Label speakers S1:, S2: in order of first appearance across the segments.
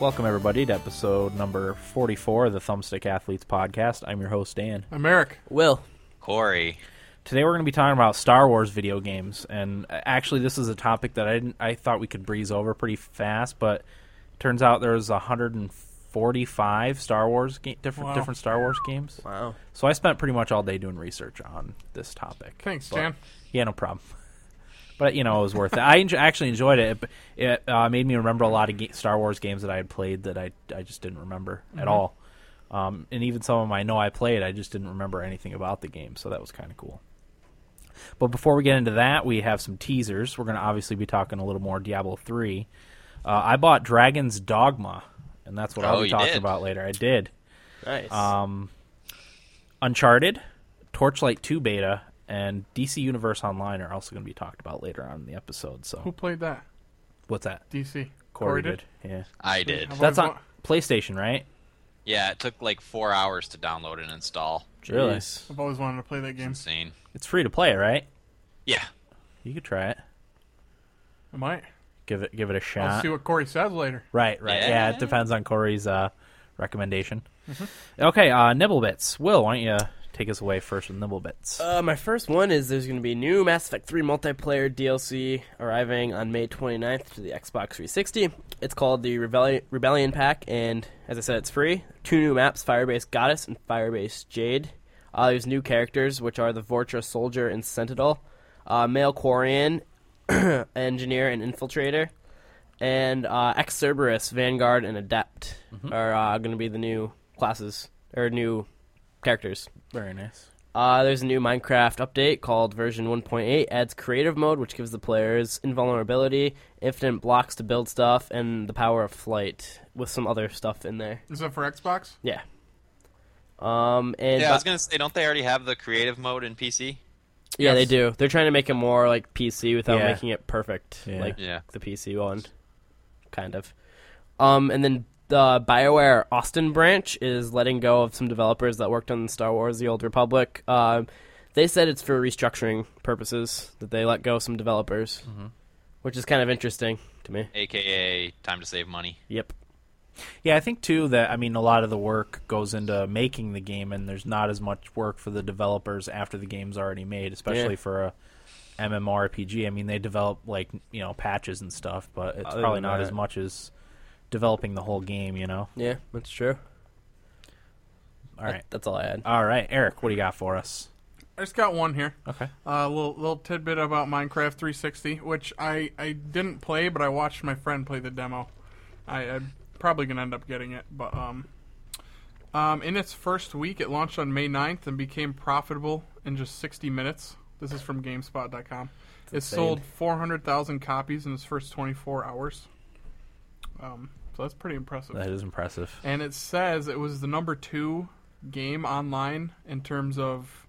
S1: Welcome, everybody, to episode number 44 of the Thumbstick Athletes Podcast. I'm your host, Dan.
S2: I'm Eric.
S3: Will.
S4: Corey.
S1: Today, we're going to be talking about Star Wars video games. And uh, actually, this is a topic that I, didn't, I thought we could breeze over pretty fast, but turns out there's 145 Star Wars ga- different,
S2: Wow.
S1: different Star Wars games.
S3: Wow.
S1: So I spent pretty much all day doing research on this topic.
S2: Thanks,
S1: But-
S2: Dan.
S1: Yeah, no problem. But you know, it was worth it. I enj- actually enjoyed it. It, it uh, made me remember a lot of ga- Star Wars games that I had played that I I just didn't remember
S4: Mm-hmm.
S1: at all. Um, and even some of them I know I played, I just didn't remember anything about the game. So that was kind of cool. But before we get into that, we have some teasers. We're going to obviously be talking a little more Diablo three. Uh, I bought Dragon's Dogma, and that's what I'll
S4: Oh,
S1: be
S4: you
S1: talking
S4: did.
S1: about later. I did.
S3: Nice.
S1: Um, Uncharted, Torchlight 2 beta, and DC Universe Online are also going to be talked about later on in the episode.
S2: Who
S1: So
S2: played that?
S1: what's that?
S2: DC.
S1: Corey, did. Yeah,
S4: I did.
S2: How about-
S1: that's
S2: I've
S1: on PlayStation, right?
S4: Yeah, it took like four hours to download and install.
S1: Really?
S3: Jeez.
S2: I've always wanted to play that game.
S4: Insane.
S1: It's free to play, right?
S4: Yeah.
S1: You could try it.
S2: I might.
S1: Give it, give it a
S2: I'll
S1: shot.
S2: see what Corey says later.
S1: Right, right. Yeah.
S4: Yeah.
S1: it depends on Corey's uh, recommendation. Okay, uh, Nibblebits. Will, why don't you take us away first with Nibblebits?
S3: Uh,
S1: bits?
S3: Uh, my first one is there's going to be new Mass Effect 3 multiplayer DLC arriving on May 29th to the Xbox 360. It's called the Rebelli- Rebellion Pack, and as I said, it's free. Two new maps Firebase Goddess and Firebase Jade. Uh, there's new characters, which are the Vortra Soldier and Sentinel, uh, Male Quarian, Engineer, and Infiltrator. And uh, ex Cerberus, Vanguard, and Adept are uh, going to be the new classes, or new characters.
S1: Very nice.
S3: Uh, there's a new Minecraft update called version 1.8. Adds creative mode, which gives the players invulnerability, infinite blocks to build stuff, and the power of flight, with some other stuff in there.
S2: Is that for Xbox?
S3: Yeah. Um, and
S4: Yeah, I was
S3: bu-
S4: gonna say, don't they already have the creative mode in PC?
S3: yeah, they
S1: Yes.
S3: do. They're trying to make it more like PC without
S1: Yeah.
S3: making it perfect,
S1: Yeah.
S3: like
S4: Yeah.
S3: the PC one, kind of. Um, and then the BioWare Austin branch is letting go of some developers that worked on Star Wars: The Old Republic. Um, they said it's for restructuring purposes that they let go some developers, which is kind of interesting to me.
S4: AKA time to save money.
S3: Yep.
S1: Yeah, I think too that I mean a lot of the work goes into making the game, and there's not as much work for the developers after the game's already made, especially
S3: Yeah.
S1: for a MMORPG. I mean, they develop like you know patches and stuff, but it's
S3: Other
S1: probably
S3: than
S1: not
S3: that-
S1: as much as developing the whole game. You know.
S3: Yeah, that's true.
S1: All right,
S3: that's all I had.
S1: all right, Eric, what do you got for us?
S2: I just got one here.
S1: Okay.
S2: A little little tidbit about Minecraft 360, which I, I didn't play, but I watched my friend play the demo. I, I'm probably gonna end up getting it, but um, um, in its first week, it launched on May 9th and became profitable in just 60 minutes. This is from GameSpot.com. It
S3: insane.
S2: sold 400,000 copies in its first 24 hours. Um, so that's pretty impressive.
S1: That is impressive.
S2: and it says it was the number two game online in terms of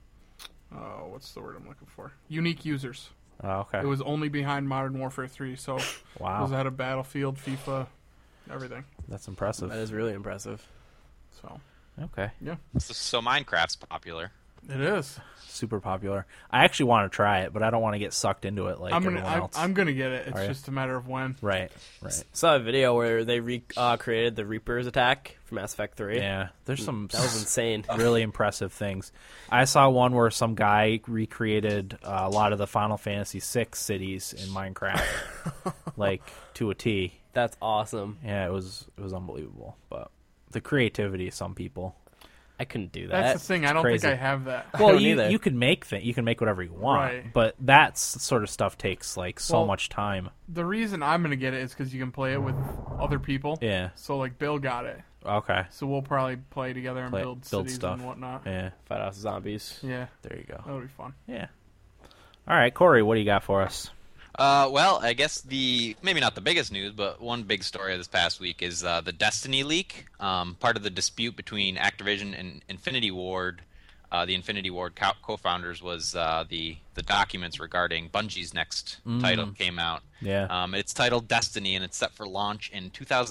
S2: uh, what's the word I'm looking for? Unique users.
S1: Oh, okay.
S2: It was only behind Modern Warfare 3, so it was
S1: wow,
S2: ahead of Battlefield, FIFA, everything.
S1: that's impressive.
S3: That is really impressive.
S2: So
S1: okay,
S4: So, so Minecraft's popular.
S2: it is.
S1: super popular. I actually want to try it, but I don't want to get sucked into it like
S2: I'm gonna
S1: everyone
S2: I,
S1: else.
S2: I'm gonna get it. It's
S1: Are ya?
S2: just a matter of when.
S1: Right, right.
S3: Saw a video where they re- uh, created the Reapers attack from Mass Effect Three.
S1: Yeah, there's some
S3: That was insane.
S1: really impressive things. I saw one where some guy recreated uh, a lot of the Final Fantasy VI cities in Minecraft, like to a T.
S3: That's awesome.
S1: Yeah, it was it was unbelievable. But the creativity of some people.
S3: I couldn't do that.
S2: That's the thing. I don't
S1: crazy.
S2: think I have that.
S3: I
S1: Well,
S3: don't
S1: you
S3: either.
S1: you can make th- you can make whatever you want,
S2: Right.
S1: but that s- sort of stuff takes like so
S2: Well-
S1: much time.
S2: The reason I'm gonna get it is because you can play it with other people.
S1: Yeah.
S2: So like Bill got it,
S1: Okay.
S2: so we'll probably play together and
S1: Play-
S2: build,
S1: build
S2: cities
S1: stuff.
S2: and whatnot.
S1: Yeah.
S3: Fight off zombies.
S2: Yeah,
S1: There you go.
S2: that'll be fun.
S1: Yeah. All right, Corey, what do you got for us?
S4: Uh, well, I guess the maybe not the biggest news, but one big story of this past week is uh, the Destiny leak. Um, part of the dispute between Activision and Infinity Ward, uh, the Infinity Ward co- co-founders, was uh, the the documents regarding Bungie's next title came out.
S1: Yeah.
S4: Um, it's titled Destiny, and it's set for launch in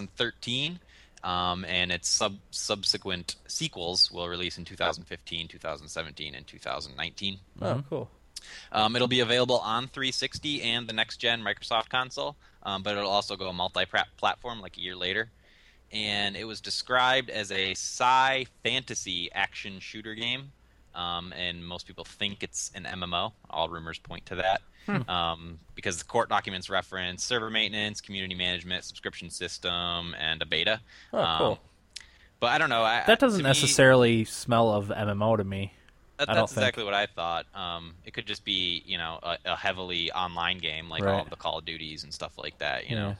S4: 2013. Um, and its sub- subsequent sequels will release in 2015, 2017, and 2019.
S3: Oh, cool.
S4: Um, it'll be available on 360 and the next gen Microsoft console, um, but it'll also go multi platform like a year later. and it was described as a sci fantasy action shooter game. Um, and most people think it's an MMO. All rumors point to that um, because the court documents reference server maintenance, community management, subscription system, and a beta.
S3: Oh, cool.
S4: Um, but I don't know. I,
S3: Uh,
S1: That doesn't
S4: to me-
S1: necessarily smell of MMO to me.
S4: that-
S1: I
S4: that's
S1: don't think.
S4: exactly what I thought. Um, it could just be you know a, a heavily online game like all
S1: Right.
S4: of the Call of Duties and stuff like that. You
S1: Yeah.
S4: know.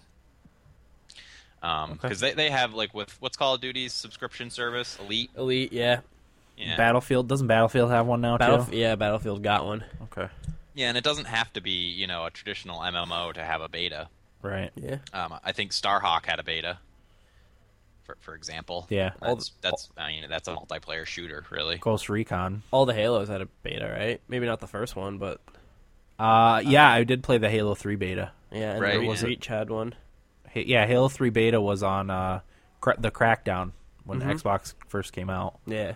S4: Because they, they have like with what's Call of Duty's subscription service, Elite.
S3: Elite, yeah.
S4: Yeah.
S1: Battlefield doesn't Battlefield have one now
S3: Battlef-
S1: too?
S3: yeah, Battlefield got one.
S1: Okay,
S4: yeah, and it doesn't have to be you know a traditional MMO to have a beta.
S1: right.
S3: Yeah.
S4: Um, I think Starhawk had a beta, for for example.
S1: Yeah.
S3: All
S4: that's,
S3: the-
S4: that's I mean that's a multiplayer shooter, really.
S1: Ghost Recon.
S3: All the Halos had a beta, right? Maybe not the first one, but
S1: Uh, yeah, I did play the Halo Three beta.
S3: yeah, and
S4: Right,
S3: Re-
S4: yeah.
S3: Reach had one.
S1: Ha- yeah, Halo Three beta was on uh, cra- the Crackdown when
S4: Mm-hmm.
S1: Xbox first came out,
S3: Yeah.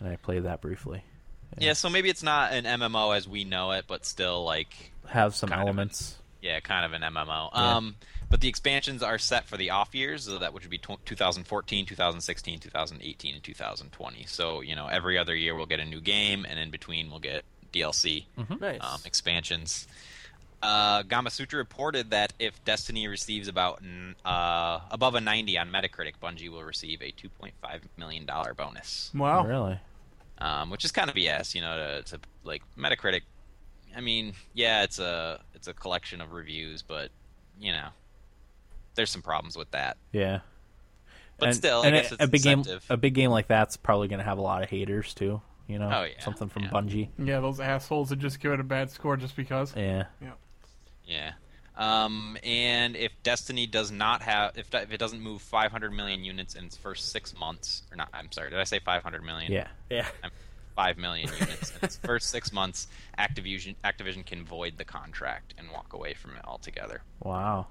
S1: and I played that briefly.
S4: Yeah, so maybe it's not an MMO as we know it, but still like
S1: Have some
S4: Kind of.
S1: elements.
S4: Yeah, kind of an MMO. Um, but the expansions are set for the off years, so that would be tw 2014, 2016, 2018, and 2020. So you know, every other year we'll get a new game, and in between we'll get DLC
S1: Hmm.
S3: Nice.
S1: Ah,
S4: um, expansions. Uh, Gamasutra reported that if Destiny receives about n- uh, above a 90 on Metacritic, Bungie will receive a 2.5 million dollar bonus,
S2: Wow.
S1: Really?
S4: um, which is kind of BS, you know, to, to like Metacritic. I mean, yeah, it's a it's a collection of reviews, but you know, there's some problems with that.
S1: Yeah.
S4: But
S1: And-
S4: still, I
S1: and
S4: guess
S1: a,
S4: it's
S1: a big game.
S4: incentive.
S1: A big game like that's probably going to have a lot of haters too. You know,
S4: Oh, yeah,
S1: something from
S4: yeah.
S1: Bungie.
S2: Yeah, those assholes that just give it a bad score just because.
S1: Yeah.
S2: Yeah.
S4: Yeah. Um, and if Destiny does not have, if, if it doesn't move 500 million units in its first six months, or not, I'm sorry, did I say 500 million?
S1: Yeah.
S3: yeah.
S4: I'm- 5 million units in its first six months, Activision, Activision can void the contract and walk away from it altogether.
S1: Wow.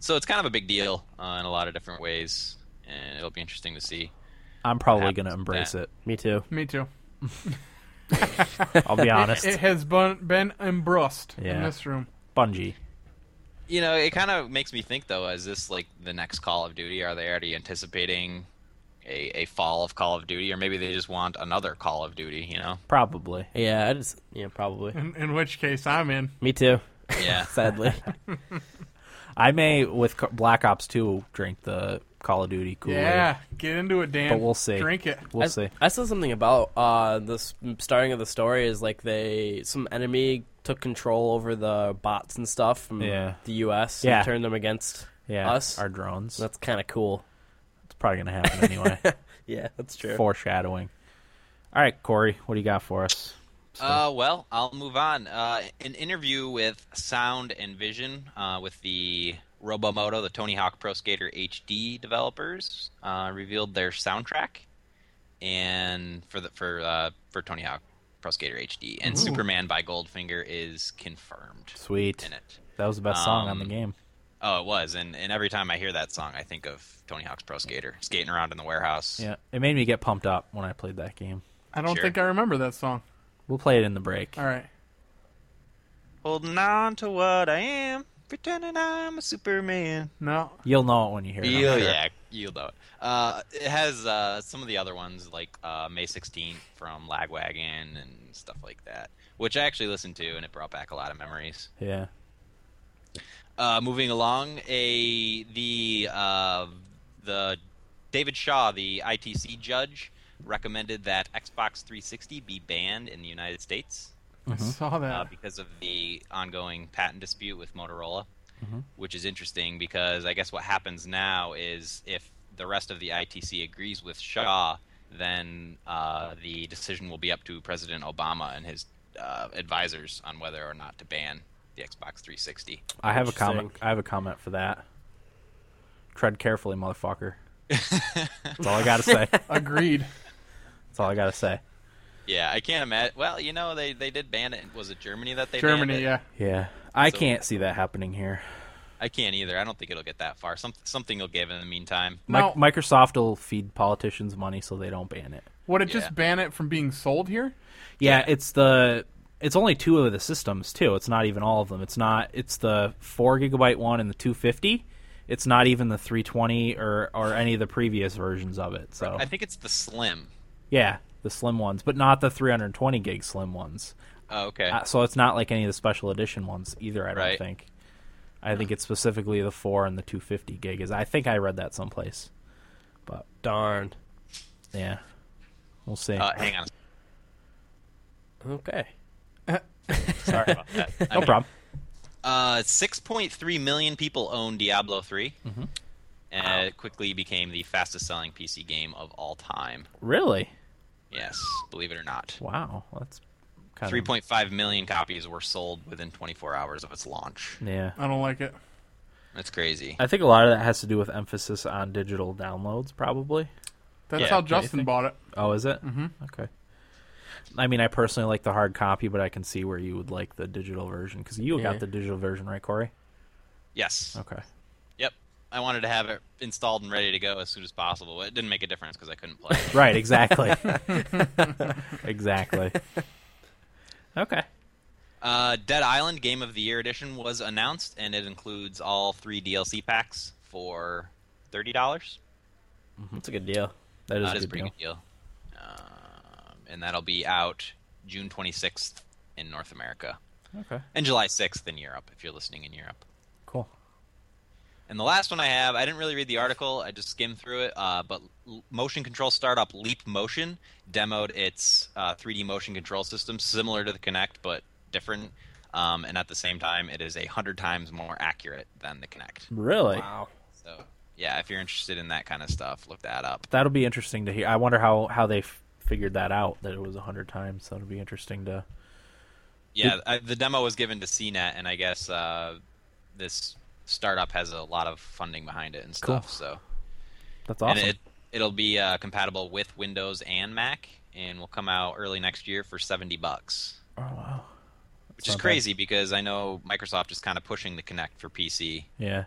S4: So it's kind of a big deal uh, in a lot of different ways, and it'll be interesting to see.
S1: I'm probably
S4: Happens
S1: going to
S4: with
S1: embrace
S4: that.
S1: it.
S3: Me too.
S2: Me too.
S1: I'll be honest.
S2: It has been been embraced in
S1: Yeah.
S2: this room.
S1: Bungie.
S4: You know, it kind of makes me think, though, is this like the next Call of Duty? Are they already anticipating a, a fall of Call of Duty, or maybe they just want another Call of Duty? You know?
S1: Probably.
S3: Yeah, I just yeah, probably.
S2: In, in which case, I'm in.
S3: Me too.
S4: Yeah.
S3: Sadly.
S1: I may with Co- Black Ops 2 drink the Call of Duty Kool-Aid.
S2: Yeah, get into it, Dan.
S1: But we'll see.
S2: Drink it.
S1: We'll
S3: I,
S1: see.
S3: I saw something about uh the s- starting of the story is like they some enemy took control over the bots and stuff from
S1: Yeah.
S3: the U.S.
S1: Yeah.
S3: and turned them against
S1: Yeah.
S3: us.
S1: Our drones. That's
S3: That's kind of cool.
S1: probably going to happen anyway.
S3: Yeah, that's true.
S1: Foreshadowing. All right, Corey, what do you got for us?
S4: Uh, well, I'll move on. Uh, an interview with Sound and Vision uh, with the Robomoto, the Tony Hawk Pro Skater HD developers, uh, revealed their soundtrack, and for the for uh, for Tony Hawk Pro Skater HD, and Superman by Goldfinger is confirmed
S1: Sweet.
S4: in it.
S1: That was the best song on the
S4: Um,
S1: game.
S4: Oh, it was, and and every time I hear that song, I think of Tony Hawk's Pro Skater skating around in the warehouse.
S1: Yeah. It made me get pumped up when I played that game.
S2: I don't
S4: Sure.
S2: think I remember that song.
S1: We'll play it in the break.
S2: All right.
S4: Holding on to what I am, pretending I'm a Superman.
S2: No.
S1: You'll know it when you hear it.
S4: You'll,
S1: I'm sure.
S4: yeah, you'll know it. Uh, it has uh, some of the other ones like uh, May 16th from Lagwagon and stuff like that, which I actually listened to, and it brought back a lot of memories.
S1: Yeah.
S4: Uh, moving along, a the uh, the David Shaw, the ITC judge, recommended that Xbox 360 be banned in the United States
S2: I
S1: Mm-hmm.
S2: saw
S4: uh,
S2: that.
S4: because of the ongoing patent dispute with Motorola, which is interesting because I guess what happens now is if the rest of the ITC agrees with Shaw, then uh, the decision will be up to President Obama and his uh, advisors on whether or not to ban the Xbox 360.
S1: I have a comment.
S3: Interesting.
S1: I have a comment for that. Tread carefully, motherfucker. That's all I got to say. That's
S2: Agreed.
S1: all I got to say.
S4: Yeah, I can't imagine. Well, you know, they, they did ban it. Was it Germany that they
S2: Germany,
S4: banned it?
S2: yeah.
S1: Yeah. I
S4: So-
S1: can't see that happening here.
S4: I can't either. I don't think it'll get that far. Some, something will give in the meantime.
S1: Mi-
S2: No.
S1: Microsoft will feed politicians money so they don't ban it.
S2: Would it
S4: Yeah.
S2: just ban it from being sold here?
S1: Yeah, it's the it's only two of the systems too. It's not even all of them. It's not it's the four gigabyte one and the two fifty it's not even the 320 or or any of the previous versions of it. So
S4: I think it's the Slim.
S1: yeah, the slim ones, but not the 320 gig slim ones.
S4: Oh, okay.
S1: Uh, so it's not like any of the special edition ones either. I don't
S4: Right.
S1: think. I think it's specifically the four and the 250 gig. Is I think I read that someplace. But
S3: Darn.
S1: yeah, we'll see.
S4: Uh, hang on.
S3: Okay.
S4: Sorry about that. I
S1: no
S4: know.
S1: problem.
S4: Uh, 6.3 million people own Diablo 3.
S1: Mm-hmm.
S4: And it quickly became the fastest selling PC game of all time.
S1: Really?
S4: Yes, believe it or not.
S1: Wow, that's kind of
S4: 3.5 million copies were sold within 24 hours of its launch.
S1: yeah.
S2: I don't like it.
S4: That's crazy.
S1: I think a lot of that has to do with emphasis on digital downloads, probably.
S2: That's
S4: Yeah,
S2: how
S4: what do you
S2: Justin bought it.
S1: Oh, is it? Mm-hmm. Okay. I mean, I personally like the hard copy, but I can see where you would like the digital version because you
S3: Yeah.
S1: got the digital version, right, Corey?
S4: Yes.
S1: Okay.
S4: Yep. I wanted to have it installed and ready to go as soon as possible. It didn't make a difference because I couldn't play. it.
S1: Right. Exactly. exactly. Okay.
S4: uh, Dead Island Game of the Year Edition was announced, and it includes all three DLC packs for thirty dollars.
S3: That's a good deal.
S1: That is
S4: That
S1: a
S4: is a
S1: good
S4: pretty
S1: deal.
S4: good deal. Um, and that'll be out June 26th in North America
S1: Okay.
S4: and July 6th in Europe if you're listening in Europe.
S1: Cool.
S4: And the last one I have, I didn't really read the article. I just skimmed through it. Uh, but l- motion control startup Leap Motion demoed its uh, 3D motion control system, similar to the Kinect but different. Um, and at the same time, it is a hundred times more accurate than the Kinect.
S1: Really?
S3: Wow.
S4: So, yeah, if you're interested in that kind of stuff, look that up.
S1: That'll be interesting to hear. I wonder how how they f- figured that out that it was a hundred times. That'll be interesting to.
S4: Yeah, I, the demo was given to CNET, and I guess uh, this startup has a lot of funding behind it and stuff. So,
S1: That's awesome.
S4: and it it'll be uh, compatible with Windows and Mac, and will come out early next year for seventy bucks,
S1: oh wow.
S4: which is
S1: not bad.
S4: crazy because I know Microsoft is kind of pushing the Kinect for PC.
S1: Yeah.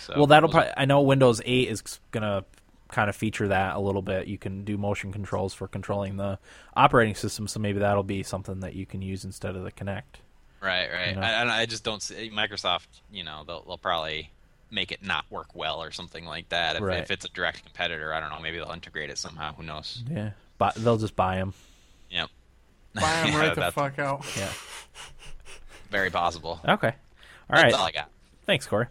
S4: So
S1: well, that'll
S4: those-
S1: probably. I know Windows 8 is gonna kind of feature that a little bit. You can do motion controls for controlling the operating system, so maybe that'll be something that you can use instead of the Connect.
S4: right, right.
S1: you know.
S4: I, I don't- I just don't see Microsoft. You know, they'll, they'll probably make it not work well or something like that. If,
S1: Right.
S4: if it's a direct competitor, I don't know. Maybe they'll integrate it somehow. Who knows?
S1: Yeah, but they'll just buy them.
S4: Yep.
S2: Buy him
S4: Yeah,
S2: right the
S4: that's-
S2: fuck out.
S1: Yeah.
S4: Very possible.
S1: Okay. All
S4: That's
S1: right.
S4: all I got.
S1: Thanks, Corey.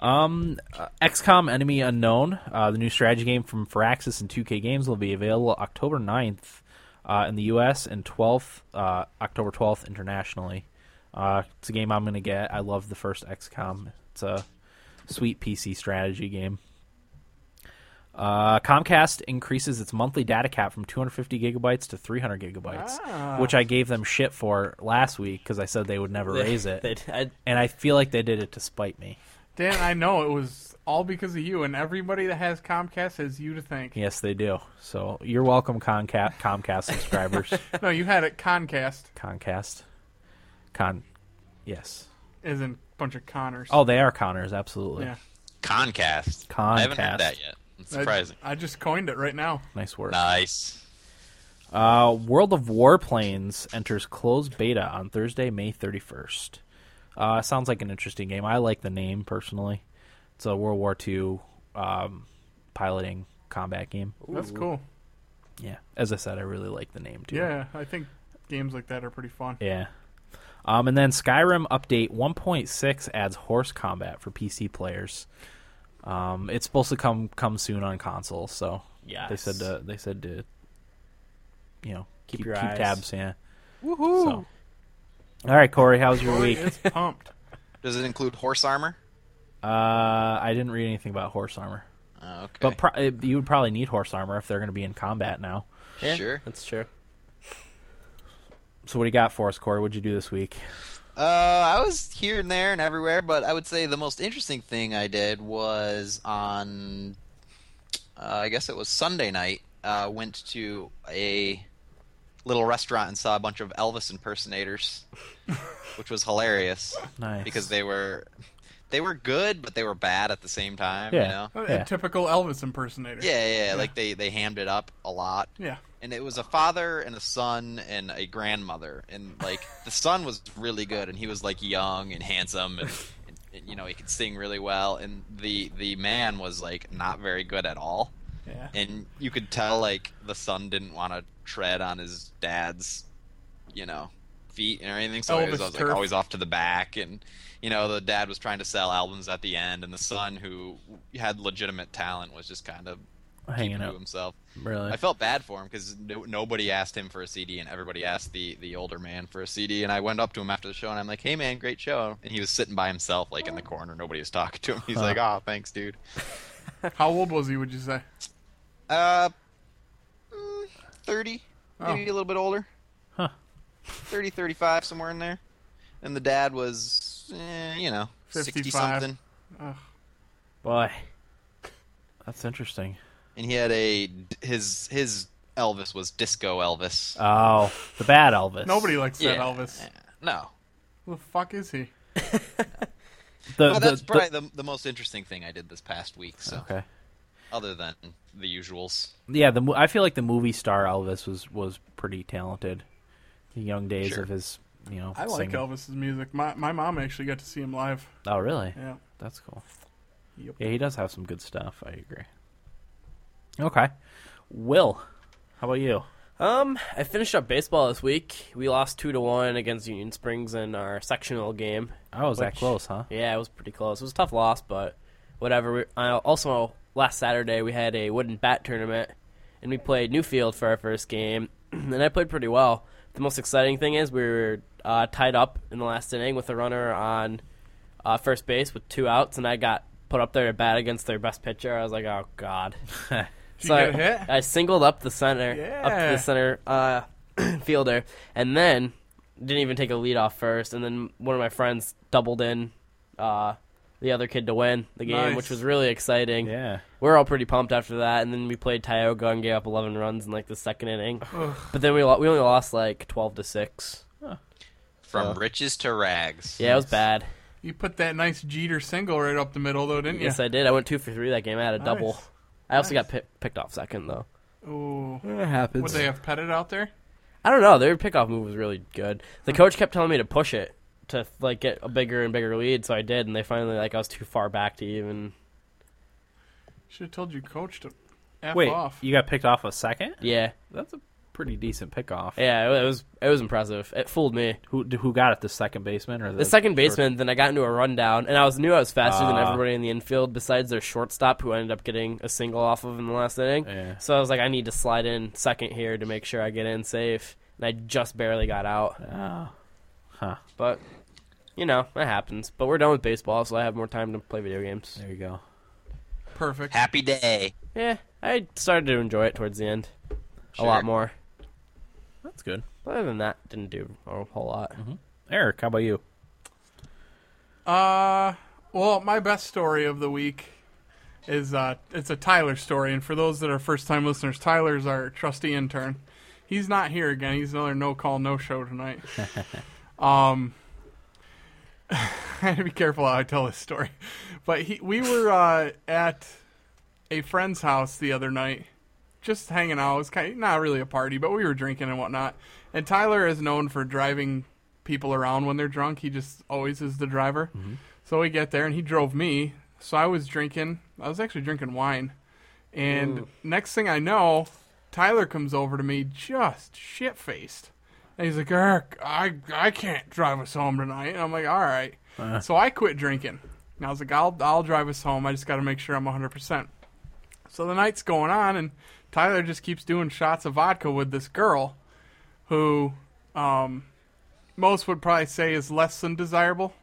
S1: Um, uh, XCOM Enemy Unknown, uh, the new strategy game from Firaxis and 2K Games, will be available October 9th uh, in the U.S. and 12th, uh, October 12th internationally. Uh, it's a game I'm going to get. I love the first XCOM. It's a sweet PC strategy game. Uh, Comcast increases its monthly data cap from 250 gigabytes to 300 gigabytes,
S2: Ah.
S1: which I gave them shit for last week because I said they would never raise it
S3: They- I-
S1: and I feel like they did it to spite me.
S2: Dan, I know it was all because of you, and everybody that has Comcast has you to thank.
S1: Yes, they do. So you're welcome, Comcast, Comcast subscribers.
S2: No, you had it Concast,
S1: Comcast, Con, yes.
S2: as in bunch of Connors.
S1: Oh, they are Connors, absolutely.
S2: yeah.
S4: Concast. I haven't
S1: Concast.
S4: heard that yet. It's
S2: I-
S4: surprising.
S2: I, just coined it right now.
S1: Nice work.
S4: Nice.
S1: Uh, World of Warplanes enters closed beta on Thursday, May 31st. Uh, sounds like an interesting game. I like the name personally. It's a World War II um, piloting combat game.
S2: That's cool.
S1: Yeah, as I said, I really like the name too.
S2: Yeah, I think games like that are pretty fun.
S1: Yeah. Um, and then Skyrim update 1.6 adds horse combat for PC players. Um, it's supposed to come come soon on console, so
S3: Yes.
S1: they said to, they said to you know
S3: Keep your eyes.
S1: tabs. Yeah. Woohoo! So. All right, Corey, how's your
S2: Boy,
S1: week?
S2: it's pumped.
S4: Does it include horse armor?
S1: Uh, I didn't read anything about horse armor,
S4: Oh, okay.
S1: but pro- uh, you would probably need horse armor if they're going to be in combat now.
S3: yeah,
S4: Sure.
S3: Eh, That's true.
S1: So what do you got for us, Corey? What'd you do this week?
S4: Uh, I was here and there and everywhere, but I would say the most interesting thing I did was on, uh, I guess it was Sunday night. Uh, went to a little restaurant and saw a bunch of Elvis impersonators, which was hilarious
S1: Nice.
S4: because they were they were good, but they were bad at the same time.
S1: yeah,
S4: You know?
S2: A-
S1: yeah.
S2: A typical Elvis impersonator.
S4: Yeah, yeah, yeah. Like they they hammed it up a lot.
S2: Yeah.
S4: and it was a father and a son and a grandmother and like the son was really good and he was like young and handsome and, and you know he could sing really well, and the the man was like not very good at all,
S2: Yeah.
S4: and you could tell like the son didn't want to tread on his dad's, you know, feet or anything.
S1: Oh,
S4: So he
S2: Elvis
S4: was, always, like
S2: turf.
S4: always off to the back, and you know the dad was trying to sell albums at the end, and the son who had legitimate talent was just kind of
S1: Hanging
S4: keeping to
S1: out.
S4: himself.
S1: Really?
S4: I felt bad for him because no, nobody asked him for a CD, and everybody asked the the older man for a CD. And I went up to him after the show, and I'm like, "Hey, man, great show!" And he was sitting by himself, like in the corner. Nobody was talking to him. He's like, "Oh, thanks, dude."
S2: How old was he? Would you say?
S4: Uh, mm, thirty, maybe a little bit older.
S1: Huh.
S4: 30, 35, somewhere in there. And the dad was, eh, you know, sixty
S2: 55.
S4: something,
S2: Ugh.
S1: Boy, that's interesting.
S4: and he had a his his Elvis was disco Elvis.
S1: Oh, the bad Elvis.
S2: Nobody likes that
S4: Yeah. Uh,
S2: Elvis.
S4: No,
S2: Who the fuck is he?
S1: The,
S4: Well,
S1: the-
S4: Oh, that's
S1: the-
S4: probably the, the most interesting thing I did this past week. So,
S1: okay.
S4: other than the usuals,
S1: Yeah, the mo- I feel like the movie star Elvis was was pretty talented. The young days
S4: Sure.
S1: of his, you know,
S2: I like
S1: singing.
S2: Elvis's music. My my mom actually got to see him live.
S1: Oh, really?
S2: Yeah.
S1: That's cool.
S2: Yep.
S1: Yeah, he does have some good stuff. I agree. Okay, Will, how about you?
S3: Um, I finished up baseball this week. We lost two to one against Union Springs in our sectional game.
S1: Oh, was that
S3: Which-
S1: close, huh?
S3: Yeah, it was pretty close. It was a tough loss, but whatever. We, uh, also, last Saturday we had a wooden bat tournament, and we played Newfield for our first game, and I played pretty well. The most exciting thing is we were uh, tied up in the last inning with a runner on uh, first base with two outs, and I got put up there to bat against their best pitcher. I was like, oh god.
S2: Did
S3: So
S2: you get
S3: I,
S2: hit?
S3: I singled up the center, up to
S2: Yeah.
S3: the center uh, fielder, and then didn't even take a lead off first. And then one of my friends doubled in uh, the other kid to win the game,
S2: Nice.
S3: which was really exciting.
S1: Yeah.
S3: We were all pretty pumped after that. And then we played Tioga and gave up 11 runs in like the second inning. but then we lo- we only lost like 12 to six.
S4: from
S1: Uh,
S4: riches to rags.
S3: Yeah, it was bad.
S2: You put that nice Jeter single right up the middle, though, didn't
S3: Yes, I did. I went two for three that game. I had a
S2: you?
S3: double. I also
S2: Nice.
S3: got pi- picked off second though.
S2: Nice. Ooh.
S1: It happens.
S2: Would they have petted out there?
S3: I don't know. Their pickoff move was really good. The coach kept telling me to push it to like get a bigger and bigger lead, so I did. And they finally like I was too far back to even.
S2: Should have told your coach to f
S1: Wait,
S2: off.
S1: you got picked off a second?
S3: Yeah,
S1: That's a pretty decent pickoff.
S3: yeah. It, was it was impressive. It fooled me.
S1: Who who got it? The second baseman or the,
S3: The second
S1: short-
S3: baseman. Then I got into a rundown, and I was knew I was faster than
S1: Ah.
S3: everybody in the infield besides their shortstop, who I ended up getting a single off of in the last inning.
S1: Yeah.
S3: So I was like, I need to slide in second here to make sure I get in safe. And I just barely got out,
S1: Oh. Huh.
S3: but you know that happens. But we're done with baseball, so I have more time to play video games.
S1: There you go.
S2: Perfect.
S4: Happy day.
S3: Yeah, I started to enjoy it towards the end
S4: Sure.
S3: a lot more.
S1: That's good.
S3: But other than that, didn't do a whole lot.
S1: Mm-hmm. Eric, how about you?
S2: Uh, well, my best story of the week is uh, it's a Tyler story, and for those that are first time listeners, Tyler's our trusty intern. He's not here again. He's another no call, no show tonight. um, I had to be careful how I tell this story, but he, we were uh, at a friend's house the other night, just hanging out. It was kind of, not really a party, but we were drinking and whatnot. And Tyler is known for driving people around when they're drunk. He just always is the driver. So we get there, and he drove me. So I was drinking. I was actually drinking wine. And next thing I know, Tyler comes over to me just shit faced. And he's like, Eric, I, I can't drive us home tonight. And I'm like, all right. So I quit drinking. And I was like, I'll, I'll drive us home. I just got to make sure I'm 100%. So the night's going on, and Tyler just keeps doing shots of vodka with this girl who um, most would probably say is less than desirable.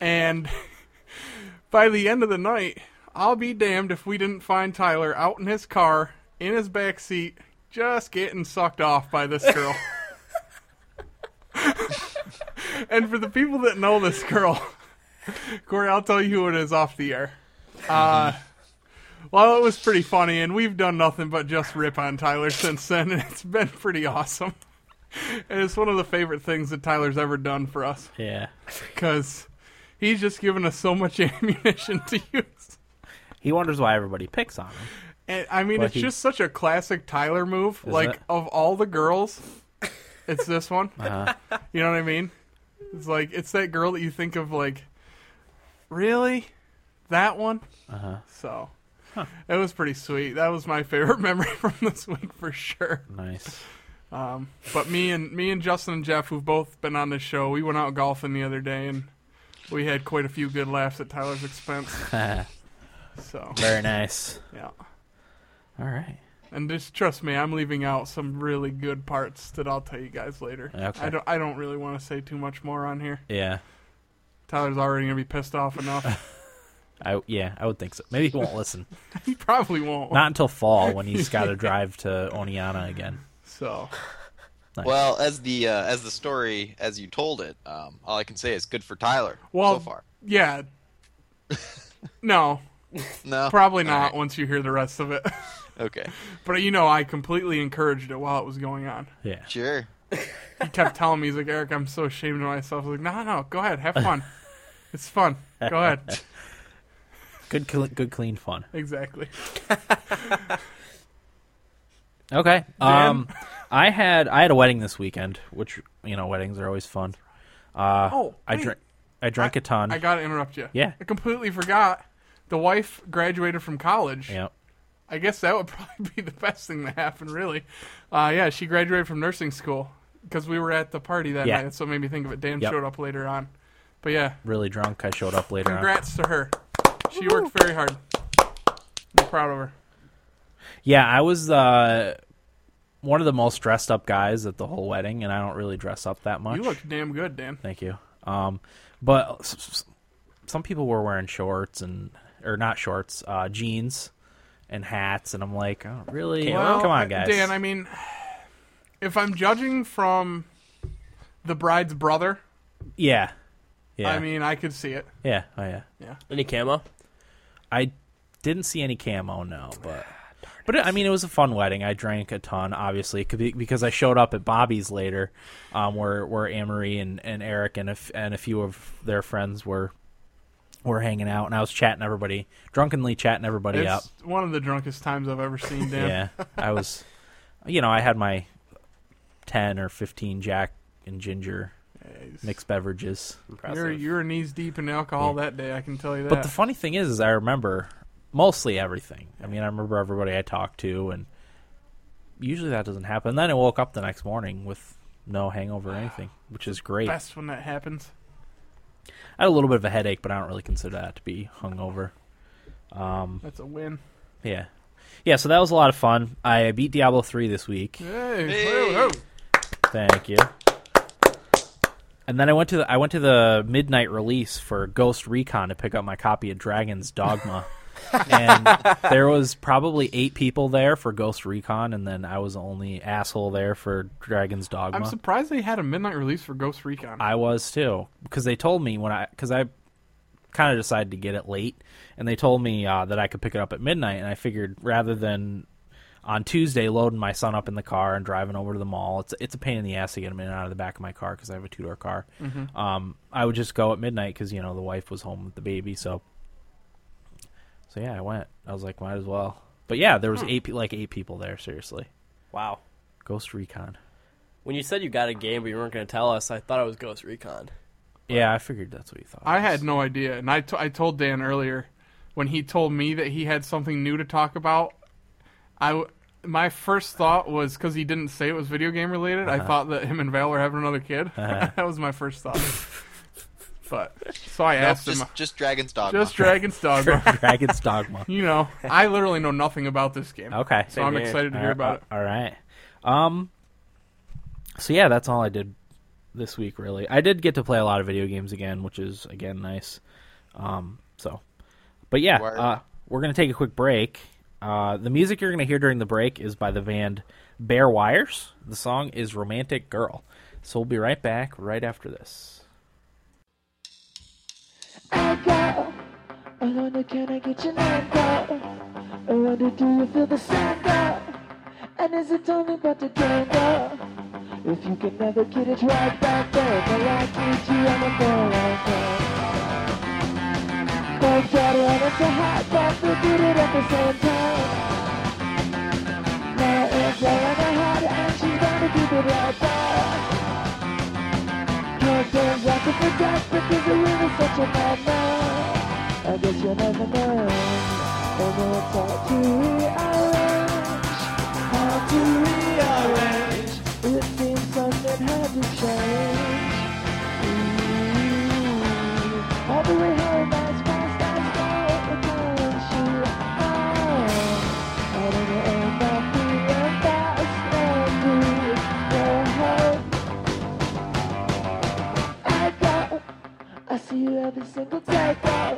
S2: And by the end of the night, I'll be damned if we didn't find Tyler out in his car, in his back seat, just getting sucked off by this girl. and for the people that know this girl, Corey, I'll tell you who it is off the air. Uh, well, it was pretty funny, and we've done nothing but just rip on Tyler since then, and it's been pretty awesome. And it's one of the favorite things that Tyler's ever done for us
S1: Yeah.
S2: because he's just given us so much ammunition to use.
S1: He wonders why everybody picks on him.
S2: And I mean,
S1: But
S2: it's
S1: he-
S2: just such a classic Tyler move. like
S1: it?
S2: of all the girls, it's this one.
S1: Uh-huh.
S2: You know what I mean? It's like it's that girl that you think of like really? That one?
S1: Uh-huh.
S2: So it was pretty sweet. That was my favorite memory from this week for sure.
S1: Nice.
S2: Um, but me and me and Justin and Jeff, who've both been on this show, we went out golfing the other day and we had quite a few good laughs at Tyler's expense.
S1: Very
S2: So
S1: nice.
S2: yeah.
S1: All right.
S2: And just trust me, I'm leaving out some really good parts that I'll tell you guys later.
S1: Okay.
S2: I don't I don't really want to say too much more on here.
S1: Yeah.
S2: Tyler's already gonna be pissed off enough.
S1: I yeah, I would think so. Maybe he won't listen.
S2: he probably won't.
S1: Not until fall when he's got to drive to Oniana again.
S2: so
S1: Nice.
S4: Well, as the uh, as the story as you told it, um, all I can say is good for Tyler
S2: Well-
S4: so far.
S2: yeah. No,
S4: No,
S2: probably
S4: All
S2: not
S4: right.
S2: once you hear the rest of it.
S4: Okay,
S2: but you know, I completely encouraged it while it was going on.
S1: yeah.
S4: sure.
S2: He kept telling me, he's like, Eric, I'm so ashamed of myself. I was like, no, no, go ahead, have fun. It's fun. Go ahead.
S1: Good, cl- good, clean fun.
S2: Exactly.
S1: Okay. Um, I had I had a wedding this weekend, which you know weddings are always fun. Uh,
S2: Oh,
S1: I
S2: wait.
S1: drink. I drank a ton.
S2: I gotta interrupt you.
S1: Yeah.
S2: I completely forgot. The wife graduated from college.
S1: yeah.
S2: I guess that would probably be the best thing that happened, really. Uh, yeah, she graduated from nursing school because we were at the party that
S1: Yeah.
S2: night. That's what made me think of it. Dan
S1: Yep.
S2: showed up later on. But yeah,
S1: Really drunk. I showed up later. on.
S2: congrats to her. She worked very hard. I'm proud of her.
S1: Yeah, I was uh, one of the most dressed up guys at the whole wedding, and I don't really dress up that much.
S2: You look damn good, Dan.
S1: Thank you. Um, but s- s- some people were wearing shorts and or not shorts, uh, jeans and hats, and I'm like, oh, really?
S2: Well,
S1: Come
S2: I-
S1: on, guys.
S2: Uh, Dan, I mean, if I'm judging from the bride's brother,
S1: yeah, yeah,
S2: I mean, I could see it.
S1: yeah, oh yeah.
S3: Any camo?
S1: I didn't see any camo, no,
S2: Ah,
S1: but. But it, I mean, it was a fun wedding. I drank a ton, obviously, c- be- because I showed up at Bobby's later, um, where where Amory and, and Eric and a f- and a few of their friends were were hanging out, and I was chatting everybody, drunkenly chatting everybody
S2: It's
S1: up.
S2: one of the drunkest times I've ever seen, Dan.
S1: Yeah, I was, you know, I had my ten or fifteen Jack and ginger
S2: Yes.
S1: mixed beverages.
S3: Impressive.
S2: You're you're knees deep in alcohol that day. I can tell you that.
S1: But the funny thing is, is I remember mostly everything. I mean, I remember everybody I talked to, and usually that doesn't happen. then I woke up the next morning with no hangover or anything, which is great. I
S2: Best when that happens.
S1: had a little bit of a headache, but I don't really consider that to be hungover. Um,
S2: That's a win.
S1: yeah, yeah. So that was a lot of fun. I beat Diablo three this week.
S2: Hey,
S4: Hey.
S2: whoa, whoa.
S1: Thank you. And then I went to the I went to the midnight release for Ghost Recon to pick up my copy of Dragon's Dogma. and there was probably eight people there for Ghost Recon, and then I was the only asshole there for Dragon's Dogma.
S2: I'm surprised they had a midnight release for Ghost Recon.
S1: I was too because they told me when I because I kind of decided to get it late, and they told me uh, that I could pick it up at midnight, and I figured rather than on Tuesday loading my son up in the car and driving over to the mall, it's it's a pain in the ass to get him in and out of the back of my car because I have a two door car.
S2: Mm-hmm.
S1: Um, I would just go at midnight because you know the wife was home with the baby, so so yeah, I went. I was like, might as well. But yeah, there was
S2: Hmm.
S1: eight pe- like eight people there. Seriously,
S3: Wow.
S1: Ghost Recon.
S3: When you said you got a game but you weren't going to tell us, I thought it was Ghost Recon.
S1: Yeah, I figured that's what you thought.
S2: I had no idea, and I, t- I told Dan earlier when he told me that he had something new to talk about. I w- my first thought was because he didn't say it was video game related.
S1: Uh-huh.
S2: I thought that him and Val were having another kid. that was my first thought. but so I
S4: No,
S2: asked
S4: just
S2: him, uh,
S4: just Dragon's Dogma.
S2: just Dragon's Dogma.
S1: Dragon's Dogma.
S2: you know, I literally know nothing about this game,
S1: Okay.
S2: so I'm
S3: here.
S2: excited to
S1: All
S2: hear
S1: right,
S2: about it.
S1: All right. Um. So yeah, that's all I did this week. Really, I did get to play a lot of video games again, which is again nice. Um. So, but yeah,
S4: Word.
S1: uh, we're gonna take a quick break. Uh, the music you're gonna hear during the break is by the band Bare Wires. The song is "Romantic Girl." So we'll be right back right after this.
S5: I go. I wonder can I get your name go? I wonder do you feel the same go? And is it only about the game go? If you can never get it right back there, then I get you on the ball like that. Go get it, it's a hot box, we did it at the same time. Now it's all in her heart, and she's gonna keep it right back. Can't say I'm for that because the wind is such a madman. I guess you never know. And it's hard to rearrange, hard to rearrange. It seems something had to change. Ooh. All the way home, as fast as I can, she I don't know if I'll be a fast home. I go. I see you every single day, girl.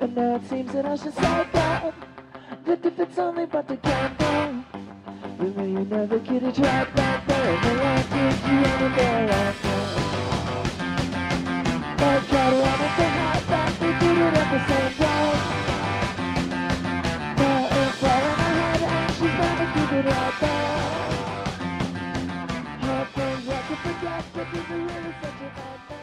S5: And now it seems that I should say, girl, that if it's only but the game, girl, we may never get it right, right there. And I give you anywhere I go. But God, I want to hot that we did it at the same time. But it's all in my head, and she's never keep it right there. How can you forget that this is really such a bad thing?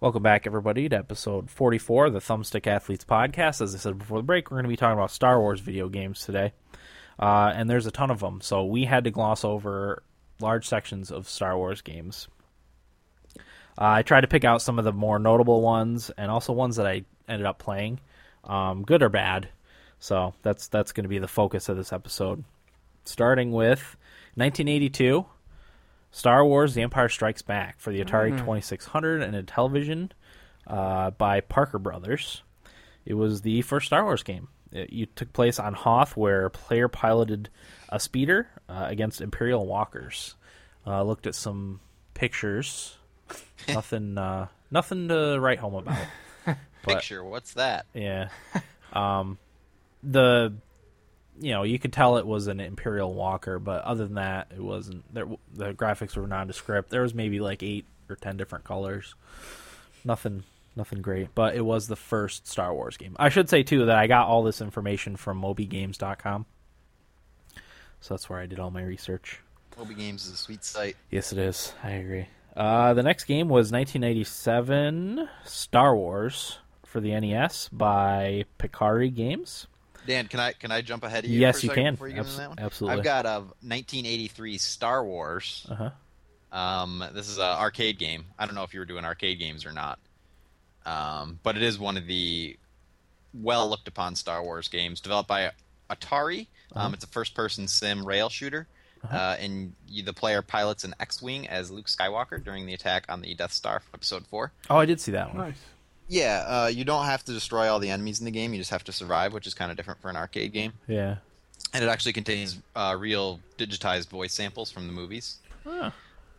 S1: Welcome back, everybody, to episode 44 of the Thumbstick Athletes podcast. As I said before the break, we're going to be talking about Star Wars video games today. Uh, and there's a ton of them, so we had to gloss over large sections of Star Wars games. Uh, I tried to pick out some of the more notable ones and also ones that I ended up playing, um, good or bad. So that's that's going to be the focus of this episode. Starting with 1982, Star Wars: The Empire Strikes Back for the Atari 2600 and a television uh, by Parker Brothers. It was the first Star Wars game. It, it took place on Hoth, where a player piloted a speeder uh, against Imperial walkers. Uh, looked at some pictures. nothing, uh, nothing to write home about. But-
S4: Picture, what's that?
S1: Yeah. um, the you know you could tell it was an Imperial Walker, but other than that, it wasn't. There, w- the graphics were nondescript. There was maybe like eight or ten different colors. Nothing, nothing great. But it was the first Star Wars game. I should say too that I got all this information from MobyGames.com. So that's where I did all my research.
S4: Moby Games is a sweet sight.
S1: Yes, it is. I agree. Uh, the next game was 1987 Star Wars for the NES by Picari Games.
S4: Dan, can I can I jump ahead of you?
S1: Yes,
S4: for a
S1: you
S4: second
S1: can.
S4: Before you get into
S1: Abso-
S4: that one?
S1: absolutely.
S4: I've got a 1983 Star Wars.
S1: Uh-huh.
S4: Um, this is an arcade game. I don't know if you were doing arcade games or not, um, but it is one of the well looked upon Star Wars games developed by Atari.
S1: Uh-huh.
S4: Um, it's a first person sim rail shooter, uh, and you, the player pilots an X wing as Luke Skywalker during the attack on the Death Star from Episode Four.
S1: Oh, I did see that one.
S2: Nice.
S4: Yeah, uh, you don't have to destroy all the enemies in the game. You just have to survive, which is kind of different for an arcade game.
S1: Yeah.
S4: and it actually contains uh, real digitized voice samples from the movies.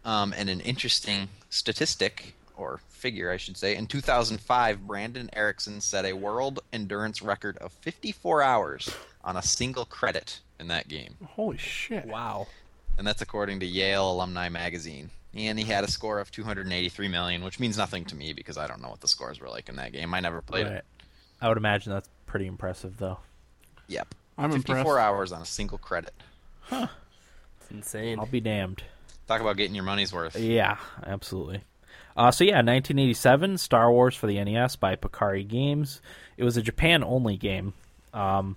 S4: Um, and an interesting statistic or figure, I should say, in 2005, Brandon Erickson set a world endurance record of 54 hours on a single credit in that game,
S2: Holy shit.
S1: Wow.
S4: and that's according to Yale Alumni Magazine. And he had a score of 283 million, which means nothing to me because I don't know what the scores were like in that game. I never played
S1: Right.
S4: it.
S1: I would imagine that's pretty impressive, though.
S4: Yep.
S2: I'm
S4: 54
S2: impressed.
S4: hours on a single credit.
S3: It's insane.
S1: I'll be damned.
S4: Talk about getting your money's worth.
S1: Yeah, absolutely. Uh, so yeah, 1987 Star Wars for the NES by Picari Games. It was a Japan-only game, um,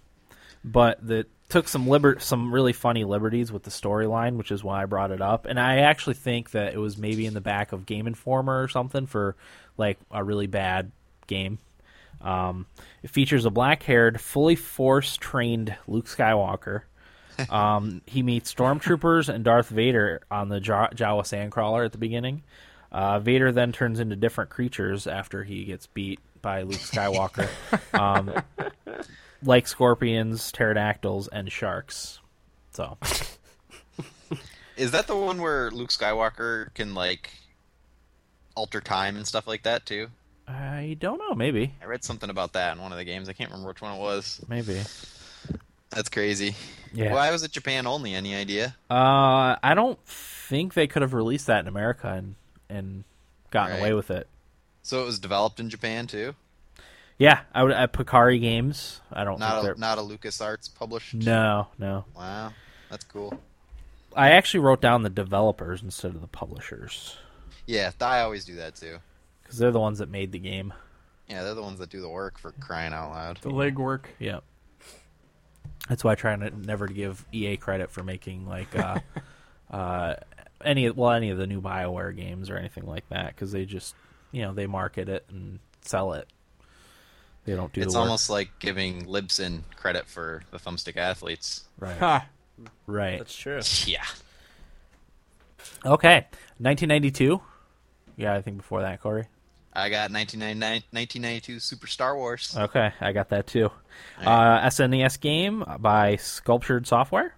S1: but that took some liber- some really funny liberties with the storyline, which is why I brought it up. And I actually think that it was maybe in the back of Game Informer or something for like a really bad game. Um, it features a black-haired, fully force-trained Luke Skywalker. Um, he meets stormtroopers and Darth Vader on the Ja- Jawa Sandcrawler at the beginning. Uh, Vader then turns into different creatures after he gets beat by Luke Skywalker, um, like scorpions, pterodactyls, and sharks. So
S4: Is that the one where Luke Skywalker can like alter time and stuff like that too?
S1: I don't know. Maybe,
S4: I read something about that in one of the games. I can't remember which one it was.
S1: maybe.
S4: That's crazy.
S1: Yeah.
S4: Why was it Japan only? Any idea?
S1: Uh, I don't think they could have released that in America and and gotten
S4: Right.
S1: away with it.
S4: So it was developed in Japan too.
S1: Yeah, I would at Picari Games. I don't
S4: Not
S1: think
S4: a, not a LucasArts published.
S1: they're no, no.
S4: Wow, that's cool.
S1: I actually wrote down the developers instead of the publishers.
S4: Yeah, I always do that too.
S1: because they're the ones that made the game.
S4: Yeah, they're the ones that do the work for crying out loud.
S2: The legwork.
S1: Yep. That's why I try to never to give EA credit for making like uh, uh, any well any of the new Bioware games or anything like that because they just you know they market it and sell it. They don't do
S4: It's
S1: the work.
S4: almost like giving Libsyn credit for the thumbstick athletes.
S1: right.
S2: Ha.
S1: Right.
S3: That's true.
S4: Yeah.
S1: Okay. 1992. Yeah, I think before that, Corey.
S4: I got 1999 1992 Super Star Wars.
S1: Okay, I got that too. Uh, SNES game by Sculptured Software.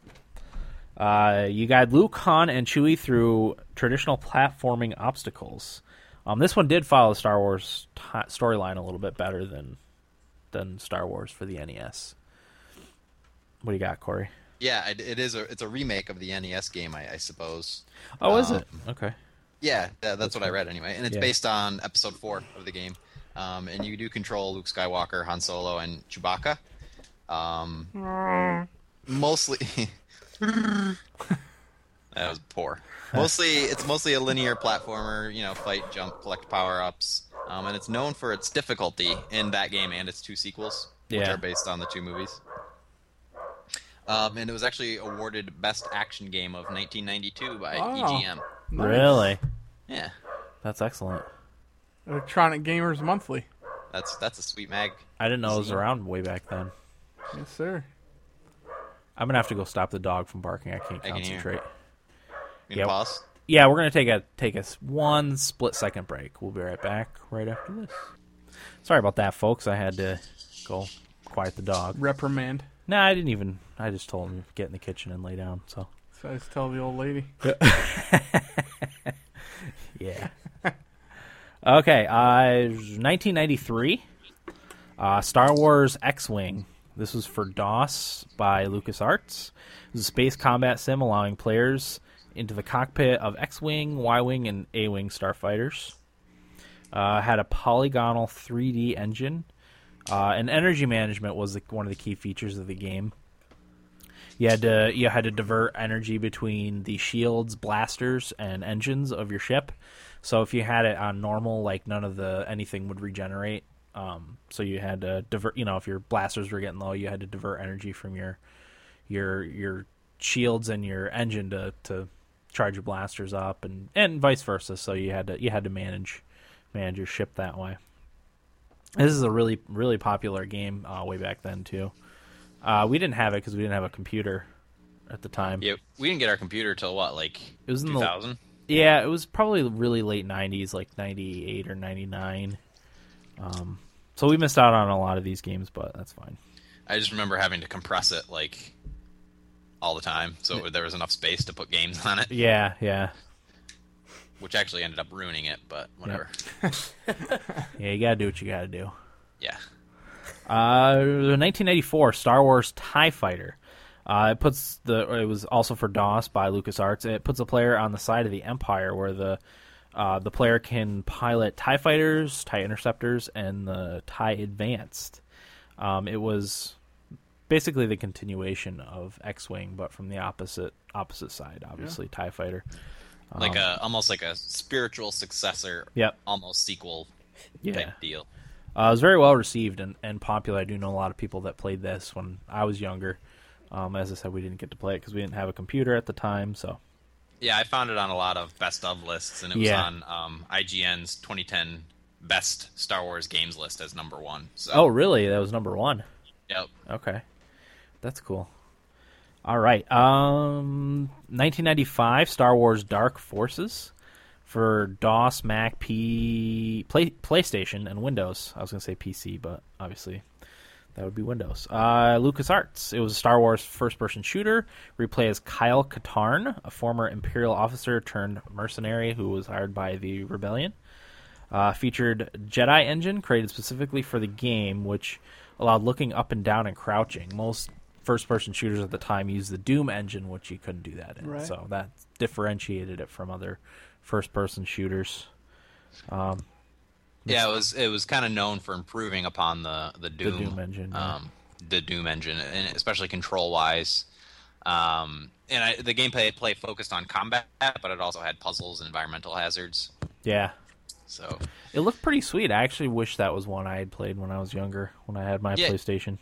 S1: Uh, you guide Luke, Han, and Chewie through traditional platforming obstacles. Um, this one did follow the Star Wars t- storyline a little bit better than than Star Wars for the NES. What do you got, Corey?
S4: yeah, it, it is a it's a remake of the NES game, I, I suppose.
S1: Oh, is
S4: Um,
S1: it? Okay.
S4: Yeah, that, that's what I read anyway, and it's
S1: Yeah.
S4: based on Episode Four of the game. Um, and you do control Luke Skywalker, Han Solo, and Chewbacca. Um, mostly, that was poor. Mostly, it's mostly a linear platformer. You know, fight, jump, collect power ups, um, and it's known for its difficulty in that game and its two sequels, which
S1: Yeah.
S4: are based on the two movies. Um, and it was actually awarded Best Action Game of 1992 by
S2: Wow.
S4: EGM.
S2: Nice.
S1: Really?
S4: Yeah.
S1: That's excellent.
S2: Electronic Gamers Monthly.
S4: That's that's a sweet mag.
S1: I didn't know it was around way back then.
S2: Yes, sir.
S1: I'm gonna have to go stop the dog from barking. I can't
S4: I can hear.
S1: concentrate.
S4: You gonna
S1: Yep.
S4: pause?
S1: Yeah, we're gonna take a take a s- one split second break. We'll be right back right after this. Sorry about that, folks. I had to go quiet the dog.
S2: Reprimand.
S1: No, I didn't even. I just told him get in the kitchen and lay down. So
S2: So I just tell the old lady.
S1: yeah. okay, uh, 1993, uh, Star Wars X-wing. This was for DOS by LucasArts. It was a space combat sim allowing players into the cockpit of X-wing, Y-wing, and A-wing starfighters. Uh, had a polygonal 3D engine, uh, and energy management was the, one of the key features of the game. You had to you had to divert energy between the shields, blasters, and engines of your ship. So if you had it on normal, like none of the anything would regenerate. Um, so you had to divert. You know, if your blasters were getting low, you had to divert energy from your your your shields and your engine to to charge your blasters up, and and vice versa. So you had to you had to manage manage your ship that way. This is a really really popular game uh, way back then too. Uh, we didn't have it because we didn't have a computer at the time.
S4: Yeah, we didn't get our computer till what, like
S1: It was in the-
S4: 2000?
S1: Yeah, it was probably really late '90s, like '98 or '99. Um, so we missed out on a lot of these games, but that's fine.
S4: I just remember having to compress it like all the time, so there was enough space to put games on it,
S1: Yeah, yeah,
S4: which actually ended up ruining it. But whatever.
S1: yeah. You gotta do what you gotta do.
S4: Yeah.
S1: Uh, 1984 Star Wars Tie Fighter. Uh, it puts the. It was also for DOS by LucasArts. It puts a player on the side of the Empire, where the uh, the player can pilot Tie Fighters, Tie Interceptors, and the Tie Advanced. Um, it was basically the continuation of X-wing, but from the opposite opposite side. Obviously, Tie Fighter.
S4: Like a almost like a spiritual successor,
S1: Um, Yep.
S4: almost sequel
S1: Yeah.
S4: type deal.
S1: Uh, it was very well received and, and popular. I do know a lot of people that played this when I was younger. Um, as I said, we didn't get to play it because we didn't have a computer at the time. So
S4: Yeah, I found it on a lot of best of lists, and it was
S1: Yeah.
S4: on um, IGN's 2010 best Star Wars games list as number one. So,
S1: oh, really? That was number one.
S4: yep.
S1: Okay, that's cool. All right. Um, 1995, Star Wars: Dark Forces for DOS, Mac, P, Play, PlayStation, and Windows. I was gonna say PC, but obviously that would be Windows. Uh, LucasArts. It was a Star Wars first-person shooter. Replay as Kyle Katarn, a former Imperial officer turned mercenary who was hired by the Rebellion uh, featured Jedi engine created specifically for the game, which allowed looking up and down and crouching. Most first-person shooters at the time used the Doom engine, which you couldn't do that in.
S2: Right.
S1: So that differentiated it from other first-person shooters.
S4: Yeah, it was it was kind of known for improving upon the the Doom,
S1: Doom engine, yeah.
S4: um, the Doom engine, and especially control wise. Um, and I, the gameplay play focused on combat, but it also had puzzles and environmental hazards.
S1: Yeah,
S4: So
S1: it looked pretty sweet. I actually wish that was one I had played when I was younger, when I had my
S4: Yeah.
S1: PlayStation.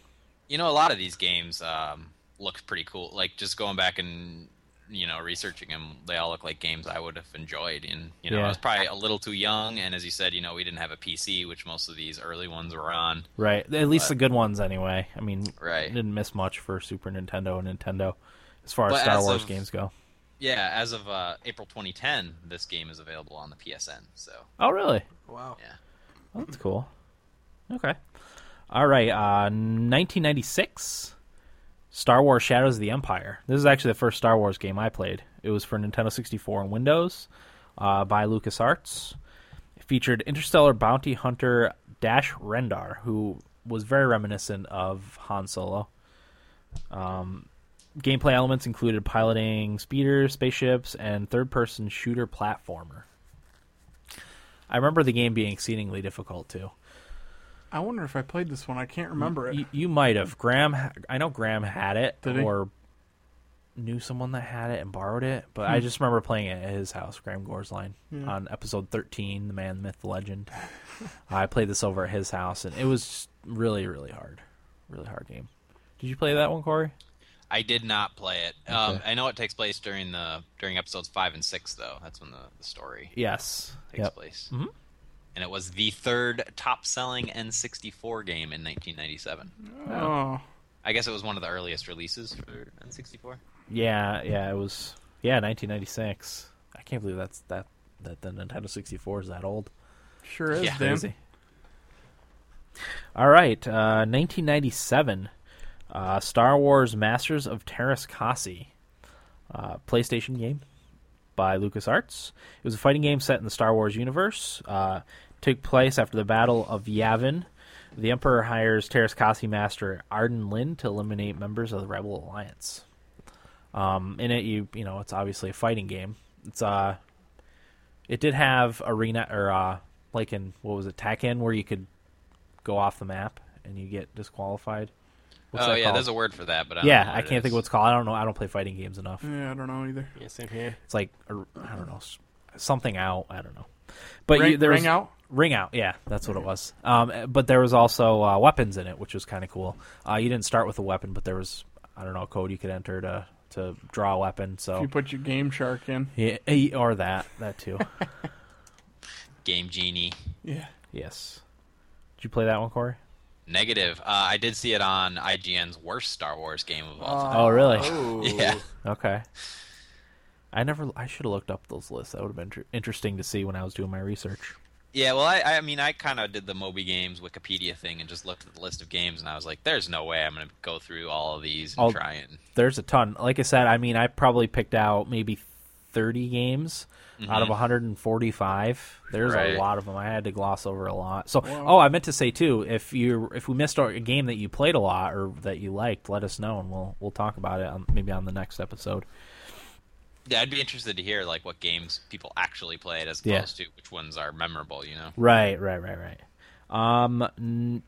S4: you know, a lot of these games um, looked pretty cool. Like just going back and you know researching them, they all look like games I would have enjoyed. And you know,
S1: Yeah.
S4: I was probably a little too young. And as you said, you know, we didn't have a PC, which most of these early ones were on.
S1: Right. At least the good ones, anyway. I mean,
S4: Right.
S1: Didn't miss much for Super Nintendo and Nintendo, as far as
S4: But
S1: Star
S4: as
S1: Wars
S4: of-
S1: games go.
S4: Yeah, as of uh, April 2010, this game is available on the PSN. So
S1: Oh, really?
S2: Wow.
S4: yeah,
S1: Well, that's cool. Okay. All right. Uh, 1996, Star Wars Shadows of the Empire. This is actually the first Star Wars game I played. It was for Nintendo 64 and Windows uh, by LucasArts. It featured interstellar bounty hunter Dash Rendar, who was very reminiscent of Han Solo. Um, gameplay elements included piloting speeders, spaceships, and third person shooter platformer. I remember the game being exceedingly difficult, too.
S2: I wonder if I played this one. I can't remember it.
S1: You, you might have. Graham, ha- I know Graham had it
S2: Did he?
S1: or knew someone that had it and borrowed it, but
S2: Hmm.
S1: I just remember playing it at his house, Graham Gorsline, on episode 13, The Man, Myth, Legend. I played this over at his house, and it was really, really hard. Really hard game. Did you play that one, Corey?
S4: I did not play it. Um, I know it takes place during the during episodes five and six, though. That's when the, the story
S1: Yes.
S4: takes
S1: Yep.
S4: place. And it was the third top-selling N64 game in 1997.
S2: Oh,
S4: I guess it was one of the earliest releases for N64.
S1: Yeah, yeah, it was. Yeah, 1996. I can't believe that's that. That the Nintendo 64 is that old.
S2: sure is,
S4: Yeah.
S2: Dan.
S1: Crazy. All right, uh, 1997, uh, Star Wars: Masters of Terrascasi, uh, PlayStation game by LucasArts. It was a fighting game set in the Star Wars universe. Uh, took place after the Battle of Yavin. The Emperor hires Terrascasi master Arden Lin to eliminate members of the Rebel Alliance. Um, in it, you you know it's obviously a fighting game. It's uh it did have arena or uh like in what was it Tekken where you could go off the map and you get disqualified. What's
S4: oh
S1: that
S4: yeah,
S1: called?
S4: there's a word for that, but I don't
S1: yeah.
S4: know
S1: I
S4: it
S1: can't think
S4: is.
S1: of what's called. I don't know. I don't play fighting games enough.
S2: Yeah, I don't know either.
S3: Yeah, same here.
S1: It's like a- I don't know s- something out. I don't know. But
S2: Ring-
S1: you, there was,
S2: Ring Out?
S1: Ring out. Yeah, that's what it was. Um, but there was also uh, weapons in it, which was kind of cool. Uh, you didn't start with a weapon, but there was I don't know a code you could enter to to draw a weapon.
S2: If
S1: So
S2: you put your Game Shark in.
S1: yeah, eh, or that that too.
S4: Game Genie.
S2: Yeah.
S1: yes. Did you play that one, Corey?
S4: Negative. Uh, I did see it on IGN's worst Star Wars game of all time.
S1: Oh, really?
S3: Oh,
S4: Yeah.
S1: Okay. I never. I should have looked up those lists. That would have been tr- interesting to see when I was doing my research.
S4: Yeah, well, I, I mean, I kind of did the Moby Games Wikipedia thing and just looked at the list of games, and I was like, "There's no way I'm going to go through all of these and
S1: I'll-
S4: try and."
S1: There's a ton. Like I said, I mean, I probably picked out maybe 30 games out of 145. There's
S4: Mm-hmm. Right.
S1: a lot of them. I had to gloss over a lot. So, oh, I meant to say too, if you if we missed a game that you played a lot or that you liked, let us know and we'll we'll talk about it on, maybe on the next episode.
S4: Yeah, I'd be interested to hear like what games people actually played as
S1: Yeah.
S4: opposed to which ones are memorable. You know,
S1: Right, right, right, right. Um, n-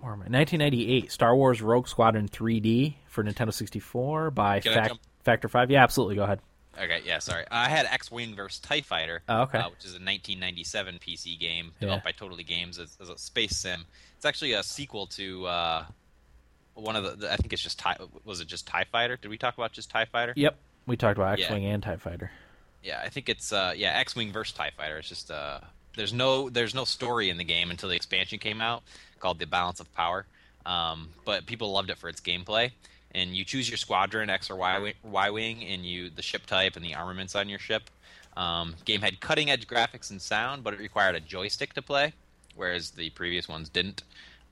S1: where am I? 1998, Star Wars Rogue Squadron 3D for Nintendo 64 by
S4: Can I
S1: Fac-
S4: jump-
S1: Factor 5. Yeah, absolutely. Go ahead.
S4: Okay, yeah, sorry. I had X Wing versus TIE Fighter,
S1: Oh, okay.
S4: uh, which is a 1997 PC game developed
S1: Yeah.
S4: by Totally Games as, as a space sim. It's actually a sequel to uh, one of the, the. I think it's just TIE. Was it just TIE Fighter? Did we talk about just TIE Fighter?
S1: Yep. We talked about
S4: Yeah.
S1: X Wing and TIE Fighter.
S4: Yeah, I think it's uh, yeah X Wing versus Tie Fighter. It's just uh, there's no there's no story in the game until the expansion came out called the Balance of Power. Um, but people loved it for its gameplay. And you choose your squadron X or Y wing, y wing and you the ship type and the armaments on your ship. Um, game had cutting edge graphics and sound, but it required a joystick to play, whereas the previous ones didn't.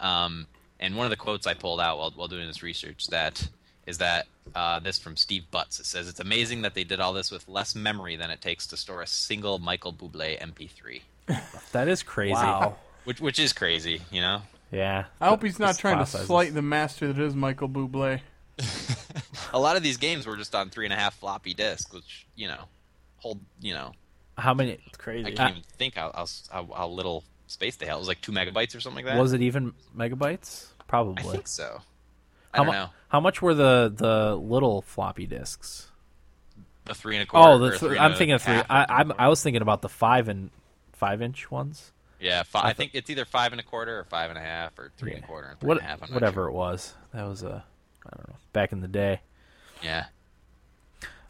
S4: Um, and one of the quotes I pulled out while, while doing this research that is that uh, this from Steve Butts. It says it's amazing that they did all this with less memory than it takes to store a single Michael Bublé MP3,
S1: That is crazy.
S3: Wow.
S4: which which is crazy, you know.
S1: Yeah.
S2: I hope he's not
S1: Just
S2: trying
S1: file
S2: to
S1: sizes.
S2: slight the master that is Michael Bublé.
S4: A lot of these games were just on three and a half floppy disks, which you know, hold you know,
S1: How many?
S3: It's
S4: I
S3: crazy.
S4: can't even think how, how s- how how little space they held. It was like two megabytes or something like that.
S1: Was it even megabytes? Probably.
S4: I think so. I
S1: how,
S4: don't
S1: mu-
S4: know
S1: how much were the, the little floppy disks?
S4: the three and a quarter.
S1: Oh, the
S4: or three
S1: th-
S4: and
S1: I'm
S4: a
S1: thinking of three.
S4: half or
S1: I,
S4: three and
S1: I'm,
S4: a
S1: I was thinking about the five and five inch ones.
S4: Yeah, fi I think it's either five and a quarter or five and a half or three and a quarter and three
S1: What,
S4: and a half. I'm not
S1: whatever it was. That was a, I don't know, back in the day.
S4: sure. Yeah.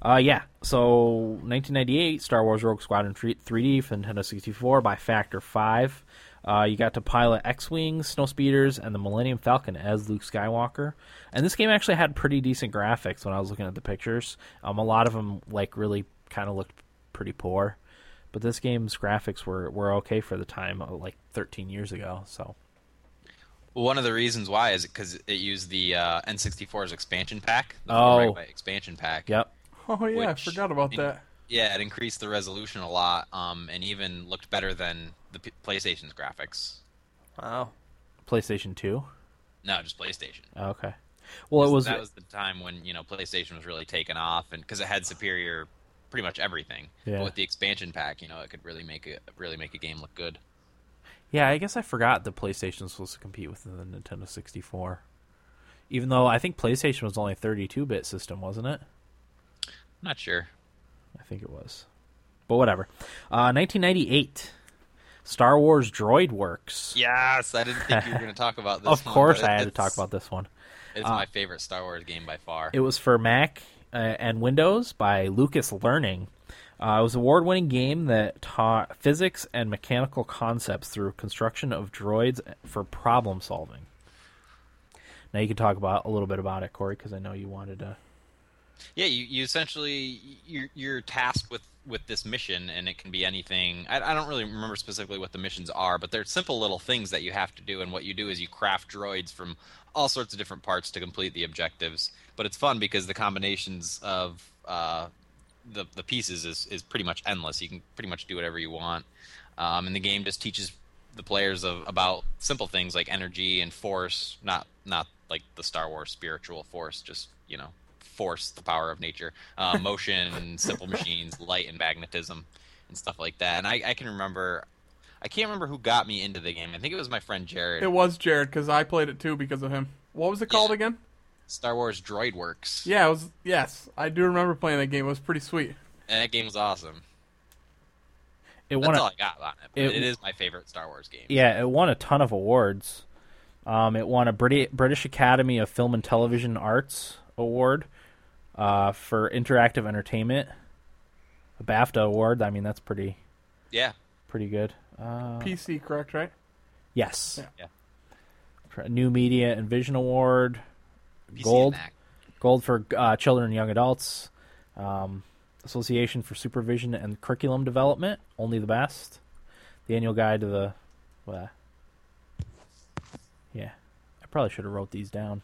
S1: Uh, yeah. So 1998, Star Wars Rogue Squadron 3- 3D for Nintendo 64 by Factor 5. Uh, you got to pilot X-wings, snowspeeders, and the Millennium Falcon as Luke Skywalker. And this game actually had pretty decent graphics when I was looking at the pictures. Um, a lot of them like really kind of looked pretty poor, but this game's graphics were were okay for the time, uh, like 13 years ago. So
S4: One of the reasons why is because it used the uh, N64's expansion pack, the
S1: Oh.
S4: Far Right Way expansion pack.
S1: yep.
S2: Oh yeah, I
S4: which-
S2: forgot about that.
S4: Yeah, it increased the resolution a lot, um, and even looked better than the P- PlayStation's graphics.
S3: Wow.
S1: PlayStation 2.
S4: No, just PlayStation.
S1: Okay. Well, it was
S4: that was the time when you know PlayStation was really taken off, and because it had superior, pretty much everything.
S1: Yeah.
S4: But with the expansion pack, you know, it could really make a really make a game look good.
S1: Yeah, I guess I forgot the PlayStation was supposed to compete with the Nintendo 64. Even though I think PlayStation was only a 32-bit system, wasn't it?
S4: Not sure.
S1: I think it was. But whatever. Uh, 1998, Star Wars Droid Works.
S4: Yes, I didn't think you were going to talk about this.
S1: of
S4: one,
S1: course,
S4: but
S1: I had to
S4: it's-
S1: talk about uh, this one.
S4: It's my favorite Star Wars game by far.
S1: It was for Mac uh, and Windows by Lucas Learning. Uh, it was an award winning game that taught physics and mechanical concepts through construction of droids for problem solving. Now you can talk about a little bit about it, Corey, because I know you wanted to.
S4: Yeah, you, you essentially you're, you're tasked with with this mission, and it can be anything. I, I don't really remember specifically what the missions are, but they're simple little things that you have to do. And what you do is you craft droids from all sorts of different parts to complete the objectives. But it's fun because the combinations of uh, the the pieces is is pretty much endless. You can pretty much do whatever you want, um, and the game just teaches the players of about simple things like energy and force, not not like the Star Wars spiritual force, just you know force, the power of nature, uh, motion, simple machines, light and magnetism, and stuff like that. And I, I can remember. I can't remember who got me into the game. I think it was my friend Jared.
S2: It was Jared because I played it too because of him. What was it called
S4: Yeah.
S2: again?
S4: Star Wars Droid Works.
S2: Yeah, it was. Yes, I do remember playing that game. It was pretty sweet.
S4: And that game was awesome.
S1: It
S4: That's
S1: won a-
S4: all I got on it. But
S1: it-
S4: it is my favorite Star Wars game.
S1: Yeah, it won a ton of awards. Um, it won a Briti- British Academy of Film and Television Arts Award uh, for interactive entertainment. A BAFTA award. I mean, that's pretty
S4: Yeah.
S1: pretty good. Uh,
S2: PC, correct? Right?
S1: yes,
S4: Yeah.
S1: Tr- New Media and Vision Award,
S4: PC
S1: Gold.
S4: and Mac.
S1: gold for uh, children and young adults, um, Association for Supervision and Curriculum Development. Only the best. The annual guide to the, well, yeah. I probably should have wrote these down.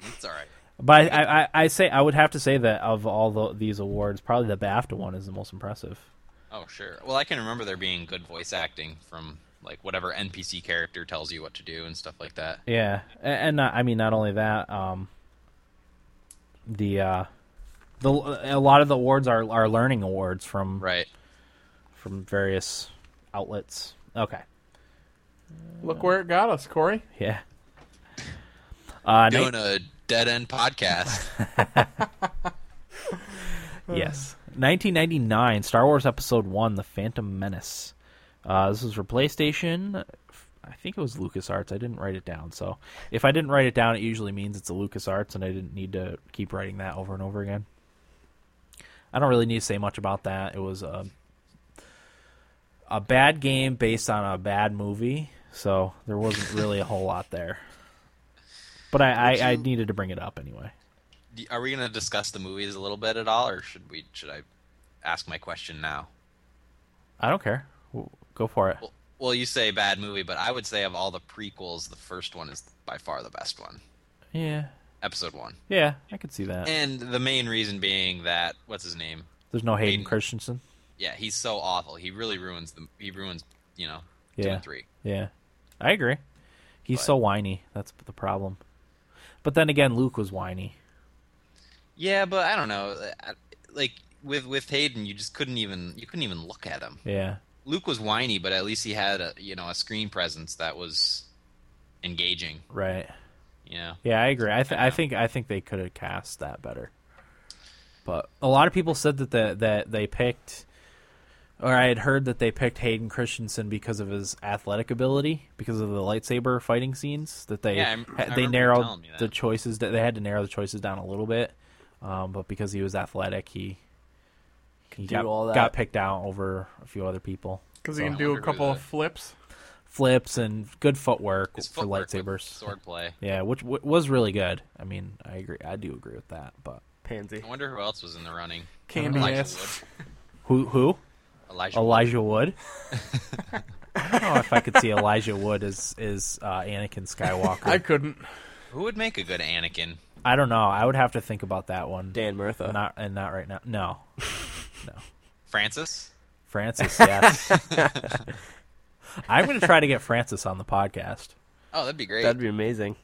S4: It's all right.
S1: But I, I, I- I say I would have to say that of all the, these awards, probably the BAFTA one is the most impressive.
S4: Oh, sure. Well, I can remember there being good voice acting from like whatever NPC character tells you what to do and stuff like that.
S1: Yeah, A- and, not, I mean not only that, um, the uh, the a lot of the awards are are learning awards from
S4: Right.
S1: from various outlets. Okay,
S2: Look where it got us, Corey.
S1: yeah. Uh,
S4: Doing a dead end podcast.
S1: Yes. 1999, Star Wars Episode 1, The Phantom Menace. Uh, this was for PlayStation. I think it was LucasArts. I didn't write it down. So if I didn't write it down, it usually means it's a LucasArts, and I didn't need to keep writing that over and over again. I don't really need to say much about that. It was a, a bad game based on a bad movie, so there wasn't really a whole lot there. But I, I, I needed to bring it up anyway.
S4: D- Are we going to discuss the movies a little bit at all, or should we? Should I ask my question now?
S1: I don't care. W- Go for it.
S4: Well, well, you say bad movie, but I would say of all the prequels, the first one is by far the best one.
S1: Yeah.
S4: Episode one,
S1: Yeah, I could see that.
S4: and the main reason being that what's his name?
S1: There's no Hayden
S4: Hayden.
S1: Christensen.
S4: Yeah, he's so awful. He really ruins the. He ruins you know two
S1: Yeah.
S4: and three.
S1: Yeah, I agree. He's so whiny. That's the problem. But then again, Luke was whiny.
S4: Yeah, but I don't know. I- Like with with Hayden, you just couldn't even you couldn't even look at him.
S1: Yeah,
S4: Luke was whiny, but at least he had a you know a screen presence that was engaging.
S1: right.
S4: You know,
S1: Yeah, I agree. I, th- I think I think they could have cast that better. But a lot of people said that the, that they picked, or I had heard that they picked Hayden Christensen because of his athletic ability, because of the lightsaber fighting scenes. That they
S4: Yeah, I m- I remember
S1: they
S4: you
S1: narrowed
S4: telling me that.
S1: the choices. That they had to narrow the choices down a little bit, um, but because he was athletic, he He
S3: do
S1: got,
S3: all that.
S1: got picked out over a few other people.
S2: Because he can
S4: I
S2: do a
S4: wonder who
S2: couple
S4: the-
S2: of flips.
S1: Flips and good footwork
S4: His
S1: for
S4: footwork with
S1: lightsabers.
S4: swordplay.
S1: Yeah, which w- was really good. I mean, I agree. I do agree with that. But
S3: Pansy.
S4: I wonder who else was in the running.
S2: Candy
S4: Elijah
S2: ass.
S1: who who
S4: Wood. Elijah. Wood.
S1: Elijah Wood? I don't know if I could see Elijah Wood as is uh, Anakin Skywalker.
S2: I
S1: I,
S2: couldn't.
S4: Who would make a good Anakin?
S1: don't know. I would have to think about that one.
S3: Dan Murtha.
S1: Not and not right now. No,
S4: Francis.
S1: Francis. Yes. I'm going to try to get Francis on the podcast
S4: Oh, that'd be great.
S3: That'd be amazing.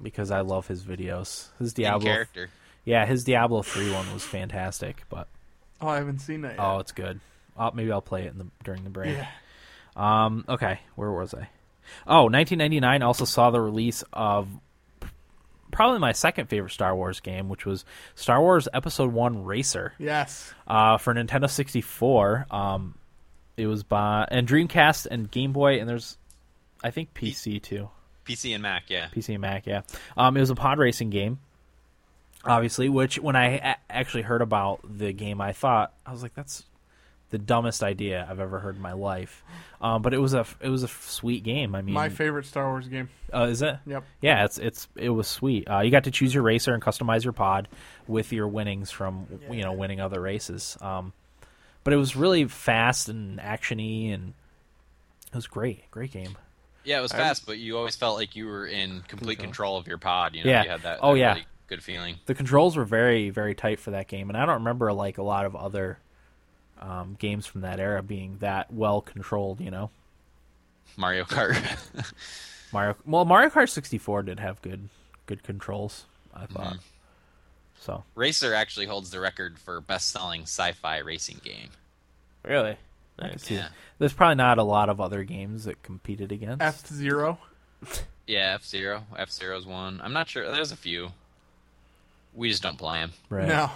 S1: because I love his videos. His
S4: in
S1: Diablo.
S4: character.
S1: Yeah, his Diablo three one was fantastic. But
S2: Oh, I haven't seen that yet.
S1: oh, it's good. i maybe I'll play it in the during the break.
S2: yeah.
S1: Um, okay, where was I? Oh, 1999 also saw the release of probably my second favorite Star Wars game, which was Star Wars Episode 1 Racer
S2: Yes.
S1: uh, for Nintendo 64. Um, it was by and Dreamcast and Game Boy and there's I think PC too.
S4: PC and Mac. Yeah.
S1: PC and Mac, yeah. Um, it was a pod racing game, obviously. Which when I a- actually heard about the game, I thought I was like, "That's the dumbest idea I've ever heard in my life." Um, but it was a f- it was a f- sweet game. I mean,
S2: My favorite Star Wars game.
S1: uh, is it?
S2: Yep.
S1: Yeah, Mm. it's it's it was sweet. Uh, you got to choose your racer and customize your pod with your winnings from you know winning other races. Um, but it was really fast and actiony, and it was great. Great game.
S4: Yeah, it was fast, but you always felt like you were in complete control of your pod. You know,
S1: Yeah.
S4: you had that.
S1: Oh,
S4: that
S1: yeah.
S4: really good feeling.
S1: the controls were very very tight for that game and i don't remember like a lot of other um, games from that era being that well controlled you know
S4: Mario Kart.
S1: mario well mario kart 64 did have good good controls i thought so
S4: Racer actually holds the record for best-selling sci-fi racing game.
S3: Really?
S4: Yeah.
S1: there's probably not a lot of other games that competed against
S2: F Zero.
S4: Yeah, F Zero. F Zero's one. I'm not sure. There's a few. We just don't play them.
S1: right
S2: No.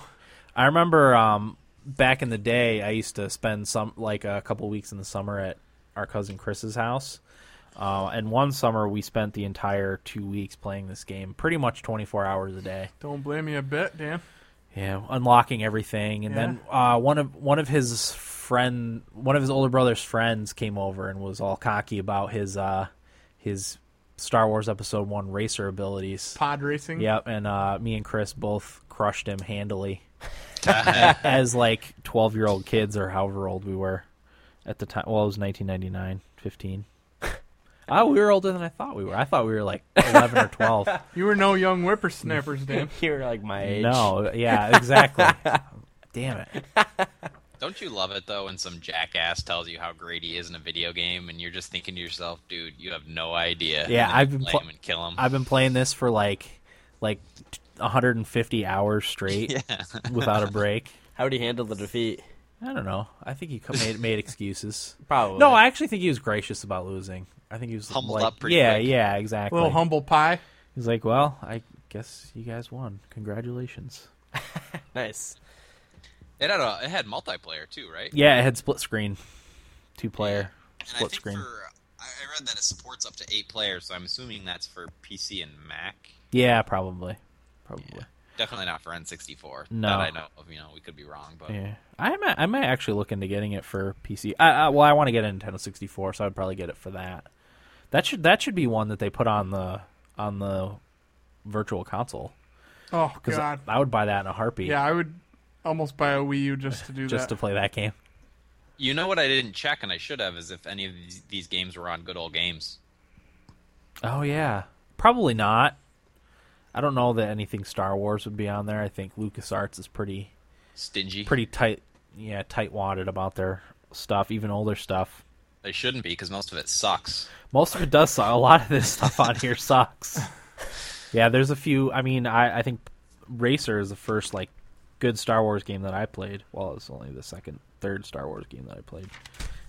S1: i remember um, back in the day i used to spend some like a couple weeks in the summer at our cousin chris's house uh, and one summer we spent the entire two weeks playing this game pretty much 24 hours a day
S2: Don't blame me a bit, Dan.
S1: Yeah, unlocking everything, and then uh, one of one of his friend, one of his older brother's friends came over and was all cocky about his uh, his Star Wars Episode One racer abilities.
S2: Pod racing.
S1: Yep, and uh, me and Chris both crushed him handily as like twelve year old kids or however old we were at the time. Well, it was 1999, 15. Oh, we were older than I thought we were. I thought we were like eleven or twelve.
S2: You were no young whippersnappers, Dan.
S3: You're like my age.
S1: No, yeah, exactly. Damn it.
S4: Don't you love it though when some jackass tells you how great he is in a video game, and you're just thinking to yourself, "Dude, you have no idea."
S1: Yeah,
S4: And then
S1: I've
S4: you
S1: been
S4: play
S1: pl-
S4: him and kill him.
S1: I've been playing this for like like 150 hours straight without a break.
S3: How would he handle the defeat?
S1: I don't know. I think he co- made made excuses.
S3: Probably.
S1: No, I actually think he was gracious about losing. I think he was
S4: Humbled
S1: like,
S4: up pretty
S1: yeah,
S4: quick.
S1: yeah, exactly.
S2: Little humble pie.
S1: He's like, well, I guess you guys won. Congratulations.
S3: Nice.
S4: It had a, it had multiplayer too, right?
S1: Yeah, it had split screen, two player
S4: And I
S1: split
S4: think
S1: screen.
S4: for I I read that it supports up to eight players, so I'm assuming that's for PC and Mac.
S1: Yeah, probably, probably.
S4: Yeah. Definitely not for N64.
S1: No.
S4: that I know of. You know, we could be wrong, but
S1: Yeah, I might, I might actually look into getting it for PC. I, I, well, I want to get a Nintendo 64, so I'd probably get it for that. That should that should be one that they put on the on the virtual console
S2: Oh
S1: because
S2: God.
S1: I, would buy that in a heartbeat.
S2: yeah, I would almost buy a Wii U just to do
S1: just
S2: that.
S1: to play that game.
S4: you know what I didn't check, and I should have, is if any of these, these games were on Good Old Games.
S1: Oh yeah, probably not. I don't know that anything Star Wars would be on there. I think LucasArts is pretty
S4: Stingy.
S1: pretty tight, yeah, tight wadded about their stuff, even older stuff.
S4: They shouldn't be because most of it sucks.
S1: Most of it does suck. A lot of this stuff on here sucks. Yeah, there's a few. I mean, I, I think Racer is the first like good Star Wars game that I played. Well, it's only the second, third Star Wars game that I played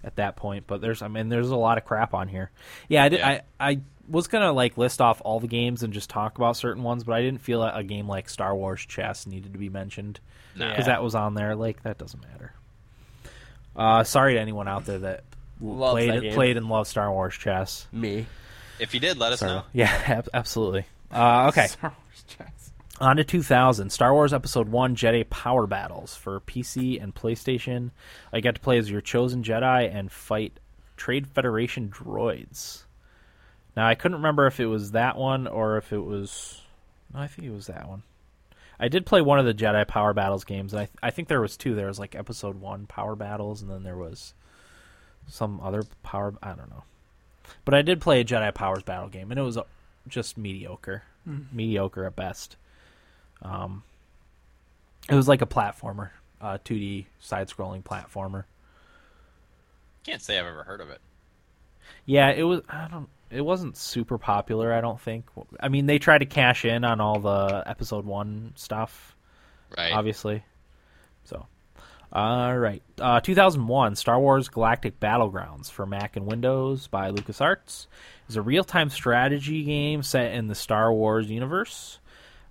S1: at that point. But there's, I mean, there's a lot of crap on here. Yeah, I did,
S4: Yeah.
S1: I, I was gonna like list off all the games and just talk about certain ones, but I didn't feel that a game like Star Wars Chess needed to be mentioned
S4: No.
S1: because that was on there. Like that doesn't matter. Uh, sorry to anyone out there that
S3: Loves
S1: played
S3: that game.
S1: played and loved Star Wars Chess.
S3: Me.
S4: If you did, let us
S1: So
S4: know.
S1: yeah, ab- absolutely. Uh, okay,
S2: Oh, Star Wars chess.
S1: On to 2000, Star Wars Episode 1 Jedi Power Battles for PC and PlayStation. I got to play as your chosen Jedi and fight Trade Federation droids. Now, I couldn't remember if it was that one or if it was. No, I think it was that one. I did play one of the Jedi Power Battles games. And I, I think there was two. There was like Episode 1 Power Battles, and then there was some other power. I don't know. But I did play a Jedi Powers Battle game, and it was uh, just mediocre. Mediocre at best. It was like a platformer, uh, 2D side-scrolling platformer.
S4: Can't say I've ever heard of it.
S1: Yeah, it was. I don't. It wasn't super popular. I don't think. I mean, they tried to cash in on all the episode one stuff,
S4: Right.
S1: obviously. So, all right. Uh, 2001 Star Wars Galactic Battlegrounds for Mac and Windows by LucasArts is a real-time strategy game set in the Star Wars universe.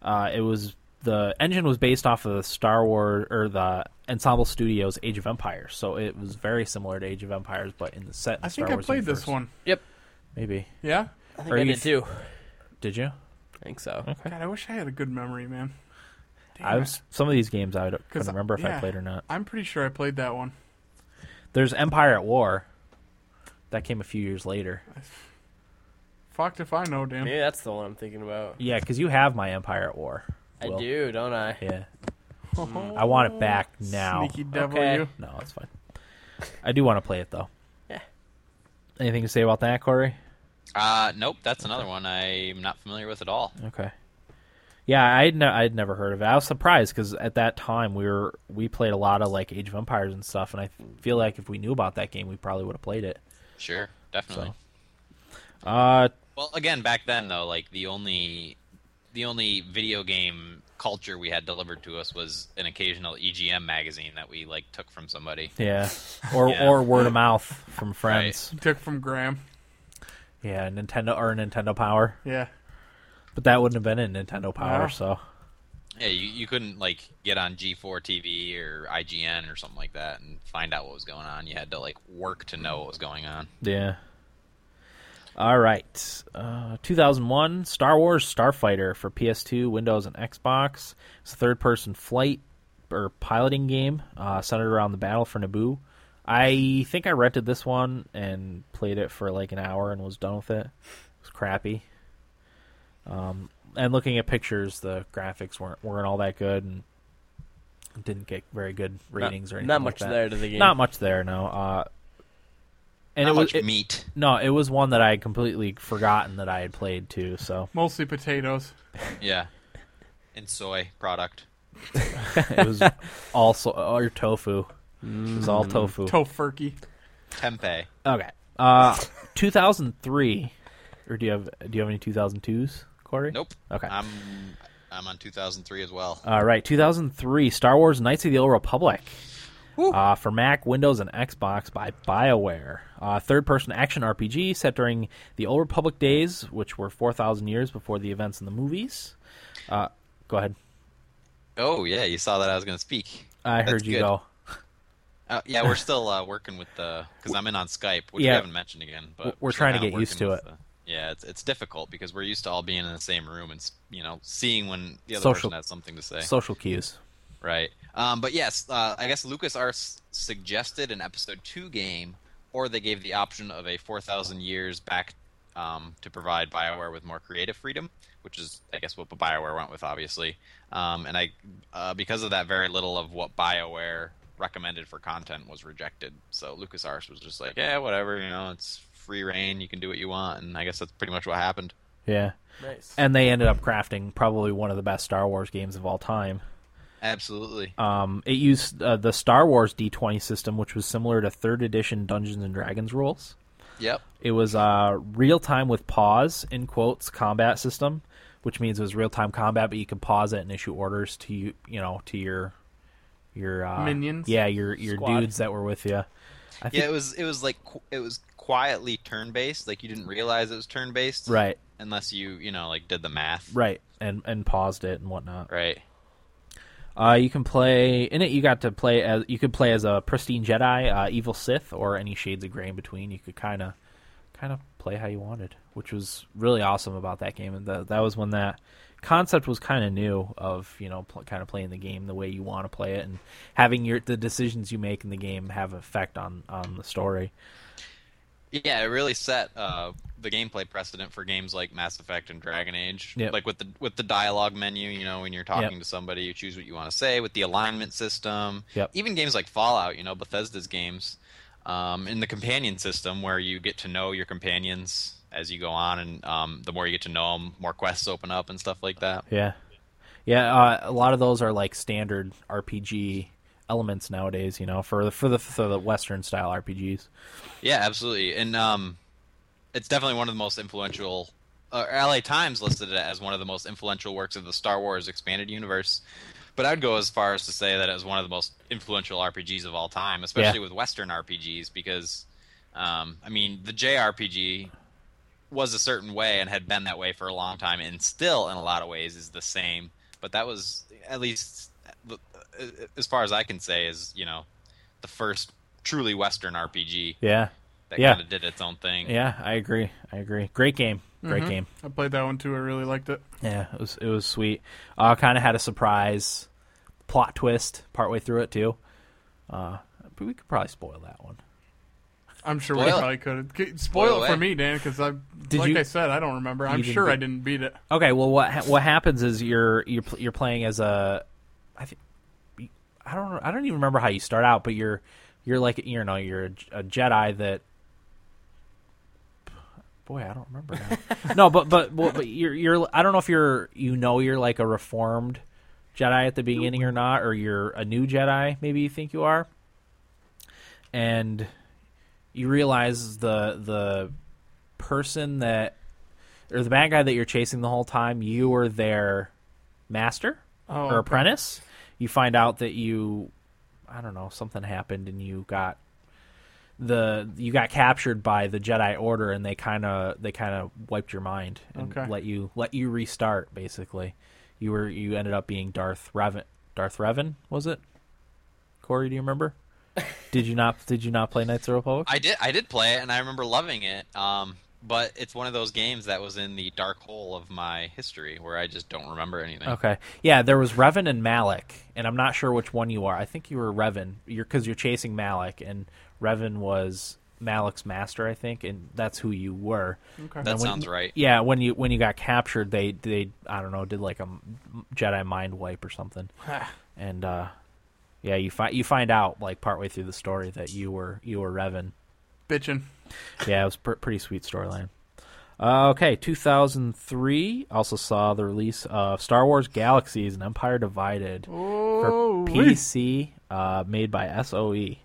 S1: Uh, it was the engine was based off of the Star Wars or the Ensemble Studios Age of Empires, so it was very similar to Age of Empires, but in the set. in
S2: I
S1: Star
S2: think I
S1: Wars
S2: played
S1: universe.
S2: this one.
S3: Yep.
S1: Maybe
S2: Yeah.
S3: I think
S1: Are
S3: I
S1: you
S3: did too.
S1: did you?
S3: I think so.
S2: God, I wish I had a good memory, man. Damn
S1: I
S2: it.
S1: was some of these games I don't-
S2: 'Cause,
S1: couldn't remember if
S2: yeah.
S1: I played or not.
S2: I'm pretty sure I played that one.
S1: There's Empire at War. That came a few years later.
S2: Fucked if I know, Dan.
S3: Maybe that's the one I'm thinking about.
S1: Yeah, because you have my Empire at War.
S3: I
S1: Will.
S3: do, don't I?
S1: Yeah, I want it back now.
S2: Sneaky devil,
S3: Okay.
S2: you.
S1: No, it's fine. I do want to play it though.
S3: Yeah.
S1: Anything to say about that, Corey?
S4: Uh, nope, that's another one I'm not familiar with at all.
S1: Okay. Yeah, I'd ne- I'd never heard of it. I was surprised because at that time we were we played a lot of like Age of Empires and stuff, and I feel like if we knew about that game, we probably would have played it.
S4: Sure, definitely.
S1: So. Uh,
S4: Well, again, back then though, like the only the only video game culture we had delivered to us was an occasional EGM magazine that we like took from somebody.
S1: yeah, or
S4: Yeah.
S1: or word of mouth from friends.
S2: Took from Graham.
S1: Yeah, Nintendo or Nintendo Power,
S2: Yeah.
S1: but that wouldn't have been in Nintendo Power,
S2: No.
S1: so
S4: Yeah, you, you couldn't like get on G4 TV or IGN or something like that and find out what was going on. You had to like work to know what was going on.
S1: yeah. All right, uh, 2001 Star Wars Starfighter for PS2, Windows, and Xbox. It's a third-person flight or piloting game uh, centered around the battle for Naboo. I think I rented this one and played it for like an hour and was done with it. It was crappy. Um, and looking at pictures, the graphics weren't weren't all that good and didn't get very good ratings or
S3: not,
S1: anything.
S3: not
S1: like
S3: much
S1: that.
S3: there to the game.
S1: Not much there, no. Uh, and
S4: Not
S1: it was
S4: much
S1: it-
S4: meat.
S1: no, it was one that I had completely forgotten that I had played too. So
S2: Mostly potatoes.
S4: Yeah, and soy product.
S1: it was also or tofu. It was all tofu.
S2: Tofurkey.
S4: Tempeh.
S1: okay. Uh, 2003, or do you have do you have any 2002s, Corey?
S4: Nope.
S1: Okay. Uh,
S4: I'm I'm on 2003 as well.
S1: All right, 2003, Star Wars: Knights of the Old Republic. Uh, for Mac, Windows, and Xbox by BioWare. Uh, third person action RPG set during the Old Republic days, which were 4,000 years before the events in the movies. Uh, go ahead.
S4: Oh yeah, you saw that I was going to speak.
S1: I
S4: That's
S1: heard you
S4: good.
S1: go.
S4: Uh, yeah, we're still uh, working with the because I'm in on Skype, which
S1: Yeah.
S4: we haven't mentioned again. But
S1: We're
S4: still
S1: trying to
S4: kinda
S1: get used
S4: working
S1: to
S4: with
S1: it.
S4: the- yeah, it's it's difficult because we're used to all being in the same room and s- you know seeing when the other
S1: Social-
S4: person has something to say,
S1: Social cues.
S4: right? Um, but yes, uh, I guess Lucas R suggested an episode two game, or they gave the option of a four thousand years back um, to provide Bioware with more creative freedom, which is I guess what Bioware went with, obviously. Um, and I uh, because of that, very little of what Bioware recommended for content was rejected. So LucasArts was just like, yeah, whatever, you know, it's free reign, you can do what you want, and I guess that's pretty much what happened.
S1: Yeah.
S3: nice.
S1: And they ended up crafting probably one of the best Star Wars games of all time.
S4: Absolutely.
S1: Um, it used uh, the Star Wars D20 system, which was similar to third edition Dungeons and Dragons rules.
S4: yep.
S1: It was uh, real time with pause in quotes combat system, which means it was real time combat, but you could pause it and issue orders to you, you know, to your your uh,
S2: Minions?
S1: Yeah, your your
S3: Squad.
S1: dudes that were with you. I
S4: Yeah, it was it was like qu- it was quietly turn based. Like you didn't realize it was turn based,
S1: Right,
S4: Unless you you know like did the math,
S1: right, and and paused it and whatnot.
S4: Right.
S1: Uh, you can play in it. You got to play as you could play as a pristine Jedi, uh, evil Sith, or any shades of gray in between. You could kind of kind of play how you wanted, which was really awesome about that game. And the, that was when that concept was kind of new of you know pl- kind of playing the game the way you want to play it and having your the decisions you make in the game have effect on on the story.
S4: Yeah, it really set uh, the gameplay precedent for games like Mass Effect and Dragon Age.
S1: Yep.
S4: Like with the with the dialogue menu, you know, when you're talking
S1: Yep.
S4: to somebody, you choose what you want to say. With the alignment system,
S1: Yep.
S4: even games like Fallout, you know, Bethesda's games, um, in the companion system where you get to know your companions as you go on, and um, the more you get to know them, more quests open up and stuff like that.
S1: Yeah, yeah. Uh, a lot of those are like standard RPG elements nowadays. You know, for the for the for the Western style RPGs.
S4: Yeah, absolutely. And um, it's definitely one of the most influential. Uh, LA Times listed it as one of the most influential works of the Star Wars expanded universe. But I'd go as far as to say that it was one of the most influential RPGs of all time, especially with Western RPGs, because, um, I mean, the JRPG was a certain way and had been that way for a long time, and still, in a lot of ways, is the same. But that was, at least, uh, as far as I can say, is, you know, the first truly Western RPG
S1: Yeah,
S4: that
S1: Yeah.
S4: kind of did its own thing.
S1: yeah. I agree. I agree. Great game. Great game.
S2: I played that one too. I really liked it.
S1: Yeah, it was it was sweet. Uh, kind of had a surprise plot twist partway through it too. Uh, but we could probably spoil that one.
S2: I'm sure
S4: Spoil
S2: we
S4: it.
S2: probably could. G- Spoil,
S4: Spoil
S2: it for
S4: away.
S2: me, Dan, because I,
S1: Did
S2: like
S1: you-
S2: I said, I don't remember. I'm
S1: didn't
S2: sure
S1: beat-
S2: I didn't beat it.
S1: Okay, well what ha- what happens is you're you're pl- you're playing as a I think I don't I don't even remember how you start out, but you're you're like you know you're a, a Jedi that boy I don't remember now. no, but but but but you're you're I don't know if you're you know you're like a reformed Jedi at the beginning or not, or you're a new Jedi. Maybe you think you are, and you realize the the person that or the bad guy that you're chasing the whole time, you were their master
S2: Oh,
S1: or
S2: okay.
S1: apprentice. You find out that you, I don't know, something happened and you got the you got captured by the Jedi Order and they kind of they kind of wiped your mind and
S2: Okay.
S1: let you let you restart basically. You were you ended up being Darth Revan. Darth Revan was it? Corey, do you remember? did you not did you not play Knights of the Republic?
S4: I did I did play it and I remember loving it. Um, but it's one of those games that was in the dark hole of my history where I just don't remember anything.
S1: Okay. Yeah, there was Revan and Malik, and I'm not sure which one you are. I think you were Revan. You're because you're chasing Malik, and Revan was Malik's master, I think, and that's who you were.
S2: Okay.
S4: That
S1: And when-
S4: sounds right.
S1: Yeah, when you when you got captured, they they I don't know did like a m- Jedi mind wipe or something, and uh, yeah, you find you find out like partway through the story that you were you were Revan.
S2: Bitchin'.
S1: Yeah, it was pr- pretty sweet storyline. Uh, okay, 2003 also saw the release of Star Wars Galaxies and Empire Divided
S2: Oh,
S1: for PC, uh, made by SOE.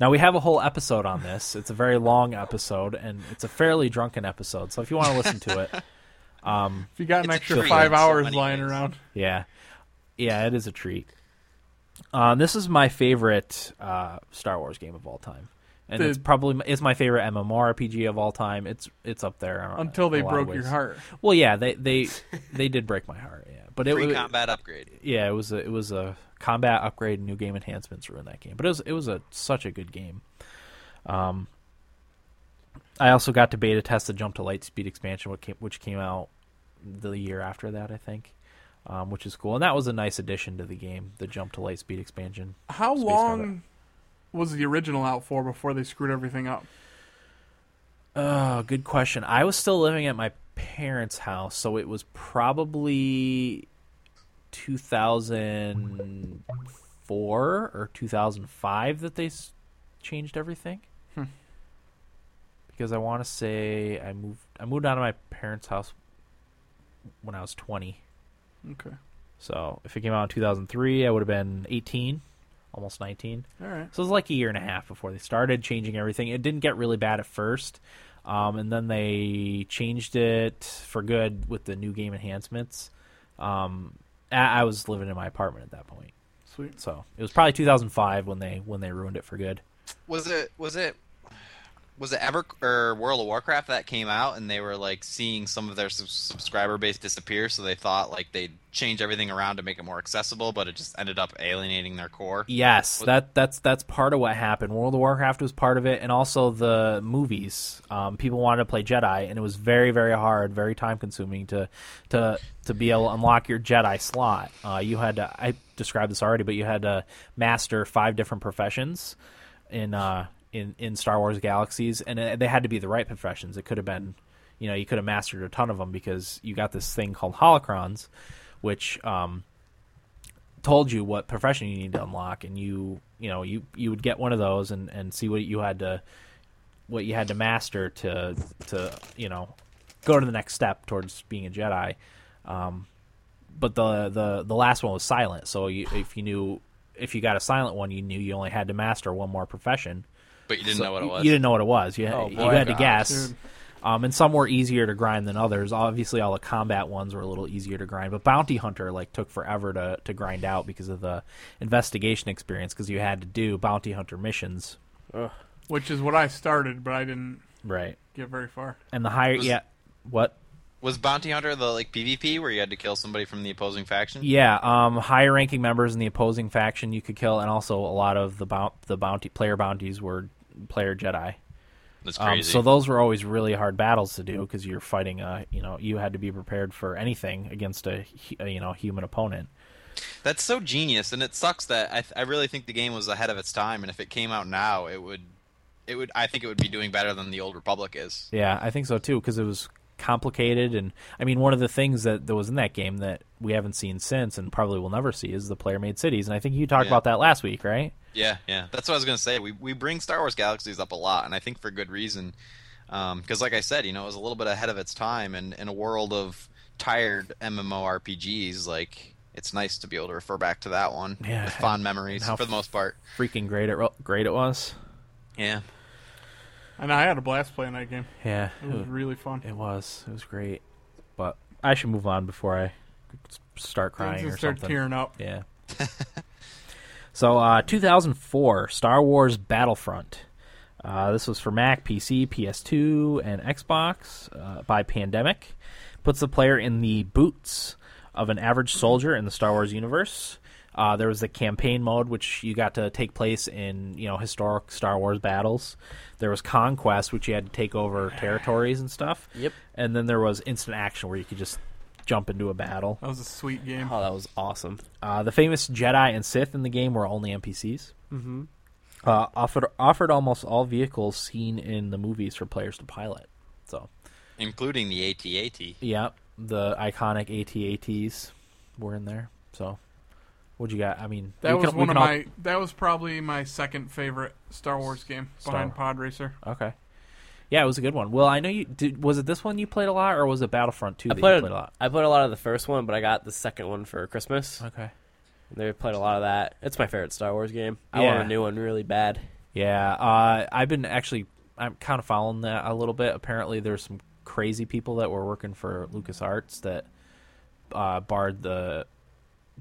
S1: Now we have a whole episode on this. It's a very long episode, and it's a fairly drunken episode. So if you want to listen to it,
S2: If you got an
S4: It's a
S2: extra
S4: treat
S2: five
S4: in so
S2: hours
S4: many
S2: lying
S4: ways.
S2: around,
S1: yeah, yeah, it is a treat. Uh, this is my favorite uh, Star Wars game of all time, and it's
S2: Dude.
S1: probably is my favorite MMORPG of all time. It's it's up there on-
S2: until they
S1: in a lot of
S2: broke your
S1: ways.
S2: heart.
S1: Well, yeah, they they they did break my heart. Yeah, but it
S4: Free
S1: was
S4: combat upgrade.
S1: yeah, it was a, it was a combat upgrade, and new game enhancements were in that game. But it was it was a such a good game. Um, I also got to beta test the Jump to Light Speed expansion, which came, which came out the year after that, I think, um, which is cool, and that was a nice addition to the game, the Jump to Light Speed expansion.
S2: How
S1: Space
S2: long
S1: combat.
S2: was the original out for before they screwed everything up?
S1: Oh, good question. I was still living at my parents' house, so it was probably 2004 or 2005 that they s- changed everything. Because I want to say I moved I moved out of my parents' house when I was 20.
S2: Okay.
S1: So, if it came out in 2003, I would have been 18, almost 19.
S2: All right.
S1: So it was like a year and a half before they started changing everything. It didn't get really bad at first, um, and then they changed it for good with the new game enhancements. Um, I, I was living in my apartment at that point,
S2: Sweet.
S1: so it was probably 2005 when they when they ruined it for good.
S4: Was it was it was it ever or World of Warcraft that came out and they were like seeing some of their sub- subscriber base disappear, so they thought like they'd change everything around to make it more accessible, but it just ended up alienating their core.
S1: Yes, that that's that's part of what happened. World of Warcraft was part of it, and also the movies. Um, people wanted to play Jedi, and it was very very hard, very time consuming to to to be able to unlock your Jedi slot. Uh, you had to, I described this already, but you had to master five different professions in uh, in in Star Wars Galaxies, and uh, they had to be the right professions. It could have been, you know, you could have mastered a ton of them because you got this thing called holocrons, which um, told you what profession you need to unlock and you you know you you would get one of those and and see what you had to what you had to master to to you know go to the next step towards being a jedi um but the the the last one was silent so you, if you knew if you got a silent one you knew you only had to master one more profession
S4: But you didn't know what it
S1: you-
S4: was.
S1: You didn't know what it was. You,
S3: Oh,
S1: you
S3: boy.
S1: had to
S3: Gosh,
S1: guess.
S2: dude.
S1: Um, and some were easier to grind than others. Obviously, all the combat ones were a little easier to grind, but Bounty Hunter like took forever to, to grind out because of the investigation experience because you had to do Bounty Hunter missions.
S2: Which is what I started, but I didn't
S1: Right.
S2: get very far.
S1: And the higher,
S4: Was-
S1: yeah, what?
S4: Was Bounty Hunter the like PvP where you had to kill somebody from the opposing faction?
S1: Yeah, um, higher ranking members in the opposing faction you could kill, and also a lot of the bount the bounty player bounties were player Jedi.
S4: That's
S1: Um,
S4: crazy.
S1: so those were always really hard battles to do because you're fighting a, you know, you had to be prepared for anything against a, hu- a you know, human opponent.
S4: That's so genius, and it sucks that I, th- I really think the game was ahead of its time. And if it came out now, it would, it would. I think it would be doing better than the old Republic is.
S1: Yeah, I think so too because it was complicated, and I mean, one of the things that that was in that game that we haven't seen since and probably will never see is the player-made cities, and I think you talked
S4: Yeah.
S1: about that last week, right?
S4: Yeah, yeah. That's what I was gonna say. We we bring Star Wars Galaxies up a lot, and I think for good reason. Because, like I said, you know, it was a little bit ahead of its time, and in a world of tired MMORPGs, like it's nice to be able to refer back to that one
S1: Yeah,
S4: with fond memories
S1: how
S4: for the most part.
S1: Freaking great it great it was.
S4: Yeah.
S2: And I had a blast playing that game.
S1: Yeah,
S2: It was really fun.
S1: it was it was great, but I should move on before I s- start
S2: I
S1: crying or
S2: just started
S1: something.
S2: tearing up.
S1: Yeah. so, uh, 2004, Star Wars Battlefront. Uh, this was for Mac, PC, PS2, and Xbox uh, by Pandemic. Puts the player in the boots of an average soldier in the Star Wars universe. Uh, there was the campaign mode, which you got to take place in you know historic Star Wars battles. There was conquest, which you had to take over territories and stuff.
S3: Yep.
S1: And then there was instant action, where you could just jump into a battle.
S2: That was a sweet game.
S3: Oh, that was awesome.
S1: Uh, the famous Jedi and Sith in the game were only NPCs. Mm-hmm. Uh, offered offered almost all vehicles seen in the movies for players to pilot. So
S4: Including the AT-AT.
S1: yeah, the iconic AT-ATs were in there. So what you got? I mean,
S2: That
S1: we
S2: was
S1: can- we
S2: one of
S1: can all-
S2: my. That was probably my second favorite Star Wars game
S1: Star-
S2: behind Pod Racer.
S1: okay. Yeah, it was a good one. Well, I know you did. Was it this one you played a lot, or was it Battlefront Two
S3: I
S1: that
S3: played,
S1: you played a lot?
S3: I played a lot of the first one, but I got the second one for Christmas.
S1: Okay.
S3: They played a lot of that. It's my favorite Star Wars game. I
S1: Yeah.
S3: want a new one really bad.
S1: Yeah, uh, I've been actually I'm kind of following that a little bit. Apparently, there's some crazy people that were working for LucasArts that uh, barred the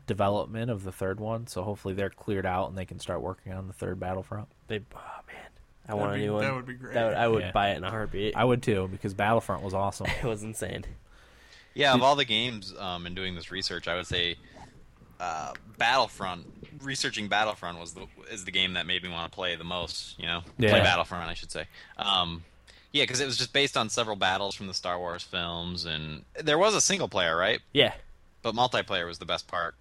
S1: development of the third one. So hopefully, they're cleared out and they can start working on the third Battlefront.
S3: They, oh man, I want
S2: That'd
S3: a
S2: be-
S3: new one.
S2: that would be great.
S3: That would- I would
S1: Yeah.
S3: buy it in a heartbeat.
S1: I would too because Battlefront was awesome.
S3: it was insane.
S4: Yeah, of all the games, um, in doing this research, I would say uh, Battlefront. Researching Battlefront was the, is the game that made me want to play the most. You know,
S1: Yeah.
S4: play Battlefront, I should say. Um, yeah, because it was just based on several battles from the Star Wars films, and there was a single player, right?
S3: Yeah,
S4: But multiplayer was the best part.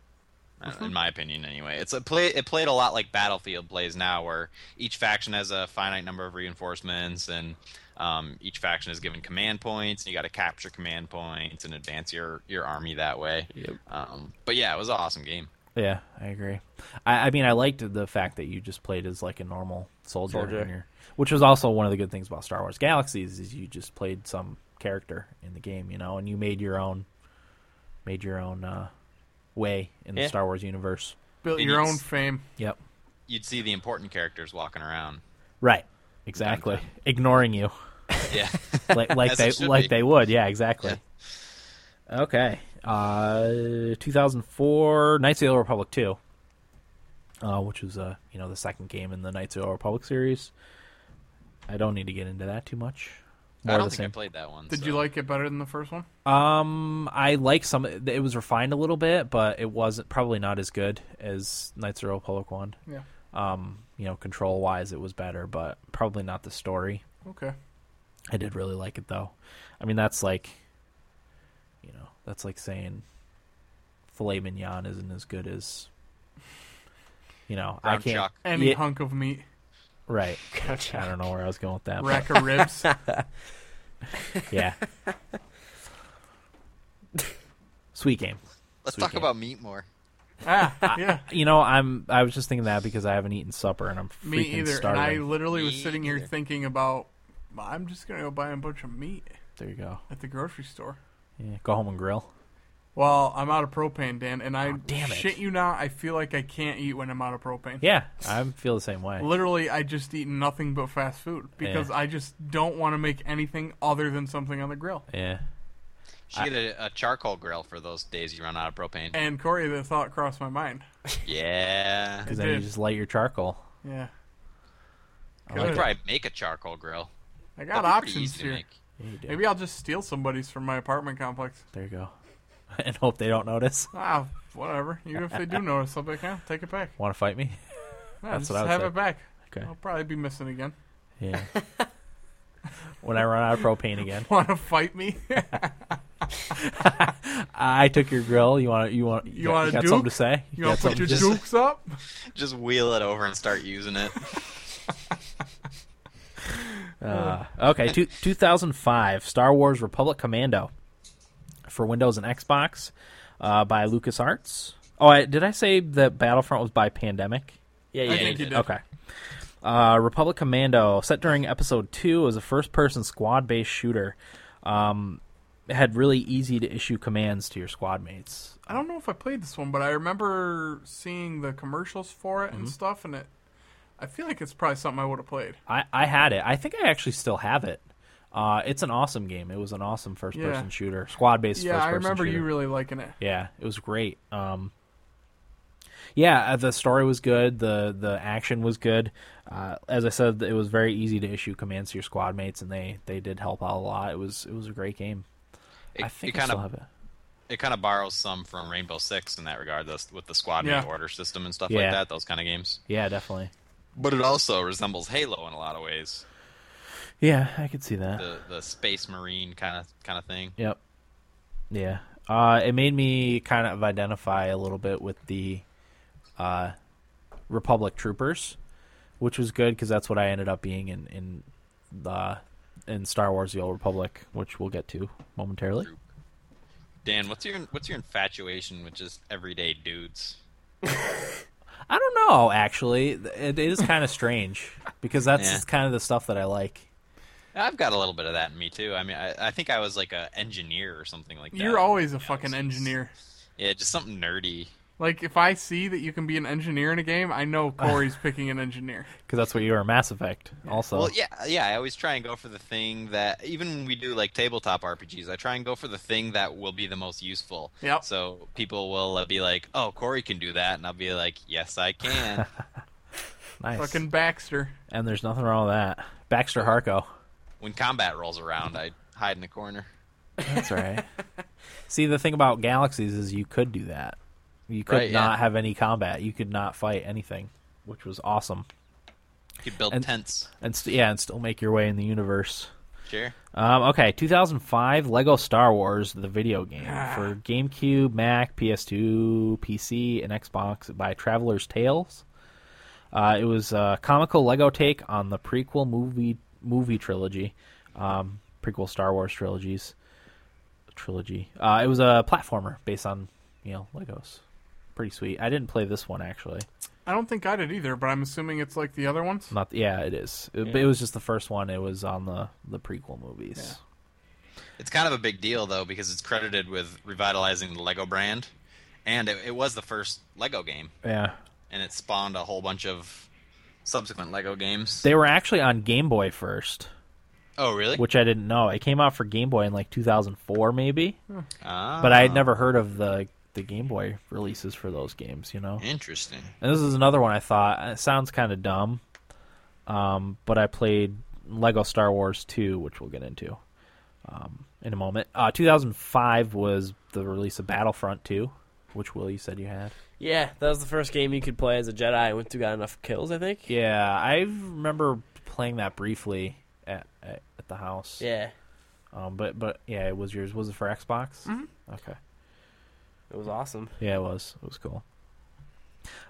S4: uh, In
S1: Mm-hmm.
S4: my opinion, anyway, it's a play. It played a lot like Battlefield plays now, where each faction has a finite number of reinforcements, and um, each faction is given command points, and you got to capture command points and advance your your army that way.
S3: Yep.
S4: Um, but yeah, it was an awesome game.
S1: Yeah, I agree. I, I mean, I liked the fact that you just played as like a normal soldier,
S3: Soldier.
S1: in your- which was also one of the good things about Star Wars Galaxies is you just played some character in the game, you know, and you made your own, made your own uh, way in the
S3: Yeah.
S1: Star Wars universe.
S2: Built
S4: And
S2: your
S4: it's-
S2: own fame.
S1: Yep.
S4: You'd see the important characters walking around.
S1: Right. Exactly. Ignoring you,
S4: Yeah,
S1: like, like
S4: As
S1: they
S4: it should
S1: like
S4: be.
S1: they would. Yeah. Exactly. Okay. Uh, 2004, Knights of the Old Republic 2, uh, which was uh, you know the second game in the Knights of the Old Republic series. I don't need to get into that too much.
S4: I
S1: of
S4: don't
S1: the
S4: think I
S1: same.
S4: played that one.
S2: Did
S4: so.
S2: you like it better than the first one?
S1: Um, I like some. It was refined a little bit, but it wasn't probably not as good as Knights of the Old Republic one.
S2: Yeah.
S1: Um, you know, control wise, it was better, but probably not the story.
S2: Okay.
S1: I did really like it though. I mean, that's like, you know, that's like saying filet mignon isn't as good as, you know, I
S4: Brown
S1: can't.
S4: Chuck.
S2: Any
S1: Yeah.
S2: hunk of meat,
S1: Right. I don't know where I was going with that.
S2: rack of ribs.
S1: But yeah. Sweet game.
S4: Let's
S1: Sweet
S4: talk
S1: game.
S4: about meat more.
S2: ah, yeah.
S1: You know, I'm. I was just thinking that because I haven't eaten supper and I'm freaking
S2: Me either. And
S1: starving.
S2: I literally was
S4: Me
S2: sitting here
S4: either.
S2: thinking about, I'm just gonna go buy a bunch of meat
S1: There you go.
S2: at the grocery store.
S1: Yeah, go home and grill.
S2: Well, I'm out of propane, Dan, and I
S1: Oh, damn it.
S2: shit you not, I feel like I can't eat when I'm out of propane.
S1: Yeah, I feel the same way.
S2: Literally, I just eat nothing but fast food because
S1: Yeah.
S2: I just don't want to make anything other than something on the grill.
S1: Yeah.
S4: Should get a, a charcoal grill for those days you run out of propane.
S2: And Corey, the thought crossed my mind.
S4: Yeah.
S1: Because then you
S2: did.
S1: just light your charcoal.
S2: Yeah,
S1: I like
S4: You could
S2: Good.
S4: probably make a charcoal grill.
S2: I got
S4: That'd be pretty
S2: options
S4: easy to
S2: here.
S4: make.
S1: Yeah, you do.
S2: Maybe I'll just steal somebody's from my apartment complex.
S1: There you go. and hope they don't notice.
S2: Ah, whatever. Even if they do notice something, yeah, take it back.
S1: Want to fight me?
S2: Yeah,
S1: That's
S2: just
S1: what I would
S2: have
S1: say.
S2: it back.
S1: Okay.
S2: I'll probably be missing again.
S1: Yeah. when I run out of propane again,
S2: Want to fight me?
S1: I took your grill. You want? You want? You,
S2: You
S1: got-
S2: want a
S1: got
S2: Duke?
S1: something to say?
S2: You
S1: got
S2: want to
S1: something
S2: put your
S1: to-
S4: just-
S2: dukes up?
S4: Just wheel it over and start using it.
S1: Uh, okay, two, 2005 Star Wars Republic Commando for Windows and Xbox uh, by LucasArts. Oh, I, did I say that Battlefront was by Pandemic?
S3: Yeah,
S2: I
S3: yeah.
S2: think
S4: you
S2: you
S4: did.
S2: did.
S1: Okay. Uh, Republic Commando, set during Episode 2, is a first person squad based shooter. Um, it had really easy to issue commands to your squad mates.
S2: I don't know if I played this one, but I remember seeing the commercials for it
S1: Mm-hmm.
S2: and stuff, and it. I feel like it's probably something I would have played.
S1: I, I had it. I think I actually still have it. Uh, it's an awesome game. It was an awesome first person
S2: Yeah.
S1: shooter, squad based
S2: yeah,
S1: first
S2: I
S1: person
S2: remember
S1: shooter.
S2: you really liking it.
S1: Yeah, it was great. Um, yeah, uh, the story was good. the The action was good. Uh, as I said, it was very easy to issue commands to your squad mates, and they they did help out a lot. It was it was a great game.
S4: It,
S1: I think
S4: it
S1: I
S4: kind
S1: still
S4: of
S1: have it.
S4: it kind of borrows some from Rainbow Six in that regard, those, with the squad
S2: Yeah.
S4: mate order system and stuff
S1: Yeah.
S4: like that. Those kind of games.
S1: Yeah, definitely.
S4: But it also resembles Halo in a lot of ways.
S1: Yeah, I could see that.
S4: The the space marine kind of kind of thing.
S1: Yep. Yeah. Uh, it made me kind of identify a little bit with the uh, Republic troopers, which was good because that's what I ended up being in in the in Star Wars: The Old Republic, which we'll get to momentarily.
S4: Dan, what's your what's your infatuation with just everyday dudes?
S1: I don't know. Actually, it, it is kind of strange because that's
S4: Yeah.
S1: kind of the stuff that I like.
S4: I've got a little bit of that in me too. I mean, I, I think I was like a engineer or something like that.
S2: You're always a
S4: Yeah,
S2: fucking
S4: it's-
S2: engineer.
S4: Yeah, just something nerdy.
S2: Like if I see that you can be an engineer in a game, I know Corey's picking an engineer.
S1: Because that's what you are in Mass Effect, also.
S4: Well, yeah, yeah. I always try and go for the thing that even when we do like tabletop RPGs, I try and go for the thing that will be the most useful.
S2: Yep.
S4: So people will uh, be like, "Oh, Corey can do that," and I'll be like, "Yes, I can."
S1: nice.
S2: Fucking Baxter.
S1: And there's nothing wrong with that. Baxter Harco.
S4: when combat rolls around, I hide in the corner.
S1: That's right. See, the thing about galaxies is you could do that. You could
S4: Right, yeah.
S1: not have any combat. You could not fight anything, which was awesome.
S4: You could build
S1: And-
S4: tents.
S1: And st- yeah, and still make your way in the universe.
S4: Sure.
S1: Um, okay, 2005 Lego Star Wars the video game for GameCube, Mac, PS2, PC, and Xbox by Traveler's Tales. Uh, it was a comical Lego take on the prequel movie movie trilogy, um, prequel Star Wars trilogies trilogy. Uh, it was a platformer based on you know Legos. Pretty sweet. I didn't play this one actually.
S2: I don't think I did either, but I'm assuming it's like the other ones.
S1: Not yeah, it is. It, but it was just the first one. It was on the the prequel movies.
S4: It's kind of a big deal though because it's credited with revitalizing the Lego brand, and it, it was the first Lego game,
S1: yeah.
S4: and it spawned a whole bunch of subsequent Lego games.
S1: They were actually on Game Boy first,
S4: oh, really?
S1: which I didn't know. It came out for Game Boy in like 2004, maybe.
S4: Ah,
S1: But I had never heard of the the Game Boy releases for those games, you know.
S4: Interesting.
S1: uh, And this is another one I thought it sounds kind of dumb, um, but I played Lego Star Wars 2, which we'll get into um, in a moment. Uh, 2005 was the release of Battlefront 2, which Will you said you had.
S3: Yeah, that was the first game you could play as a Jedi once you got enough kills, I think.
S1: Yeah, I remember playing that briefly at at, at the house.
S3: Yeah,
S1: Um, but but yeah, it was yours. Was it for Xbox? Okay.
S3: it was awesome.
S1: Yeah, it was. It was cool.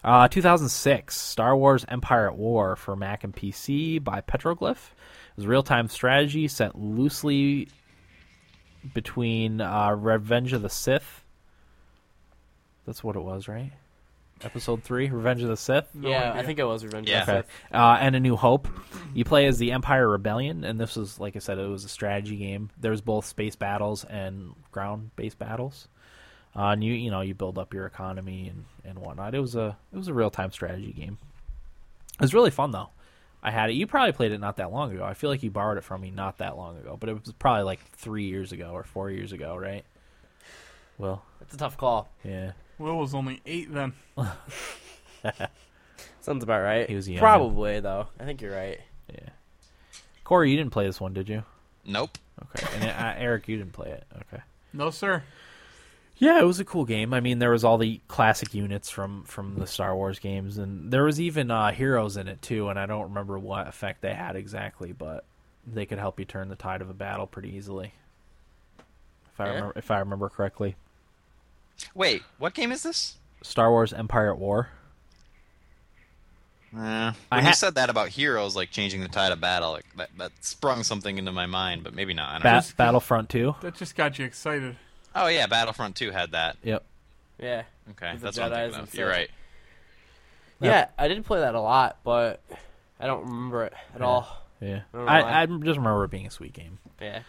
S1: Uh, 2006, Star Wars Empire at War for Mac and PC by Petroglyph. It was a real time strategy set loosely between uh, Revenge of the Sith. That's what it was, right? Episode 3, Revenge of the Sith?
S3: yeah, I think it was Revenge
S4: Yeah.
S3: of the
S1: Okay.
S3: Sith.
S1: Uh, and A New Hope. You play as the Empire Rebellion, and this was, like I said, it was a strategy game. There's both space battles and ground-based battles. Uh, and you, you know, you build up your economy and, and whatnot. It was a it was a real-time strategy game. It was really fun though. I had it. You probably played it not that long ago. I feel like you borrowed it from me not that long ago, but it was probably like three years ago or four years ago, right? Well,
S3: That's a tough call.
S1: yeah,
S2: Will was only eight then.
S3: Sounds about right.
S1: He was young.
S3: Probably though. I think you're right.
S1: yeah. Corey, you didn't play this one, did you?
S4: Nope.
S1: Okay. And uh, Eric, you didn't play it. Okay.
S2: No, sir.
S1: Yeah, it was a cool game. I mean, there was all the classic units from from the Star Wars games, and there was even uh, heroes in it too. And I don't remember what effect they had exactly, but they could help you turn the tide of a battle pretty easily. If I
S3: Yeah.
S1: remember, if I remember correctly,
S4: Wait, what game is this?
S1: Star Wars Empire at War.
S4: Uh,
S1: I
S4: when
S1: ha-
S4: you said that about heroes, like changing the tide of battle, like, that, that sprung something into my mind, but maybe not. I don't
S1: Bat- Battlefront Two.
S2: That just got you excited.
S4: know. Oh yeah, Battlefront 2 had that.
S1: Yep.
S3: Yeah.
S4: Okay,
S3: With the
S4: that's what I'm
S3: Jedis
S4: thinking
S3: and
S4: of. You're
S3: stuff.
S4: right.
S3: Yeah, I did play that a lot, but I don't remember it at all.
S1: Yeah.
S3: I don't know
S1: I,
S3: why.
S1: I, just remember it being a sweet game.
S3: Yeah.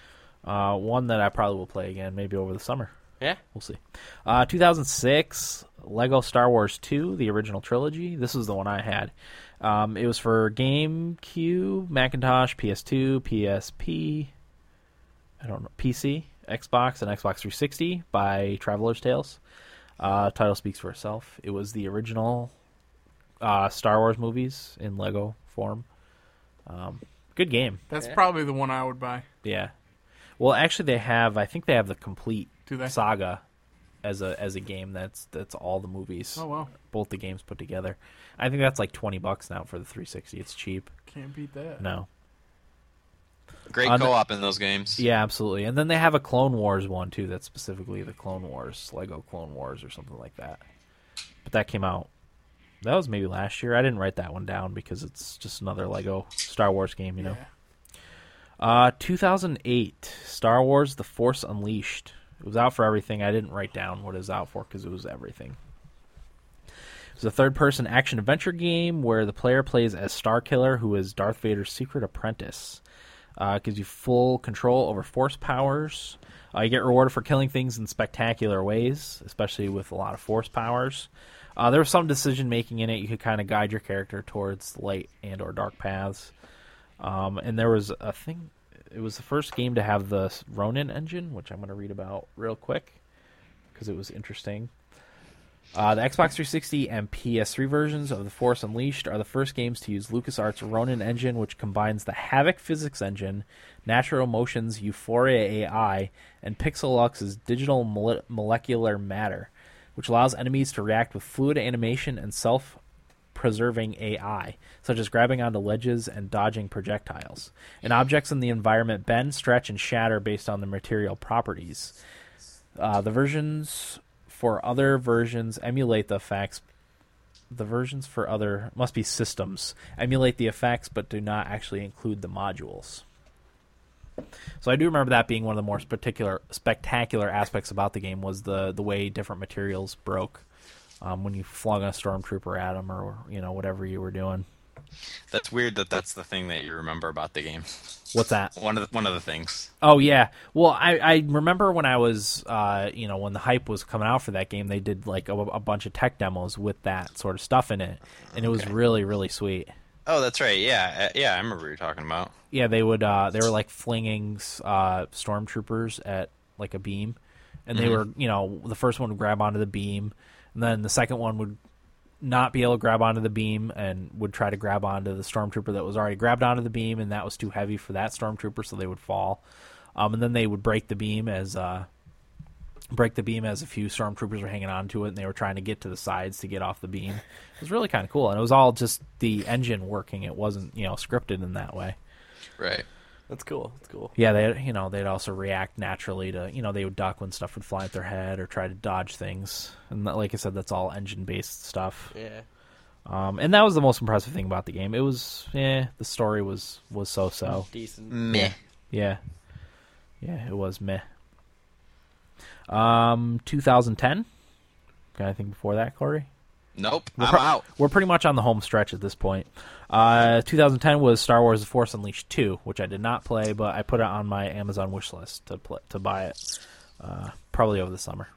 S1: Uh, one that I probably will play again, maybe over the summer.
S3: Yeah.
S1: We'll see. Uh, 2006, Lego Star Wars 2, the original trilogy. This was the one I had. Um, it was for GameCube, Macintosh, PS2, PSP, I don't know, PC, Xbox, and Xbox 360 by Traveler's Tales. Uh, title speaks for itself. It was the original uh, Star Wars movies in Lego form. Um, good game.
S2: That's
S3: Yeah.
S2: probably the one I would buy.
S1: Yeah. Well, actually, they have. I think they have the complete
S2: Do they?
S1: saga as a as a game. That's that's all the movies,
S2: Oh well,
S1: both the games put together. I think that's like twenty bucks now for the 360. It's cheap.
S2: can't beat that.
S1: No.
S4: Great
S1: On the-
S4: co-op in those games.
S1: Yeah, absolutely. And then they have a Clone Wars one too. That's specifically the Clone Wars Lego Clone Wars or something like that. But that came out. That was maybe last year. I didn't write that one down because it's just another Lego Star Wars game, you know.
S2: Yeah.
S1: Uh, 2008, Star Wars: The Force Unleashed. It was out for everything. I didn't write down what it was out for because it was everything. It was a third-person action-adventure game where the player plays as Star Killer, who is Darth Vader's secret apprentice. Uh, it gives you full control over Force powers. Uh, you get rewarded for killing things in spectacular ways, especially with a lot of Force powers. Uh, there was some decision making in it. You could kind of guide your character towards light and or dark paths. Um, and there was a thing. It was the first game to have the Ronin engine, which I'm going to read about real quick because it was interesting. Uh, the Xbox 360 and PS3 versions of The Force Unleashed are the first games to use LucasArts' Ronin engine, which combines the Havoc physics engine, Natural Motion's Euphoria AI, and Pixelux's digital mole- molecular matter, which allows enemies to react with fluid animation and self preserving AI, such as grabbing onto ledges and dodging projectiles. And objects in the environment bend, stretch, and shatter based on their material properties. Uh, the versions for other versions emulate the effects. The versions for other must be systems emulate the effects, but do not actually include the modules. So I do remember that being one of the more particular spectacular aspects about the game was the the way different materials broke um, when you flung a stormtrooper at them or you know whatever you were doing.
S4: That's weird that that's the thing that you remember about the game.
S1: What's that?
S4: One of the, one of the things.
S1: Oh yeah. Well, I, I remember when I was uh, you know when the hype was coming out for that game, they did like a, a bunch of tech demos with that sort of stuff in it, and it was really really sweet.
S4: Oh, that's right. Yeah, uh, yeah, I remember what you were talking about.
S1: Yeah, they would. Uh, they were like flinging uh, stormtroopers at like a beam, and they were you know the first one would grab onto the beam, and then the second one would not be able to grab onto the beam and would try to grab onto the stormtrooper that was already grabbed onto the beam, and that was too heavy for that stormtrooper, so they would fall. Um, and then they would break the beam as uh, break the beam as a few stormtroopers were hanging on to it, and they were trying to get to the sides to get off the beam. It was really kind of cool, and it was all just the engine working. It wasn't you know scripted in that way.
S4: Right.
S3: That's cool. That's cool.
S1: Yeah, they you know they'd also react naturally to you know they would duck when stuff would fly at their head or try to dodge things. And that, like I said, that's all engine based stuff.
S3: Yeah.
S1: Um, and that was the most impressive thing about the game. It was yeah, the story was was so so.
S3: Decent.
S4: Meh.
S1: Yeah, yeah, it was meh. Um, 2010. Got anything before that, Corey?
S4: Nope.
S1: We're
S4: I'm
S1: pro-
S4: out.
S1: We're pretty much on the home stretch at this point. Uh, 2010 was Star Wars: The Force Unleashed 2, which I did not play, but I put it on my Amazon wish list to play, to buy it, uh, probably over the summer.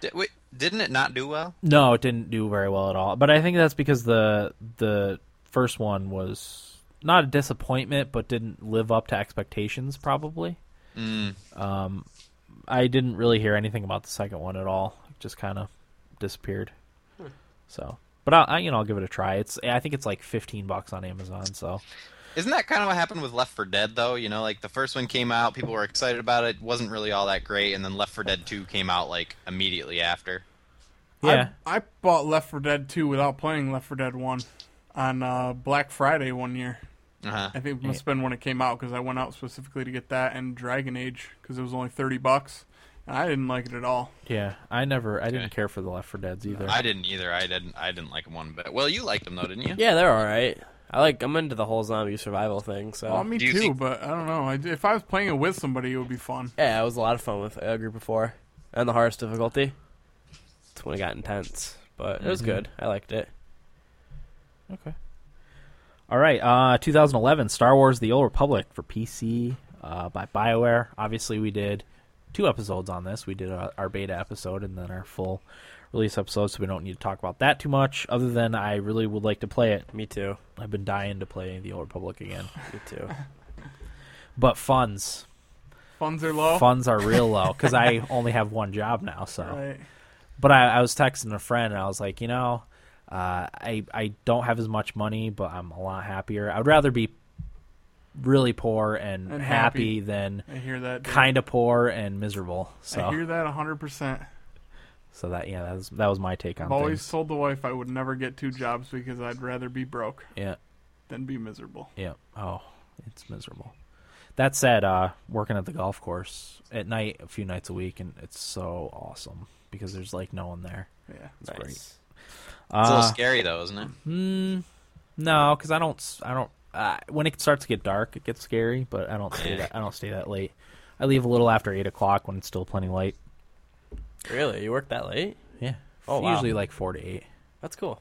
S4: Did, wait, didn't it not do well?
S1: No, it didn't do very well at all. But I think that's because the the first one was not a disappointment, but didn't live up to expectations. Probably.
S4: Mm.
S1: Um, I didn't really hear anything about the second one at all. It just kind of disappeared. So, but I, I you know I'll give it a try. It's I think it's like fifteen bucks on Amazon. So
S4: Isn't that kind of what happened with Left for Dead though? You know, like the first one came out, people were excited about it, wasn't really all that great, and then Left for Dead 2 came out like immediately after.
S1: yeah,
S2: I, I bought Left 4 Dead 2 without playing Left 4 Dead 1 on uh, Black Friday one year.
S4: Uh-huh.
S2: I think it must have been when it came out because I went out specifically to get that and Dragon Age because it was only 30 bucks. And I didn't like it at all.
S1: yeah. I never I didn't
S4: Okay.
S1: care for the Left for Dead's either.
S4: I didn't either. I didn't I didn't like them one bit. Well, you liked them though, didn't you?
S3: Yeah, they're all right. I like. I'm into the whole zombie survival thing. So
S1: Um,
S2: Well, me
S4: do you
S2: too,
S4: think-
S2: but I don't know. I, if I was playing it with somebody, it would be fun.
S3: yeah, it was a lot of fun with a group of four, and the hardest difficulty. That's when it got intense, but it was
S1: Mhm.
S3: good. I liked it.
S1: Okay. All right. Uh, 2011, Star Wars: The Old Republic for PC uh, by BioWare. Obviously, we did two episodes on this. We did uh, our, our beta episode and then our full release episode, so we don't need to talk about that too much. Other than I really would like to play it.
S3: Me too.
S1: I've been dying to play The Old Republic again,
S3: Me too.
S1: but funds
S2: Funds are low.
S1: funds are real low because I only have one job now. So.
S2: Right.
S1: but I, I was texting a friend and I was like, you know, uh, I I don't have as much money, but I'm a lot happier. I'd rather be really poor and,
S2: And
S1: happy,
S2: happy.
S1: than
S2: I hear that. dude.
S1: kind of poor and miserable.
S2: I
S1: So
S2: hear that 100%.
S1: so that yeah, that was that was my take on
S2: I've always
S1: things.
S2: told the wife I would never get two jobs because I'd rather be broke
S1: Yeah,
S2: than be miserable.
S1: yeah. Oh, it's miserable. That said, uh, working at the golf course at night a few nights a week, and it's so awesome because there's like no one there.
S2: Yeah.
S1: That's great.
S3: Nice.
S4: It's a little
S1: Uh,
S4: scary though, isn't it?
S1: Mm, no, because I don't. s- I don't. Uh, when it starts to get dark, it gets scary. But I don't stay that. I don't stay that late. I leave a little after eight o'clock when it's still plenty light.
S3: Really, you worked that late?
S1: Yeah.
S3: Oh, wow.
S1: Usually like four to eight.
S3: That's cool.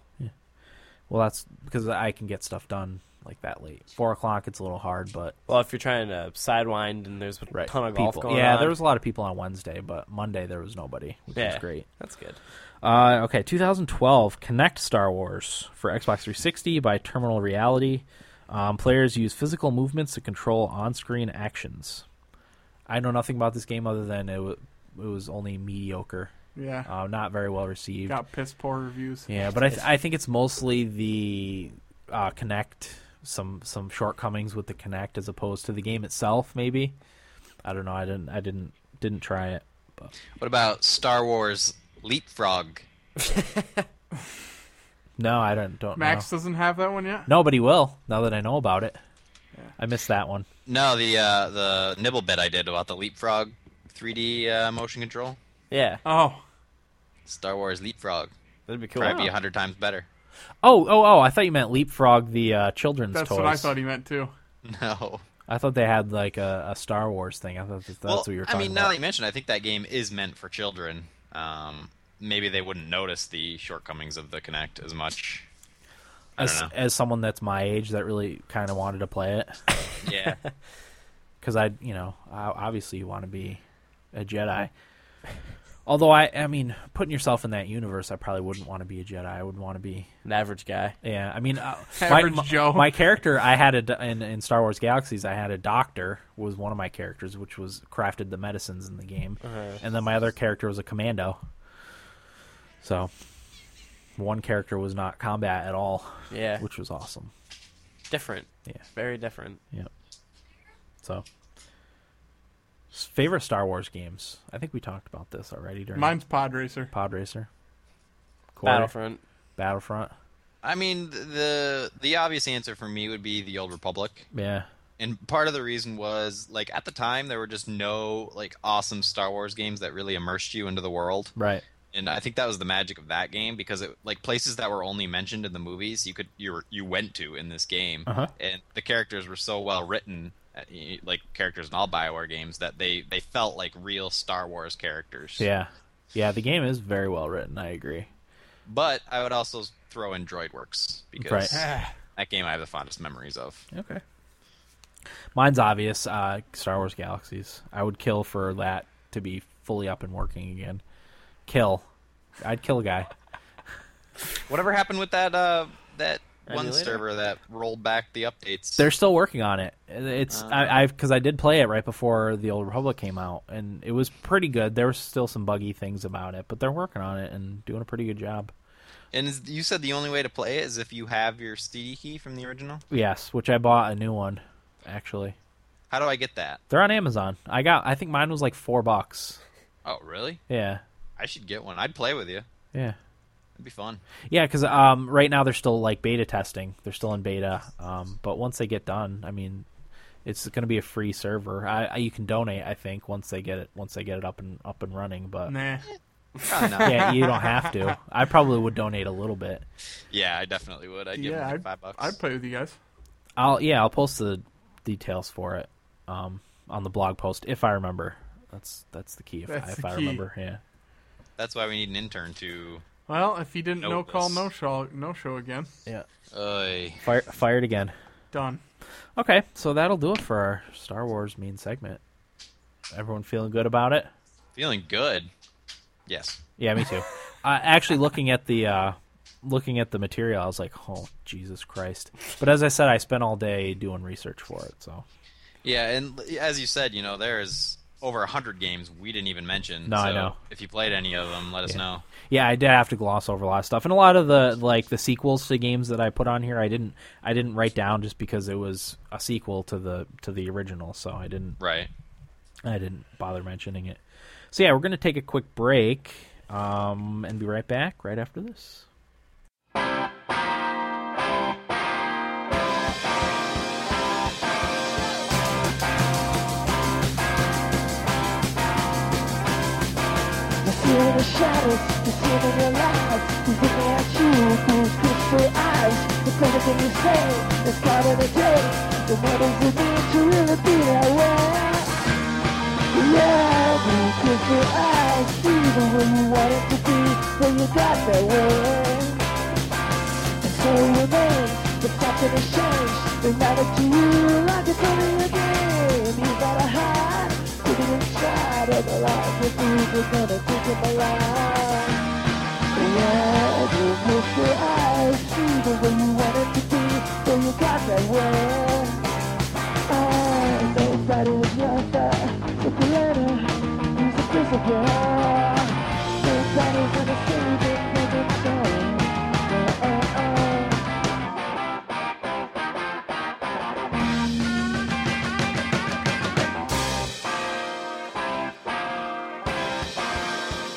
S1: Well, that's because I can get stuff done like that late. Four o'clock, it's a little hard, but
S3: Well, if you're trying to sidewind and there's a ton of golf
S1: people.
S3: going
S1: yeah,
S3: on,
S1: there was a lot of people on Wednesday, but Monday there was nobody, which
S3: yeah,
S1: was great.
S3: That's good.
S1: Uh, okay, 2012 Connect Star Wars for Xbox 360 by Terminal Reality. Um, players use physical movements to control on-screen actions. I know nothing about this game other than it, w- it was only mediocre,
S2: Yeah.
S1: uh, not very well received.
S2: Got piss poor reviews.
S1: Yeah, but I, th- I think it's mostly the uh, Connect some some shortcomings with the Connect as opposed to the game itself. Maybe I don't know. I didn't I didn't didn't try it. But
S4: What about Star Wars Leapfrog?
S1: no, I don't don't know.
S2: Max doesn't have that one yet?
S1: Nobody will, now that I know about it. I missed that one.
S4: No, the uh, the nibble bit I did about the Leapfrog 3D uh, motion control.
S3: Yeah,
S2: Oh.
S4: Star Wars Leapfrog
S3: that'd be cool.
S4: probably be a hundred times better.
S1: Oh, oh, oh! I thought you meant leapfrog the uh, children's
S2: That's
S1: toys.
S2: what I thought he meant too.
S4: No.
S1: I thought they had like a, a Star Wars thing. I thought that, that's
S4: well,
S1: what you were
S4: I
S1: talking
S4: mean, now
S1: about.
S4: that you mentioned, I think that game is meant for children. Um, maybe they wouldn't notice the shortcomings of the Connect as much. I
S1: as,
S4: don't know.
S1: as someone that's my age, that really kind of wanted to play it
S4: Yeah.
S1: because I, you know, I, obviously you want to be a Jedi. Although I, I mean, putting yourself in that universe, I probably wouldn't want to be a Jedi. I would want to be
S3: An average guy.
S1: Yeah, I mean, uh, my,
S2: Average
S1: my-
S2: Joe.
S1: my character I had a do- in, in Star Wars Galaxies. I had a doctor was one of my characters, which was crafted the medicines in the
S2: Uh-huh.
S1: game, and then my other character was a commando. So, one character was not combat at all,
S3: Yeah,
S1: which was awesome.
S3: different.
S1: Yeah.
S3: very different.
S1: So, S- favorite Star Wars games. I think we talked about this already during
S2: Mine's Pod Racer.
S1: Pod Racer, Corey,
S3: Battlefront.
S1: Battlefront.
S4: I mean, th- the the obvious answer for me would be the Old Republic.
S1: Yeah,
S4: And part of the reason was like at the time there were just no like awesome Star Wars games that really immersed you into the world.
S1: right.
S4: And I think that was the magic of that game because it like places that were only mentioned in the movies you could you were, you went to in this game.
S1: Uh-huh.
S4: And the characters were so well written uh, y- like characters in all BioWare games that they they felt like real Star Wars characters.
S1: Yeah, yeah. The game is very well written. I agree.
S4: But I would also throw in DroidWorks because
S1: Right.
S4: that game I have the fondest memories of.
S1: Okay. Mine's obvious. Uh, Star Wars Galaxies. I would kill for that to be fully up and working again. Kill. I'd kill a guy.
S4: Whatever happened with that uh that one
S3: Emulator?
S4: server that rolled back the updates?
S1: They're still working on it. It's I, I've because I did play it right before the Old Republic came out, and it was pretty good. There were still some buggy things about it, but they're working on it and doing a pretty good job.
S4: And is, you said the only way to play it is if you have your CD key from the original.
S1: Yes, which I bought a new one. Actually,
S4: How do I get that?
S1: they're on Amazon. I got. I think mine was like four bucks.
S4: Oh, really?
S1: Yeah,
S4: I should get one. I'd play with you.
S1: yeah.
S4: It'd be fun.
S1: Yeah, because um, right now they're still like beta testing. They're still in beta, um, but once they get done, I mean, it's going to be a free server. I, I you can donate, I think, once they get it once they get it up and up and running. But
S2: Nah.
S4: Probably not. yeah.
S1: yeah, you don't have to. I probably would donate a little bit.
S4: I definitely would. I'd give
S2: yeah,
S4: him like
S2: I'd,
S4: five bucks.
S2: I'd play with you guys.
S1: I'll yeah, I'll post the details for it um, on the blog post if I remember. That's that's the key if, I,
S2: That's
S1: if
S2: the
S1: I
S2: key.
S1: remember. Yeah,
S4: That's why we need an intern to.
S2: Well, if he didn't
S4: Nope,
S2: no call,
S4: this-
S2: no show, no show again.
S1: yeah.
S4: Oy.
S1: Fire, fired again.
S2: Done.
S1: Okay, so that'll do it for our Star Wars main segment. Everyone feeling good about it?
S4: Feeling good. Yes.
S1: Yeah, me too. uh, actually, looking at the uh, looking at the material, I was like, "Oh, Jesus Christ!" But as I said, I spent all day doing research for it. So
S4: Yeah, and l- as you said, you know, there's over a hundred games we didn't even mention.
S1: No, I
S4: so
S1: know.
S4: If you played any of them, let us
S1: Yeah.
S4: know.
S1: yeah, I did have to gloss over a lot of stuff, and a lot of the like the sequels to games that I put on here, I didn't I didn't write down just because it was a sequel to the to the original, so I didn't
S4: Right.
S1: I didn't bother mentioning it. So yeah, we're gonna take a quick break um, and be right back right after this.
S5: You see it in the shadows, you see it in your lies. He's looking at you through his crystal eyes. It's everything you say, it's part of the day. Then what does it mean to really be that way? Yeah, these crystal eyes see the way you want it to be when you got that way. And so you remain, but something has changed. It's not up to you, like it's only a game. You gotta hide, put it inside of the life that you're gonna think of alive. Yeah, just look your eyes, see the way you want it to be, so you got that way. I nobody is worth it, but the letter is a physical. Nobody's gonna save it, make it so. Oh, oh, oh.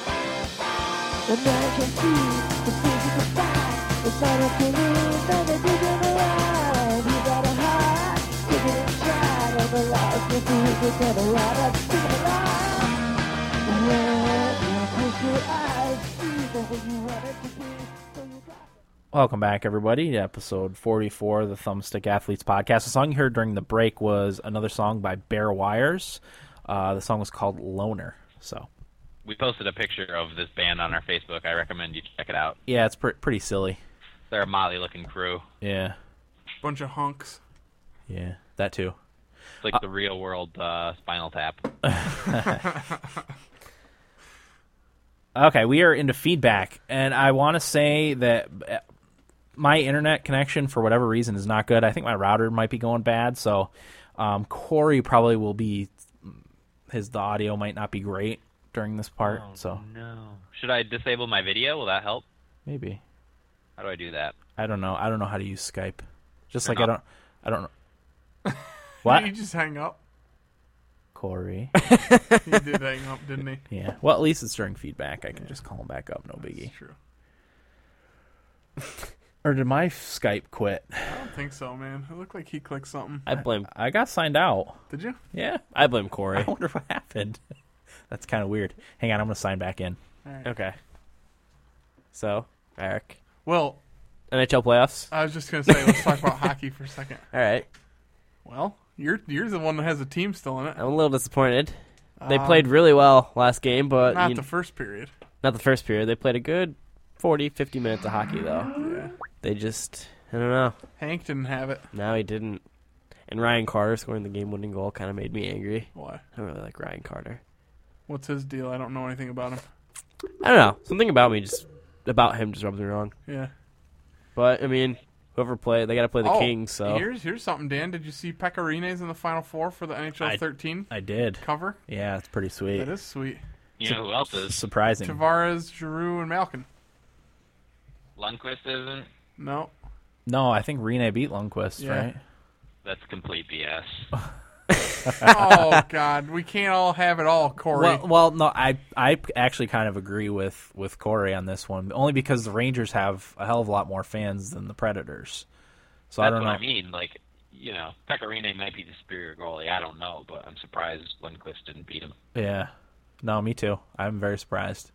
S5: The man can see the things in the sky. It's not up to me, then it isn't alive. You gotta hide, give it a try. I'm alive, the things are gonna rot up to the light. Yeah, you push your eyes, see the way you want it to be. So you got
S1: Welcome back, everybody, to episode 44 of the Thumbstick Athletes Podcast. The song you heard during the break was another song by Bear Wires. Uh, the song was called Loner. So,
S4: We posted a picture of this band on our Facebook. I recommend you check it out.
S1: yeah, it's pre- pretty silly.
S4: They're a motley looking crew.
S1: Yeah,
S2: Bunch of hunks.
S1: yeah, that too.
S4: It's like the real world uh, Spinal Tap.
S1: Okay, we are into feedback, and I want to say that uh, my internet connection, for whatever reason, is not good. I think my router might be going bad, so um, Corey probably will be his the audio might not be great during this part. so
S4: No. Should I disable my video? Will that help?
S1: maybe
S4: How do I do that?
S1: I don't know. I don't know how to use Skype. Just
S4: Turn
S1: like I don't.
S4: up.
S1: I don't. know.
S2: You
S1: What,
S2: just hang up.
S1: Corey?
S2: He did hang up, didn't he?
S1: Yeah. Well, at least it's during feedback. I can just call him back up. No biggie.
S2: It's true.
S1: Or did my Skype quit?
S2: I don't think so, man. It looked like he clicked something.
S3: I blame
S1: I got signed out.
S2: Did you?
S1: Yeah.
S3: I blame
S1: I
S3: Corey.
S1: wonder what happened. That's kind of weird. Hang on, I'm gonna sign back in.
S3: Okay. So, Eric,
S2: Well,
S3: NHL playoffs.
S2: I was just gonna say, let's talk about hockey for a second.
S3: All right.
S2: Well, you're you're the one that has a team still in it.
S3: I'm a little disappointed. They
S2: Um,
S3: played really well last game, but
S2: not
S3: you-
S2: the first period.
S3: not the first period. They played a good 40, 50 minutes of hockey, though.
S2: Yeah.
S3: They just, I don't know.
S2: Hank didn't have it.
S3: No, he didn't. And Ryan Carter scoring the game-winning goal kind of made me angry.
S2: Why?
S3: I don't really like Ryan Carter.
S2: What's his deal? I don't know anything about him.
S3: I don't know. Something about me just about him just rubs me wrong.
S2: Yeah.
S3: But I mean, whoever played, they got to play the
S2: Oh,
S3: Kings. So
S2: here's here's something, Dan. Did you see Pecorines in the final four for the NHL
S1: I-
S2: 13
S1: I did.
S2: cover?
S1: Yeah, it's pretty sweet.
S2: That is sweet.
S4: You know who else is?
S1: Surprising.
S2: Tavares, Giroux, and Malkin.
S4: Lundqvist isn't.
S2: No,
S1: No, I think Rene beat Lundqvist,
S2: Yeah.
S1: right?
S4: That's complete BS.
S2: oh God, we can't all have it all, Corey.
S1: Well, well, no, I I actually kind of agree with with Corey on this one, only because the Rangers have a hell of a lot more fans than the Predators. So I
S4: That's
S1: don't
S4: what
S1: know.
S4: I mean. Like, you know, Pecorine might be the superior goalie. I don't know, but I'm surprised Lundqvist didn't beat him.
S1: Yeah. No, me too. I'm very surprised.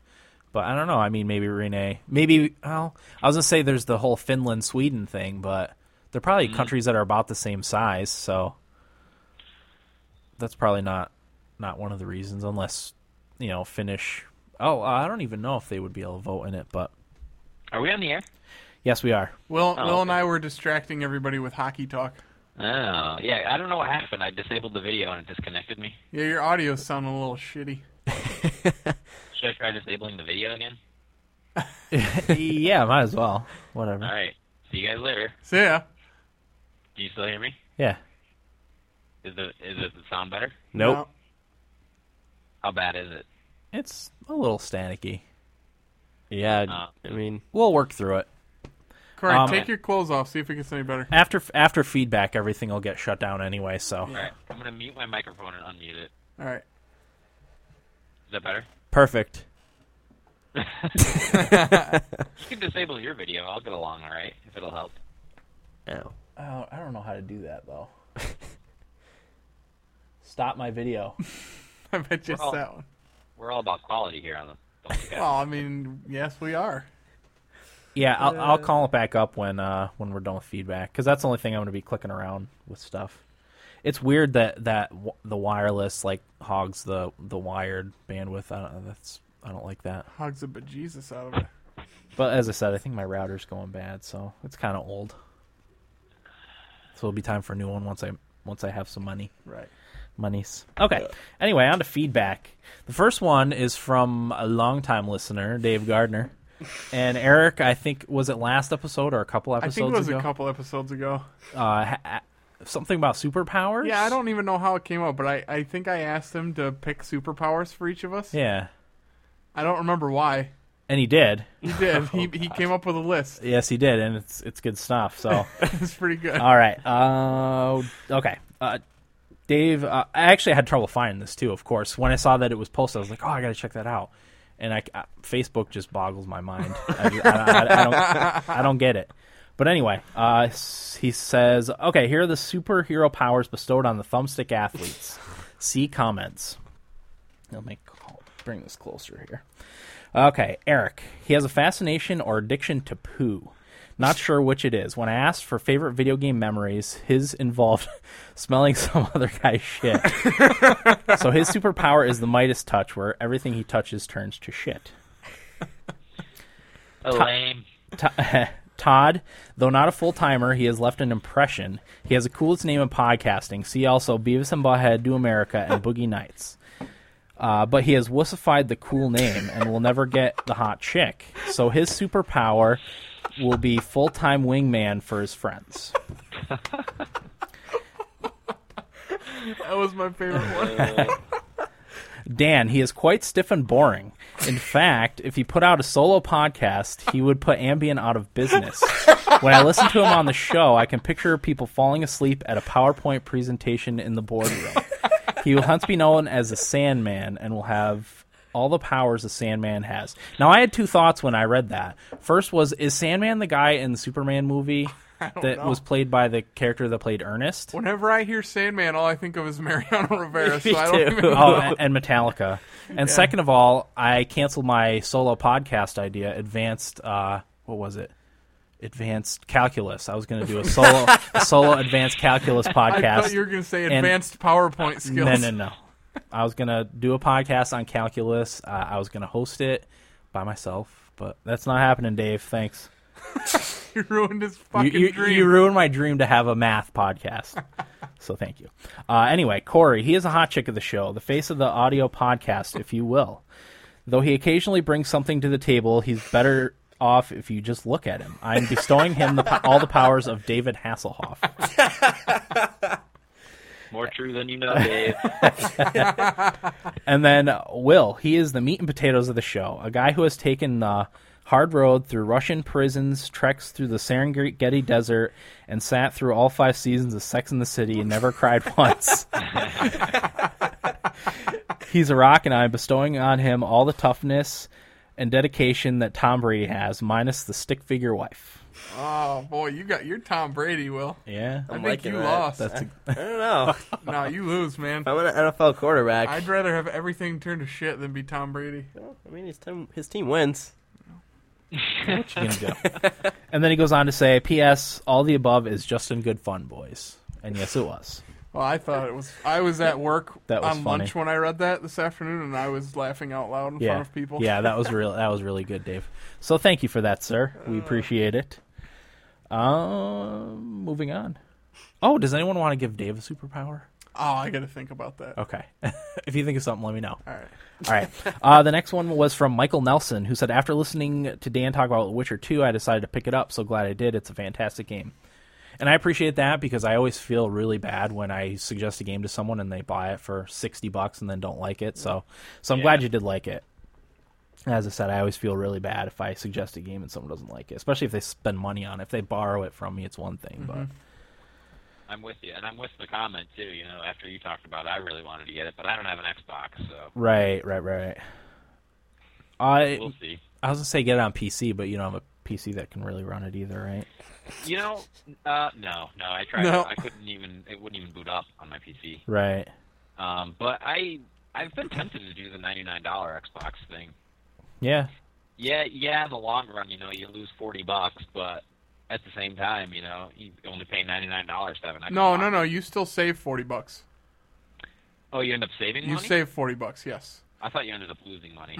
S1: But I don't know. I mean, maybe Rene. Maybe, well, I was going to say there's the whole Finland Sweden thing, but they're probably
S4: Mm-hmm.
S1: countries that are about the same size, so that's probably not not one of the reasons unless, you know, Finnish. Oh, I don't even know if they would be able to vote in it, but
S4: Are we on the air?
S1: yes, we are.
S2: Will
S4: Oh,
S2: Will and
S4: okay.
S2: I were distracting everybody with hockey talk.
S4: Oh, yeah. I don't know what happened. I disabled the video and it disconnected me.
S2: Yeah, your audio sounded a little shitty.
S4: Should I try disabling the video again?
S1: yeah, might as well. Whatever.
S4: All right. See you guys later.
S2: So yeah,
S4: Do you still hear me?
S1: Yeah.
S4: Is the is it the sound better?
S3: nope.
S2: no.
S4: How bad is it?
S1: It's a little staticky.
S3: Yeah,
S4: Uh,
S3: I mean,
S1: We'll work through it.
S2: Corey,
S1: Um,
S2: take your clothes off. See if it gets any better.
S1: After after feedback, everything will get shut down anyway, so
S4: All right. I'm gonna mute my microphone and unmute it.
S2: All right.
S4: Is that better?
S3: perfect.
S4: You can disable your video. I'll get along. All right, if it'll help.
S3: Ow.
S1: Oh, I don't know how to do that though. Stop my video.
S2: I bet you it's
S4: Well-
S2: that one.
S4: We're all about quality here on the. Don't forget.
S2: Well, I mean, yes, we are.
S1: Yeah, I'll, I'll call it back up when uh, when we're done with feedback because that's the only thing I'm going to be clicking around with stuff. It's weird that that w- the wireless like hogs the the wired bandwidth. I don't, that's I don't like that.
S2: Hogs the bejesus out of it.
S1: But as I said, I think my router's going bad, so it's kind of old. So it'll be time for a new one once I once I have some money.
S2: Right.
S1: monies. Okay. Anyway, on to feedback. The first one is from a longtime listener, Dave Gardner. And Eric, I think was it last episode or a couple
S2: I
S1: episodes
S2: think it was
S1: ago?
S2: a couple episodes ago.
S1: Uh, ha- ha- something about superpowers.
S2: Yeah, I don't even know how it came up, but I, I think I asked him to pick superpowers for each of us.
S1: Yeah,
S2: I don't remember why.
S1: and he did.
S2: He did. he
S1: Oh,
S2: he came up with a list.
S1: Yes, he did, and it's it's good stuff. So
S2: It's pretty good.
S1: All right. Uh, okay. Uh, Dave, uh, I actually had trouble finding this too. Of course, when I saw that it was posted, I was like, "Oh, I gotta check that out." And I, I- Facebook just boggles my mind. I, just- I- I- I don't, I don't get it. But anyway, uh, s- he says, "Okay, here are the superhero powers bestowed on the thumbstick athletes." See comments. Let me call, bring this closer here. Okay, Eric. He has a fascination or addiction to poo. Not sure which it is. When I asked for favorite video game memories, his involved smelling some other guy's shit. so his superpower is the Midas touch, where everything he touches turns to shit.
S4: Oh, lame.
S1: To- Todd, though not a full timer, he has left an impression. He has the coolest name in podcasting. See also Beavis and Butthead, Do America, and Boogie Nights. Uh, but he has wussified the cool name and will never get the hot chick. So his superpower will be full time wingman for his friends.
S2: That was my favorite one.
S1: Dan, he is quite stiff and boring. In fact, if he put out a solo podcast, he would put Ambien out of business. When I listen to him on the show, I can picture people falling asleep at a PowerPoint presentation in the boardroom. He will hence be known as the Sandman and will have all the powers the Sandman has. Now, I had two thoughts when I read that. First was, is Sandman the guy in the Superman movie that
S2: know.
S1: was played by the character that played Ernest?
S2: Whenever I hear Sandman, all I think of is Mariano Rivera. So I don't
S3: too.
S2: even.
S1: oh, and, and Metallica. And second of all, I canceled my solo podcast idea. Advanced, uh, what was it? Advanced calculus. I was going to do a solo, a solo advanced calculus
S2: I
S1: podcast.
S2: thought you were going to say advanced PowerPoint skills.
S1: Uh, No, no, no. I was gonna do a podcast on calculus. Uh, I was gonna host it by myself, but that's not happening, Dave. Thanks.
S2: You ruined his
S1: You,
S2: fucking
S1: you,
S2: dream.
S1: you ruined my dream to have a math podcast. so thank you. Uh, anyway, Corey, he is a hot chick of the show, the face of the audio podcast, if you will. Though he occasionally brings something to the table, he's better off if you just look at him. I'm bestowing him the, po- all the powers of David Hasselhoff.
S6: More true than you know, Dave.
S1: And then uh, Will, he is the meat and potatoes of the show, a guy who has taken the hard road through Russian prisons, treks through the Serengeti Desert, and sat through all five seasons of Sex in the City and never cried once. He's a rock, and I'm bestowing on him all the toughness and dedication that Tom Brady has, minus the stick figure wife.
S2: Oh boy, you got your Tom Brady. Will
S1: Yeah,
S2: I
S3: I'm
S2: think
S3: liking
S2: you
S3: that.
S2: lost.
S1: that's a,
S3: I don't know. If
S2: no, you lose, man.
S3: I'm an NFL quarterback.
S2: I'd rather have everything turn to shit than be Tom Brady.
S3: I mean, his team, his team wins.
S1: you can do. and then he goes on to say, "P.S. All the above is just in good fun, boys." And yes, it was.
S2: Well, I thought it was. I was at work
S1: That was
S2: on lunch
S1: funny.
S2: when I read that this afternoon, and I was laughing out loud in front of people.
S1: Yeah, that was real. That was really good, Dave. So thank you for that, sir. We
S2: Uh,
S1: appreciate it. Um, moving on. Oh, does anyone want to give Dave a superpower?
S2: Oh, I got to think about that.
S1: Okay, if you think of something, let me know.
S2: All right.
S1: All right. Uh, the next one was from Michael Nelson, who said, After listening to Dan talk about The Witcher 2, I decided to pick it up. So glad I did. It's a fantastic game. And I appreciate that because I always feel really bad when I suggest a game to someone and they buy it for 60 bucks and then don't like it. So, so I'm glad you did like it. As I said, I always feel really bad if I suggest a game and someone doesn't like it, especially if they spend money on it. If they borrow it from me, it's one thing. But
S2: Mm-hmm.
S6: I'm with you, and I'm with the comment too. You know, after you talked about, it, I really wanted to get it, but I don't have an Xbox, so
S1: right, right, right. I
S6: we'll see.
S1: I was gonna say get it on PC, but you don't have a PC that can really run it either, right?
S6: You know, uh, no, no, I tried.
S2: No.
S6: I couldn't even. It wouldn't even boot up on my PC.
S1: Right.
S6: Um, but I, I've been tempted to do the $99 Xbox thing.
S1: Yeah.
S6: Yeah, yeah. In the long run, you know, you lose 40 bucks, but at the same time, you know, you only pay $99 to have an Xbox.
S2: No, no, no. You still save forty bucks.
S6: Oh, you end up saving
S2: You
S6: money.
S2: save forty bucks. Yes.
S6: I thought you ended up losing money.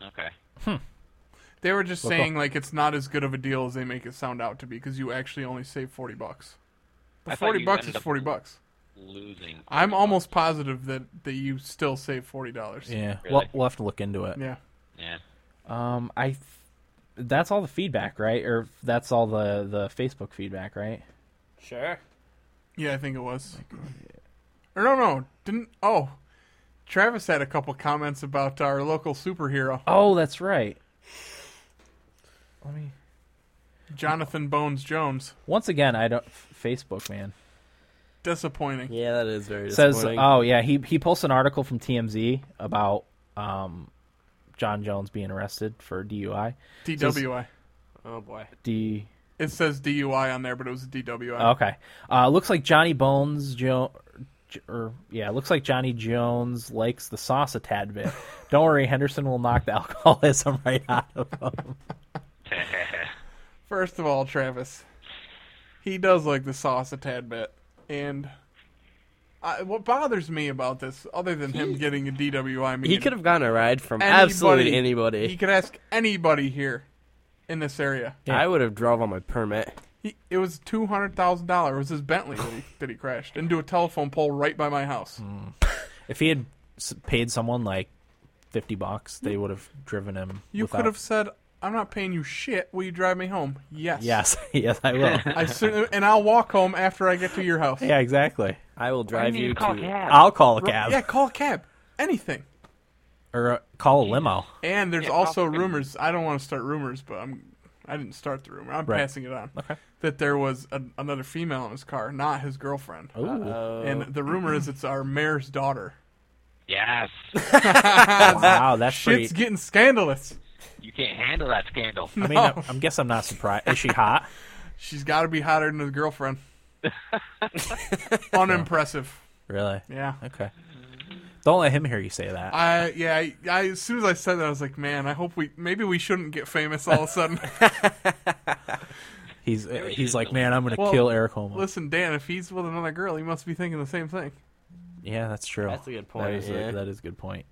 S6: Okay.
S2: They were just
S1: Well, cool.
S2: saying like it's not as good of a deal as they make it sound out to be because you actually only save forty bucks. The
S6: I thought
S2: forty
S6: you
S2: bucks
S6: ended
S2: is
S6: up-
S2: forty bucks.
S6: Losing.
S2: I'm almost positive that that you still save forty dollars.
S1: Yeah.
S6: Really?
S1: We'll, we'll have to look into it.
S2: Yeah.
S6: Yeah.
S1: Um, I. th- That's all the feedback, right? Or that's all the the Facebook feedback, right?
S3: Sure.
S2: Yeah, I think it was.
S1: oh,
S2: Or no, no, didn't. Oh, Travis had a couple comments about our local superhero,
S1: Oh, that's right. Let me.
S2: Jonathan Bones Jones.
S1: Once again, I don't. f- Facebook man
S2: Disappointing.
S3: Yeah, that is very
S1: says,
S3: disappointing.
S1: oh yeah, he he posts an article from TMZ about um, John Jones being arrested for DUI.
S2: DWI.
S3: oh boy.
S1: D.
S2: It says DUI on there, but it was a DWI.
S3: Oh.
S1: Okay. Uh, looks like Johnny Bones Joe. Or yeah, looks like Johnny Jones likes the sauce a tad bit. Don't worry, Henderson will knock the alcoholism right out of him.
S2: First of all, Travis, he does like the sauce a tad bit, and I, what bothers me about this, other than him getting a DWI, I mean,
S3: He could have gotten a ride from
S2: anybody-
S3: absolutely anybody.
S2: He could ask anybody here in this area.
S1: Yeah.
S3: I would have drove on my permit.
S2: He, it was two hundred thousand dollars. It was his Bentley that he, that he crashed into a telephone pole right by my house.
S3: Mm,
S1: If he had s- paid someone like fifty bucks, they would have driven him.
S2: You
S1: without-
S2: could have said, "I'm not paying you shit. Will you drive me home?" Yes.
S1: Yes, yes, I will.
S2: I certainly, and I'll walk home after I get to your house.
S1: yeah, exactly.
S3: I will drive you to.
S1: I'll call a
S2: Ru-
S1: cab.
S2: Yeah, call a cab. anything.
S1: or uh, call a limo.
S2: And there's
S7: Yeah,
S2: also
S7: probably.
S2: rumors. I don't want to start rumors, but I'm. I didn't start the rumor. I'm
S1: Right.
S2: passing it on.
S1: Okay.
S2: That there was a, another female in his car, not his girlfriend.
S1: Ooh.
S2: And the rumor is it's our mayor's daughter.
S4: Yes.
S1: wow, that's pretty.
S2: Shit's getting scandalous.
S4: you can't handle that scandal.
S1: I mean, I, I guess I'm not surprised. Is she hot?
S2: She's got to be hotter than his girlfriend. Unimpressive.
S1: Really?
S2: Yeah.
S1: Okay. Don't let him hear you say that.
S2: I yeah. I, I as soon as I said that, I was like, man, I hope we maybe we shouldn't get famous all of a sudden.
S1: He's
S4: he
S1: he's
S4: is
S1: like,
S4: the-
S1: man, I'm gonna
S2: Well,
S1: kill Eric Holmes.
S2: Listen, Dan, if he's with another girl, he must be thinking the same thing.
S1: yeah, that's true.
S3: That's a good
S1: That
S3: point,
S1: is,
S3: yeah.
S1: a, that is a good point.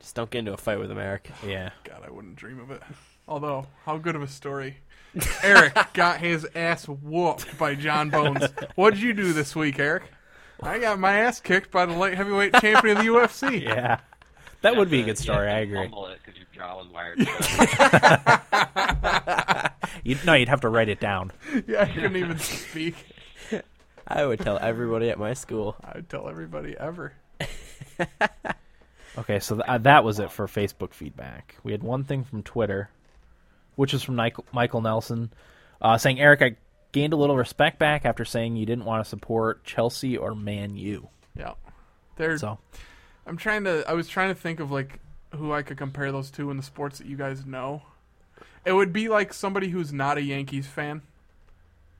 S3: Just don't get into a fight with him, Eric.
S1: Yeah.
S2: God, I wouldn't dream of it. Although, how good of a story. Eric got his ass whooped by John Bones. What'd you do this week, Eric? I got my ass kicked by the light heavyweight champion of the UFC.
S1: Yeah. That would be a good story. I agree.
S4: Humble it because your jaw was wired. shut.
S1: You'd, no, you'd have to write it down.
S2: Yeah, I couldn't even speak.
S3: I would tell everybody at my school.
S2: I would tell everybody ever.
S1: Okay, so th- uh, that was it for Facebook feedback. We had one thing from Twitter, which was from Nic- Michael Nelson, uh, saying, "Eric, I gained a little respect back after saying you didn't want to support Chelsea or Man U."
S2: Yeah. They're,
S1: So
S2: I'm trying to. I was trying to think of like who I could compare those to in the sports that you guys know. It would be like somebody who's not a Yankees fan,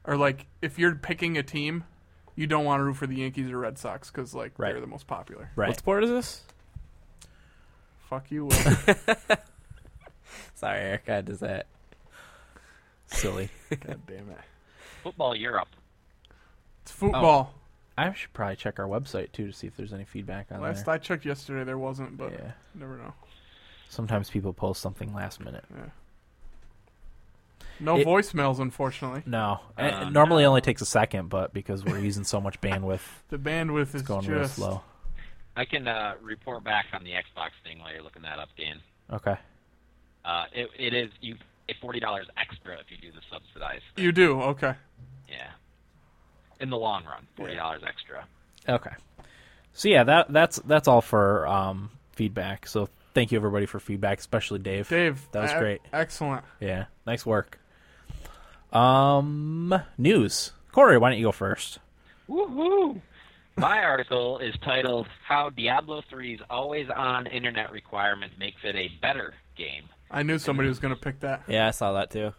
S2: or like if you're picking a team, you don't want to root for the Yankees or Red Sox because like
S1: Right.
S2: they're the most popular.
S1: right,
S3: sport is this?
S2: Fuck you. Will.
S3: Sorry, Eric, I did that.
S1: silly.
S2: God damn it.
S4: Football Europe.
S2: It's football.
S1: I should probably check our website too to see if there's any feedback on
S2: Last
S1: there.
S2: I checked yesterday, there wasn't, but
S1: Oh. Yeah,
S2: never know.
S1: sometimes people post something last minute.
S2: No
S1: It-
S2: voicemails, unfortunately.
S1: No, it normally only takes a second, but because we're using so much bandwidth,
S2: The bandwidth is
S1: it's going real
S2: just
S1: slow.
S4: I can uh, report back on the Xbox thing while you're looking that up, Dan.
S1: Okay,
S4: Uh, it, it is you pay forty dollars extra if you do the subsidized.
S2: You do okay.
S4: Yeah. In the long run, forty dollars extra.
S1: okay. So yeah, that that's that's all for um, feedback. So thank you everybody for feedback, especially Dave.
S2: Dave,
S1: That was
S2: e-
S1: great.
S2: Excellent.
S1: Yeah, nice work. Um, news. Corey, why don't you go first?
S4: Woohoo! My article is titled "How Diablo 3's Always-On Internet Requirement Makes It a Better Game."
S2: I knew somebody was going to pick that.
S3: Yeah, I saw that too.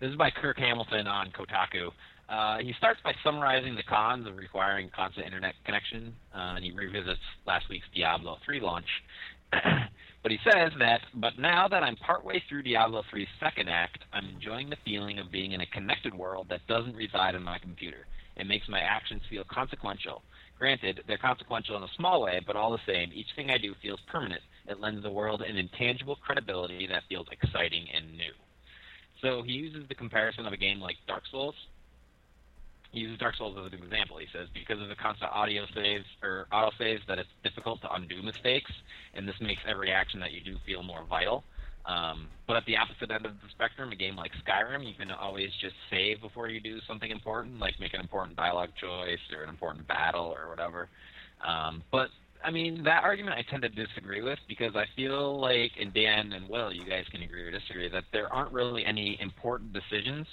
S4: This is by Kirk Hamilton on Kotaku. Uh, he starts by summarizing the cons of requiring constant internet connection, uh, and he revisits last week's Diablo 3 launch. but he says that, but now that I'm partway through Diablo 3's second act, I'm enjoying the feeling of being in a connected world that doesn't reside in my computer. It makes my actions feel consequential. Granted, they're consequential in a small way, but all the same, each thing I do feels permanent. It lends the world an intangible credibility that feels exciting and new. So he uses the comparison of a game like Dark Souls. He uses Dark Souls as an example. He says because of the constant audio saves or auto saves that it's difficult to undo mistakes, and this makes every action that you do feel more vital. Um, but at the opposite end of the spectrum, a game like Skyrim, you can always just save before you do something important, like make an important dialogue choice or an important battle or whatever. Um, but I mean, that argument I tend to disagree with because I feel like, and Dan and Will, you guys can agree or disagree, that there aren't really any important decisions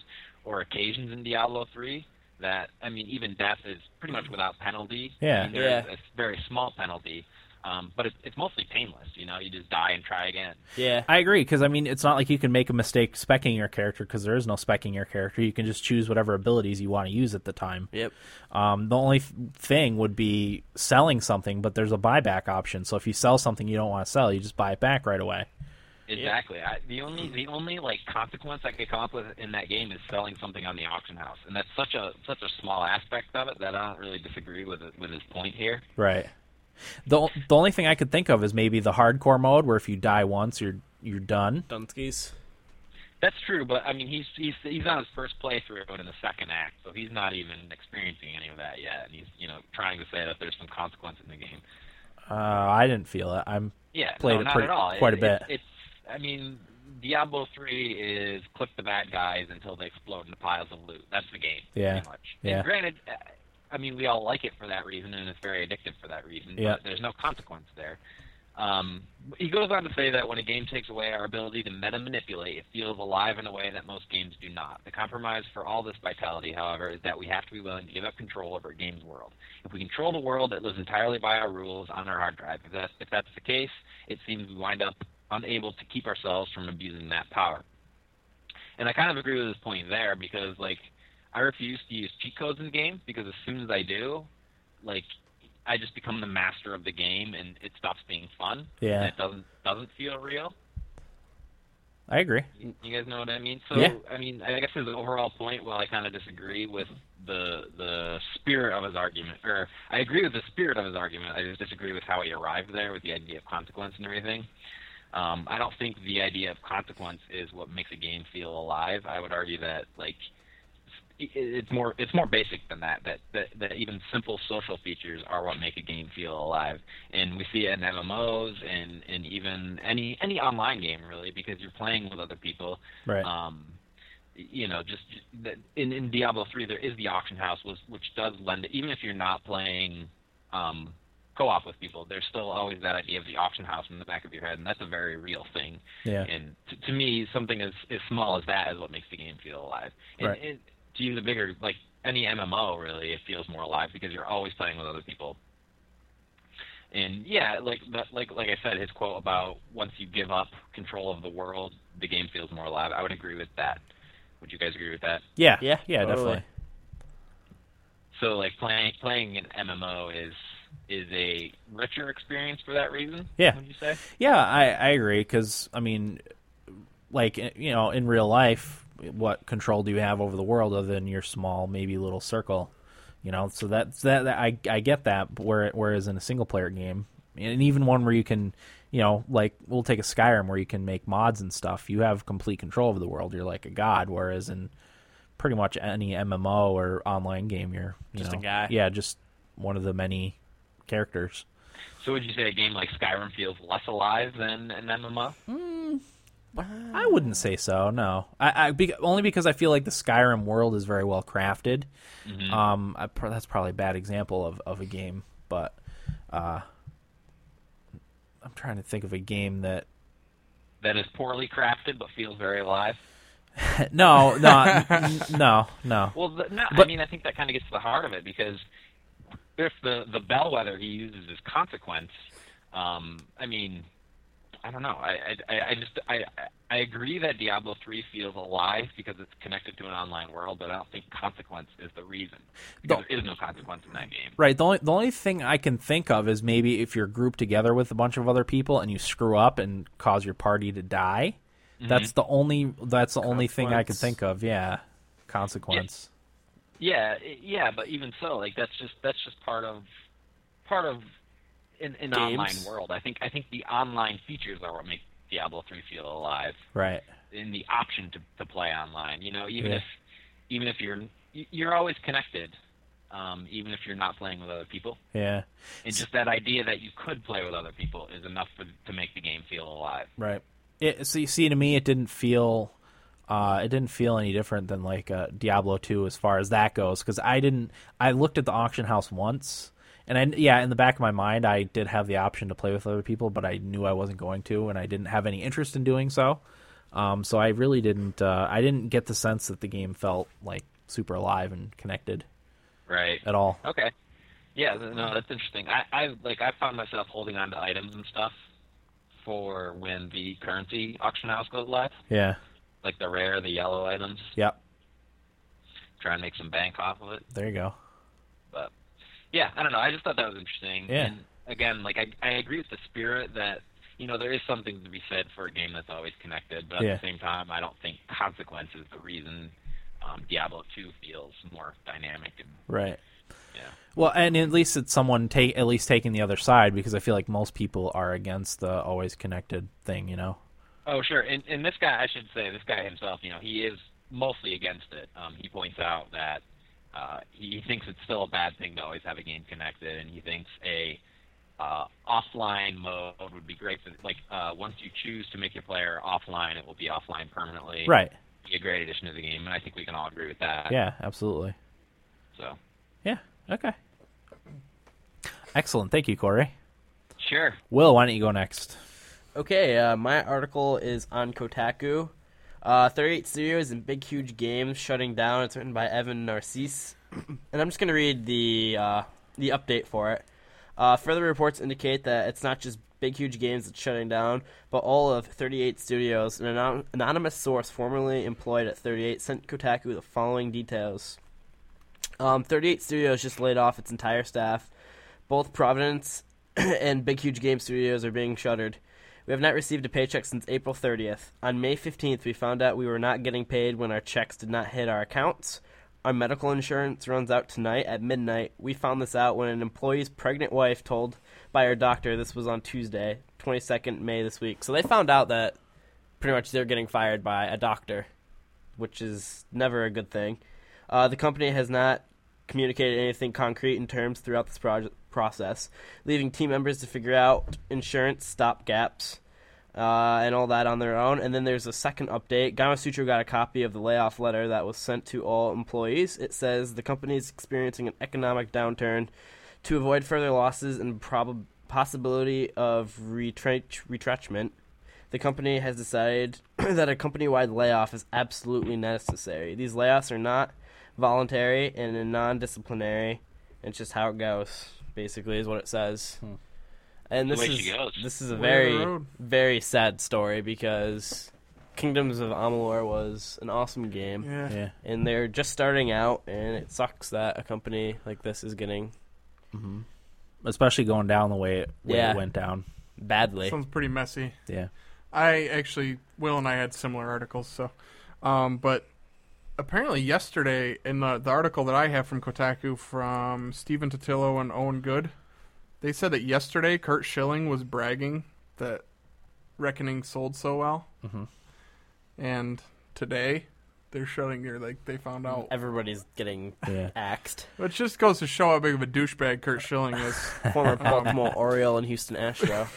S4: or occasions in Diablo 3 that, I mean, even death is pretty much without penalty.
S1: Yeah.
S4: I mean, there's
S3: Yeah.
S4: a very small penalty, um, but it's, it's mostly painless. You know, you just die and try again.
S3: Yeah.
S1: I agree because I mean it's not like you can make a mistake specking your character because there is no specking your character. You can just choose whatever abilities you want to use at the time.
S3: Yep.
S1: Um, the only th- thing would be selling something, but there's a buyback option. So if you sell something you don't want to sell, you just buy it back right away.
S4: Exactly. I, the only the only like consequence I could come up with in that game is selling something on the auction house, and that's such a such a small aspect of it that I don't really disagree with it- with his point here.
S1: Right. the o- The only thing I could think of is maybe the hardcore mode where if you die once, you're you're done.
S3: Dunskies.
S4: That's true, but I mean he's he's he's on his first playthrough and in the second act, so he's not even experiencing any of that yet, and he's you know trying to say that there's some consequence in the game.
S1: Uh, I didn't feel it. I'm
S4: Yeah,
S1: Played
S4: no,
S1: it
S4: not
S1: pretty-
S4: at all.
S1: quite a
S4: It- it-
S1: bit.
S4: It's, I mean, Diablo three is click the bad guys until they explode into piles of loot. That's the game.
S1: Yeah,
S4: Pretty much.
S1: yeah.
S4: And granted, uh, I mean, we all like it for that reason, and it's very addictive for that reason.
S1: Yeah.
S4: But there's no consequence there. Um, he goes on to say that when a game takes away our ability to meta manipulate, it feels alive in a way that most games do not. The compromise for all this vitality, however, is that we have to be willing to give up control over a game's world. If we control the world, it lives entirely by our rules on our hard drive. If that's, if that's the case, it seems we wind up unable to keep ourselves from abusing that power. And I kind of agree with his point there because, like, I refuse to use cheat codes in games because as soon as I do, like, I just become the master of the game and it stops being fun.
S1: Yeah.
S4: And it doesn't doesn't feel real.
S1: I agree.
S4: You you guys know what I mean? So
S1: Yeah.
S4: I mean, I guess his overall point, while I kind of disagree with the the spirit of his argument, or I agree with the spirit of his argument, I just disagree with how he arrived there with the idea of consequence and everything. Um, I don't think the idea of consequence is what makes a game feel alive. I would argue that like it- it's more it's more basic than that, that that that even simple social features are what make a game feel alive and we see it in mmos and and even any any online game really because you're playing with other people
S1: Right.
S4: um you know just that in in diablo 3 there is the auction house was which does lend even if you're not playing um co-op with people there's still always that idea of the auction house in the back of your head and that's a very real thing
S1: yeah.
S4: and t- to me, something as, as small as that is what makes the game feel alive. And,
S1: Right.
S4: and to use a bigger, like any MMO, really, it feels more alive because you're always playing with other people. And yeah, like that, like like I said, his quote about once you give up control of the world, the game feels more alive. I would agree with that. Would you guys agree with that?
S1: Yeah.
S3: Yeah,
S1: Yeah.
S3: totally.
S1: Definitely.
S4: So like playing playing an MMO is is a richer experience for that reason.
S1: Yeah.
S4: Would you say?
S1: Yeah, I, I agree because I mean, like eh, you know, in real life, what control do you have over the world other than your small, maybe little circle? You know, so that's that. that I I get that. but Where whereas in a single player game, and even one where you can, you know, like we'll take a Skyrim where you can make mods and stuff. You have complete control over the world. You're like a god. Whereas in pretty much any MMO or online game, you're you
S3: Just a
S1: know,
S3: guy.
S1: Yeah, just one of the many characters.
S4: So would you say a game like Skyrim feels less alive than an MMO?
S1: I wouldn't say so. No, I, I be, only because I feel like the Skyrim world is very well crafted. Um, I, pro- that's probably a bad example of, of a game, but uh, I'm trying to think of a game that
S4: that is poorly crafted but feels very alive.
S1: no, no, n- no, no.
S4: Well, the, no, I
S1: But-
S4: mean, I think that kind of gets to the heart of it because if the the bellwether he uses is consequence, um, I mean, I don't know. I I- I, I just I I agree that Diablo three feels alive because it's connected to an online world, but I don't think consequence is the reason. Because
S1: Don't-
S4: there is no consequence in that game.
S1: Right. The only the only thing I can think of is maybe if you're grouped together with a bunch of other people and you screw up and cause your party to die. That's the only. That's the only thing I can
S3: Consequence.
S1: think of. Yeah, consequence.
S4: Yeah, i- yeah, but even so, like that's just that's just part of part of an, an online
S3: Games.
S4: world. I think I think the online features are what make Diablo three feel alive.
S1: Right.
S4: In the option to, to play online, you know, even
S1: Yeah.
S4: if even if you're y- you're always connected, um, even if you're not playing with other people.
S1: Yeah.
S4: And just that idea that you could play with other people is enough for, to make the game feel alive.
S1: Right. It, see, see, to me, it didn't feel, uh, it didn't feel any different than like uh, Diablo two as far as that goes. Because I didn't, I looked at the auction house once, and I, yeah, in the back of my mind, I did have the option to play with other people, but I knew I wasn't going to, and I didn't have any interest in doing so. Um, so I really didn't, uh, I didn't get the sense that the game felt like super alive and connected
S4: Right.
S1: at all.
S4: Okay. Yeah, th- no, that's interesting. I, I like I found myself holding on to items and stuff for when the currency auction house goes live,
S1: Yeah.
S4: like the rare, the yellow items.
S1: Yep.
S4: Try and make some bank off of it.
S1: There you go.
S4: But yeah, I don't know. I just thought that was interesting.
S1: Yeah.
S4: And again, like I, I agree with the spirit that you know there is something to be said for a game that's always connected, but at
S1: Yeah.
S4: the same time, I don't think consequence is the reason um, Diablo 2 feels more dynamic and
S1: Right.
S4: yeah.
S1: Well, and at least it's someone take at least taking the other side because I feel like most people are against the always connected thing, you know.
S4: Oh, sure. And, and this guy, I should say, this guy himself, you know, he is mostly against it. Um, he points out that uh, he thinks it's still a bad thing to always have a game connected, and he thinks a uh, offline mode would be great for like uh, once you choose to make your player offline, it will be offline permanently.
S1: Right.
S4: Be a great addition to the game, and I think we can all agree with that.
S1: Yeah, absolutely.
S4: So.
S1: Yeah. Okay. Excellent. Thank you, Corey.
S6: Sure.
S1: Will, why don't you go next?
S3: Okay, uh, my article is on Kotaku. Uh, 38 Studios and Big Huge Games shutting down. It's written by Evan Narcisse. and I'm just going to read the, uh, the update for it. Uh, further reports indicate that it's not just Big Huge Games that's shutting down, but all of 38 studios. An anon- anonymous source formerly employed at 38 sent Kotaku the following details. Um, 38 Studios just laid off its entire staff. Both Providence and Big Huge Game Studios are being shuttered. We have not received a paycheck since April 30th. On May 15th, we found out we were not getting paid when our checks did not hit our accounts. Our medical insurance runs out tonight at midnight. We found this out when an employee's pregnant wife told by her doctor this was on Tuesday, 22nd May this week. So they found out that pretty much they're getting fired by a doctor, which is never a good thing. Uh, the company has not communicated anything concrete in terms throughout this project process, leaving team members to figure out insurance stop gaps uh, and all that on their own. And then there's a second update. Gamasutra got a copy of the layoff letter that was sent to all employees. It says the company is experiencing an economic downturn. To avoid further losses and prob- possibility of retrench- retrenchment, the company has decided that a company-wide layoff is absolutely necessary. These layoffs are not voluntary and non-disciplinary. It's just how it goes, basically, is what it says. And this
S6: way
S3: is
S6: she goes.
S3: this is
S2: Way
S3: a
S2: of the
S3: very
S2: road.
S3: very sad story because Kingdoms of Amalur was an awesome game,
S2: Yeah.
S1: Yeah.
S3: and they're just starting out, and it sucks that a company like this is getting
S1: Especially going down the way it, way
S3: Yeah.
S1: it went down.
S3: badly.
S2: Sounds pretty messy.
S1: Yeah.
S2: I actually, Will and I had similar articles, so. Um, but apparently, yesterday, in the, the article that I have from Kotaku from Stephen Totillo and Owen Good, they said that yesterday Kurt Schilling was bragging that Reckoning sold so well.
S1: Mhm.
S2: And today, they're shutting their, like, they found out.
S3: Everybody's getting
S1: Yeah.
S3: axed.
S2: Which just goes to show how big of a douchebag Kurt Schilling is.
S3: Former Baltimore Oriole and Houston Astro.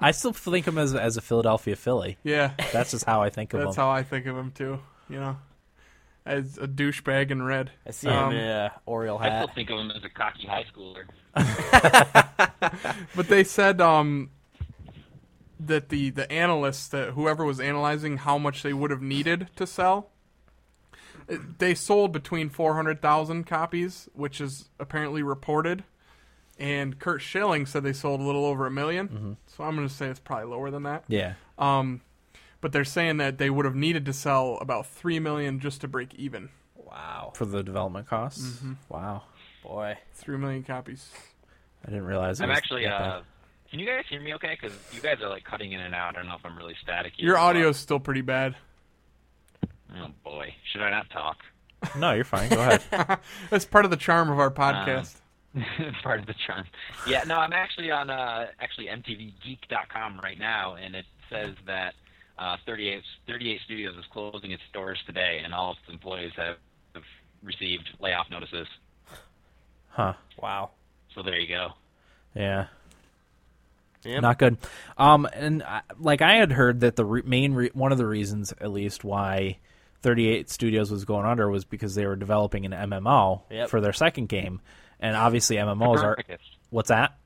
S1: I still think of him as, as a Philadelphia Philly.
S2: yeah.
S1: That's just how I think of
S2: That's
S1: him.
S2: how I think of him too. You know, as a douchebag in red.
S3: I see
S2: Um,
S3: him in a Oriole
S6: I
S1: Uh,
S6: still
S3: hat.
S6: think of him as a cocky high schooler.
S2: But they said um, that the the analysts that whoever was analyzing how much they would have needed to sell, it- they sold between four hundred thousand copies, which is apparently reported. And Kurt Schilling said they sold a little over a 1000000 so I'm going to say it's probably lower than that.
S1: Yeah.
S2: Um, but they're saying that they would have needed to sell about three million just to break even.
S3: Wow,
S1: For the development costs.
S2: Mm-hmm.
S1: Wow.
S3: boy.
S2: Three million copies.
S1: I didn't realize it
S6: I'm
S1: was
S6: actually. Uh,
S1: that bad.
S6: can you guys hear me okay? Because you guys are like cutting in and out. I don't know if I'm really static. here.
S2: Your audio's still pretty bad.
S6: Oh boy, should I not talk?
S1: No, you're fine. Go ahead.
S2: That's part of the charm of our podcast.
S6: Part of the charm. Yeah, no, I'm actually on uh, actually MTVGeek.com right now, and it says that uh, 38 38 Studios is closing its doors today, and all of its employees have, have received layoff notices.
S1: Huh.
S3: Wow.
S6: So there you go.
S1: Yeah.
S3: Yep.
S1: Not good. Um, and I, like I had heard that the re- main re- one of the reasons, at least, why 38 Studios was going under was because they were developing an MMO
S3: Yep.
S1: for their second game, and obviously MMOs are
S6: Copernicus.
S1: what's that?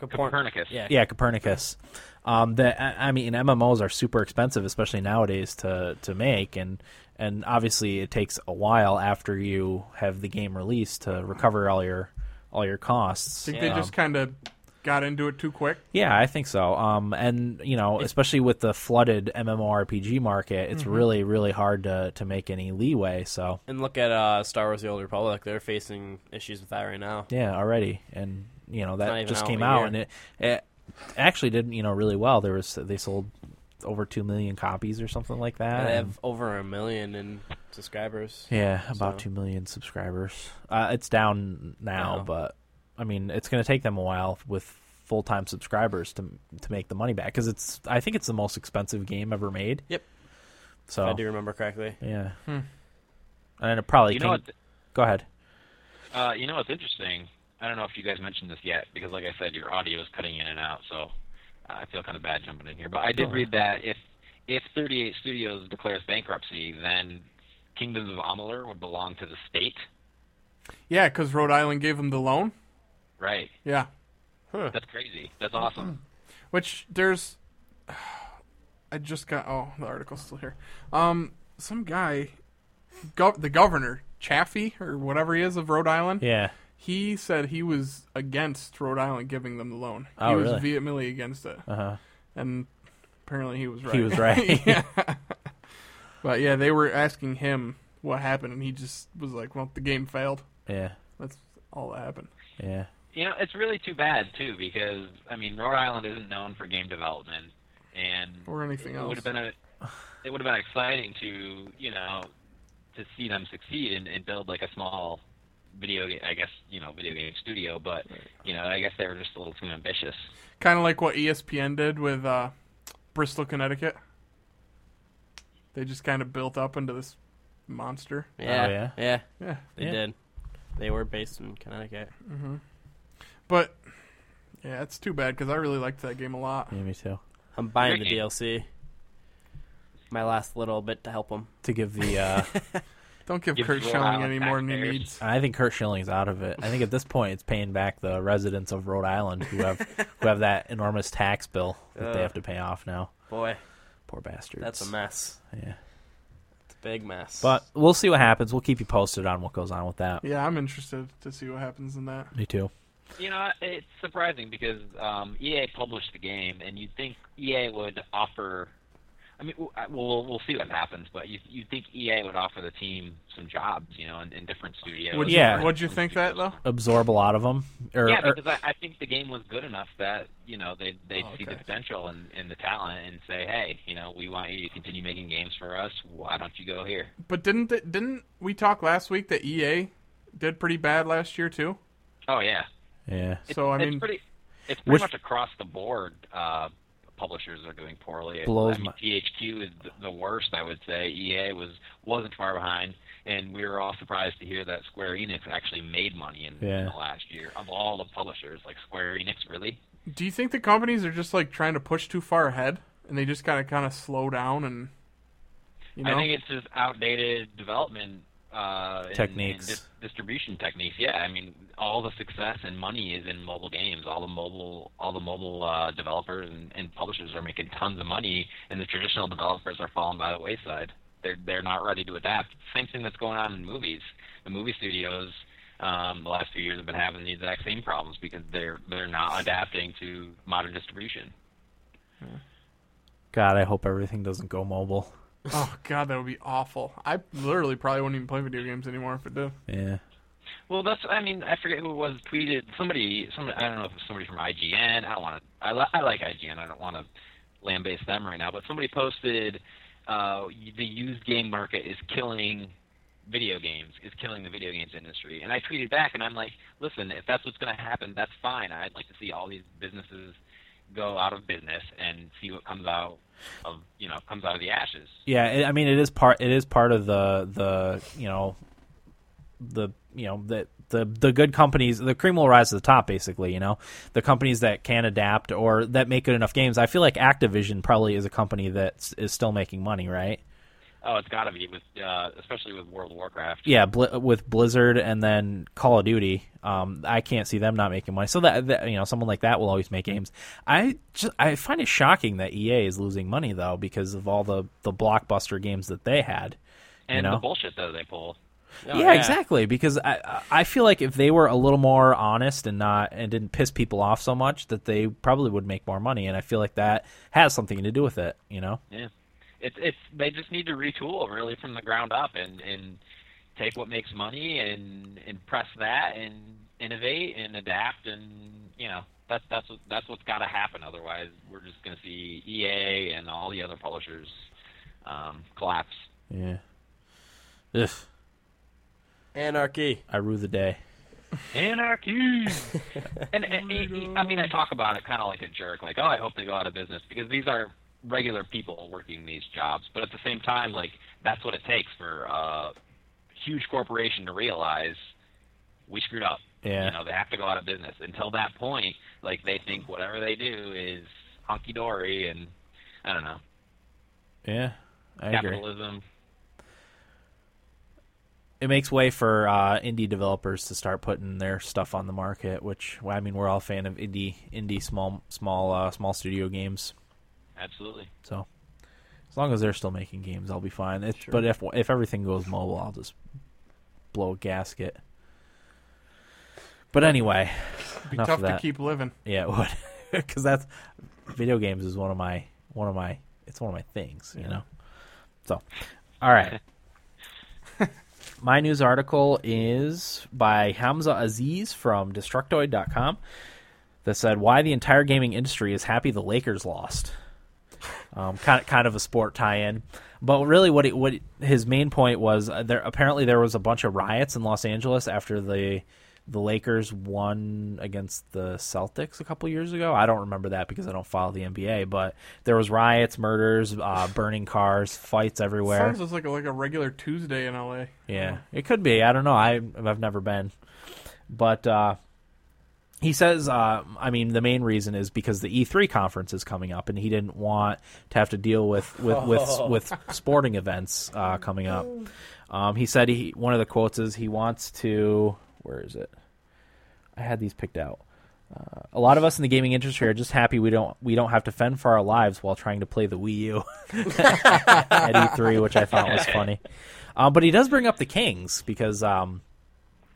S3: Copernic.
S6: Copernicus.
S3: Yeah.
S1: Yeah, Copernicus. Um, that I I mean, MMOs are super expensive, especially nowadays to to make, and and obviously it takes a while after you have the game released to recover all your all your costs.
S2: I think they just kind of got into it too quick.
S1: Yeah, I think so. Um, and you know, especially with the flooded MMORPG market,
S3: Mm-hmm.
S1: it's really, really hard to to make any leeway. So
S3: And look at uh, Star Wars: The Old Republic. They're facing issues with that right now.
S1: yeah, already, and you know
S3: not
S1: that
S3: even
S1: just
S3: out
S1: came
S3: a
S1: out,
S3: year.
S1: and it, it actually did you know really well. There was they sold over two million copies or something like that.
S3: They
S1: and-
S3: have over a million in subscribers.
S1: yeah, about
S3: so- Oh.
S1: two million subscribers. Uh, it's down now,
S3: Wow.
S1: but I mean, it's going to take them a while with full time subscribers to to make the money back because it's I think it's the most expensive game ever made.
S3: Yep.
S1: So
S3: If I do remember correctly.
S1: Yeah. And it probably
S6: You know
S1: can-
S6: what?
S1: Go ahead.
S6: Uh, you know what's interesting? I don't know if you guys mentioned this yet because, like I said, your audio is cutting in and out, so uh, I feel kind of bad jumping in here. But I did read that if if 38 Studios declares bankruptcy, then Kingdoms of Amalur would belong to the state,
S2: Yeah, because Rhode Island gave them the loan.
S6: right?
S2: Yeah,
S4: That's crazy. That's awesome.
S2: Which there's, I just got oh the article's still here. Um, some guy, gov- the governor Chaffee or whatever he is of Rhode Island.
S1: Yeah.
S2: He said he was against Rhode Island giving them the loan.
S1: Oh,
S2: he was
S1: really?
S2: vehemently against it,
S1: Uh huh.
S2: and apparently he was right.
S1: He was right.
S2: yeah. But yeah, they were asking him what happened, and he just was like, "Well, the game failed.
S1: Yeah.
S2: That's all that happened."
S1: Yeah.
S4: You know, it's really too bad too because I mean, Rhode Island isn't known for game development, and
S2: Or anything
S4: it
S2: else.
S4: would have been a, it would have been exciting to you know, to see them succeed and, and build like a small video, ga- I guess you know, video game studio. But you know, I guess they were just a little too ambitious.
S2: Kind of like what E ESPN did with uh, Bristol, Connecticut. They just kind of built up into this monster.
S3: Yeah,
S1: Oh, yeah?
S3: yeah,
S2: Yeah.
S3: they
S1: Yeah.
S3: did. They were based in Connecticut.
S2: But yeah, it's too bad because I really liked that game a lot.
S1: Yeah, me too.
S3: I'm buying the
S4: Great game.
S3: DLC. My last little bit to help them.
S1: To give the, uh,
S2: Don't give
S4: Gives
S2: Kurt
S4: Rhode
S2: Schilling
S4: Island
S2: any more than he
S4: taxpayers.
S2: needs.
S1: I think Kurt Schilling's out of it. I think at this point it's paying back the residents of Rhode Island who have who have that enormous tax bill that they
S3: Ugh.
S1: have to pay off now.
S3: Boy,
S1: Poor bastards.
S3: that's a mess.
S1: Yeah.
S3: It's a big mess.
S1: But we'll see what happens. We'll keep you posted on what goes on with that.
S2: Yeah, I'm interested to see what happens in that.
S1: Me too.
S4: You know, it's surprising because um, EA published the game, and you'd think EA would offer. I mean, w- I- we'll we'll see what happens, but you you'd think EA would offer the team some jobs, you know, in, in different studios.
S2: Would
S1: you- Yeah.
S2: would you think that, though?
S1: Absorb a lot of Er, them. Or,
S4: Yeah,
S1: or-
S4: because I, I think the game was good enough that you know they they would
S2: Oh,
S4: see the
S2: okay.
S4: potential and, and the talent and say, hey, you know, we want you to continue making games for us. Why don't you go here?
S2: But didn't th- didn't we talk last week that EA did pretty bad last year too?
S4: Oh yeah,
S1: yeah.
S4: It's-
S2: So, I mean-
S4: it's pretty, it's pretty
S1: Which-
S4: much across the board. Uh, publishers are doing poorly.
S1: Blows
S4: I mean,
S1: my-
S4: THQ is th- the worst, I would say. EA was wasn't far behind, and we were all surprised to hear that Square Enix actually made money in, in
S1: Yeah.
S4: the last year of all the publishers. Like Square Enix, really?
S2: Do you think the companies are just like trying to push too far ahead and they just gotta kind of slow down and you know?
S4: I think it's just outdated development uh, and- and
S1: Techniques.
S4: dis- distribution techniques. Yeah, I mean, all the success and money is in mobile games. All the mobile, all the mobile uh, developers and, and publishers are making tons of money, and the traditional developers are falling by the wayside. They're they're not ready to adapt. Same thing that's going on in movies. The movie studios. Um, the last few years have been having the exact same problems because they're they're not adapting to modern distribution.
S1: God, I hope everything doesn't go mobile.
S2: Oh god, that would be awful. I literally probably wouldn't even play video games anymore if it did.
S1: Yeah.
S4: Well, that's. I mean, I forget who it was tweeted. Somebody. Some. I don't know if it's somebody from IGN. I don't want to. I, li- I like IGN. I don't want to lambaste them right now. But somebody posted, uh, the used game market is killing video games. Is killing the video games industry. And I tweeted back, and I'm like, listen, if that's what's going to happen, that's fine. I'd like to see all these businesses go out of business and see what comes out of you know comes out of the ashes.
S1: Yeah, it, I mean it is part it is part of the the, you know, the you know the the the good companies the cream will rise to the top basically you know the companies that can adapt or that make good enough games i feel like activision probably is a company that s- is still making money right
S4: Oh, it's got to be with uh, especially with World of Warcraft.
S1: yeah bl- with blizzard and then call of duty um i can't see them not making money so that, that you know someone like that will always make games i just i find it shocking that ea is losing money though because of all the the blockbuster games that they had
S4: And
S1: you know?
S4: the bullshit that they pull.
S3: Oh,
S1: yeah, exactly. Because I I I feel like if they were a little more honest and not and didn't piss people off so much, that they probably would make more money. And I feel like that has something to do with it. You know?
S4: Yeah, it's it's they just need to retool really from the ground up and and take what makes money and and press that and innovate and adapt and you know that's that's what that's what's got to happen. Otherwise, we're just gonna see EA and all the other publishers um, collapse.
S1: Yeah. Ugh,
S3: Anarchy.
S1: I rue the day.
S4: Anarchy. and, and I mean, I talk about it kind of like a jerk, like, oh, I hope they go out of business because these are regular people working these jobs. But at the same time, like, that's what it takes for a huge corporation to realize we screwed up.
S1: Yeah.
S4: You know, they have to go out of business. Until that point, like, they think whatever they do is hunky dory and I don't know
S1: Yeah, I agree.
S4: capitalism.
S1: it makes way for uh, indie developers to start putting their stuff on the market. Which well, I mean, we're all a fan of indie indie small small uh, small studio games.
S6: Absolutely.
S1: So as long as they're still making games, I'll be fine. It's, But if if everything goes mobile, I'll just blow a gasket. But anyway,
S2: be
S1: enough
S2: tough
S1: of
S2: to
S1: that.
S2: keep living.
S1: yeah, it would because that's video games is one of my one of my it's one of my things, you know. So, all right. my news article is by Hamza Aziz from Destructoid.com that said why the entire gaming industry is happy the Lakers lost. Um, kind of, kind of a sport tie-in, but really, what it, what it- his main point was uh, there. Apparently, there was a bunch of riots in Los Angeles after the the Lakers won against the Celtics a couple years ago. I don't remember that because I don't follow the NBA, but there was riots, murders, uh, burning cars, fights everywhere.
S2: Sounds just like a, like a regular Tuesday in LA.
S1: Yeah, it could be. I don't know. I I've never been, but uh, he says. Uh, I mean, the main reason is because the E3 conference is coming up, and he didn't want to have to deal with with with, with sporting events uh, coming up. Um, he said he one of the quotes is he wants to. Where is it? I had these picked out. Uh, a lot of us in the gaming industry are just happy we don't we don't have to fend for our lives while trying to play the Wii U at E3, which I thought was funny. Um, but he does bring up the Kings because um,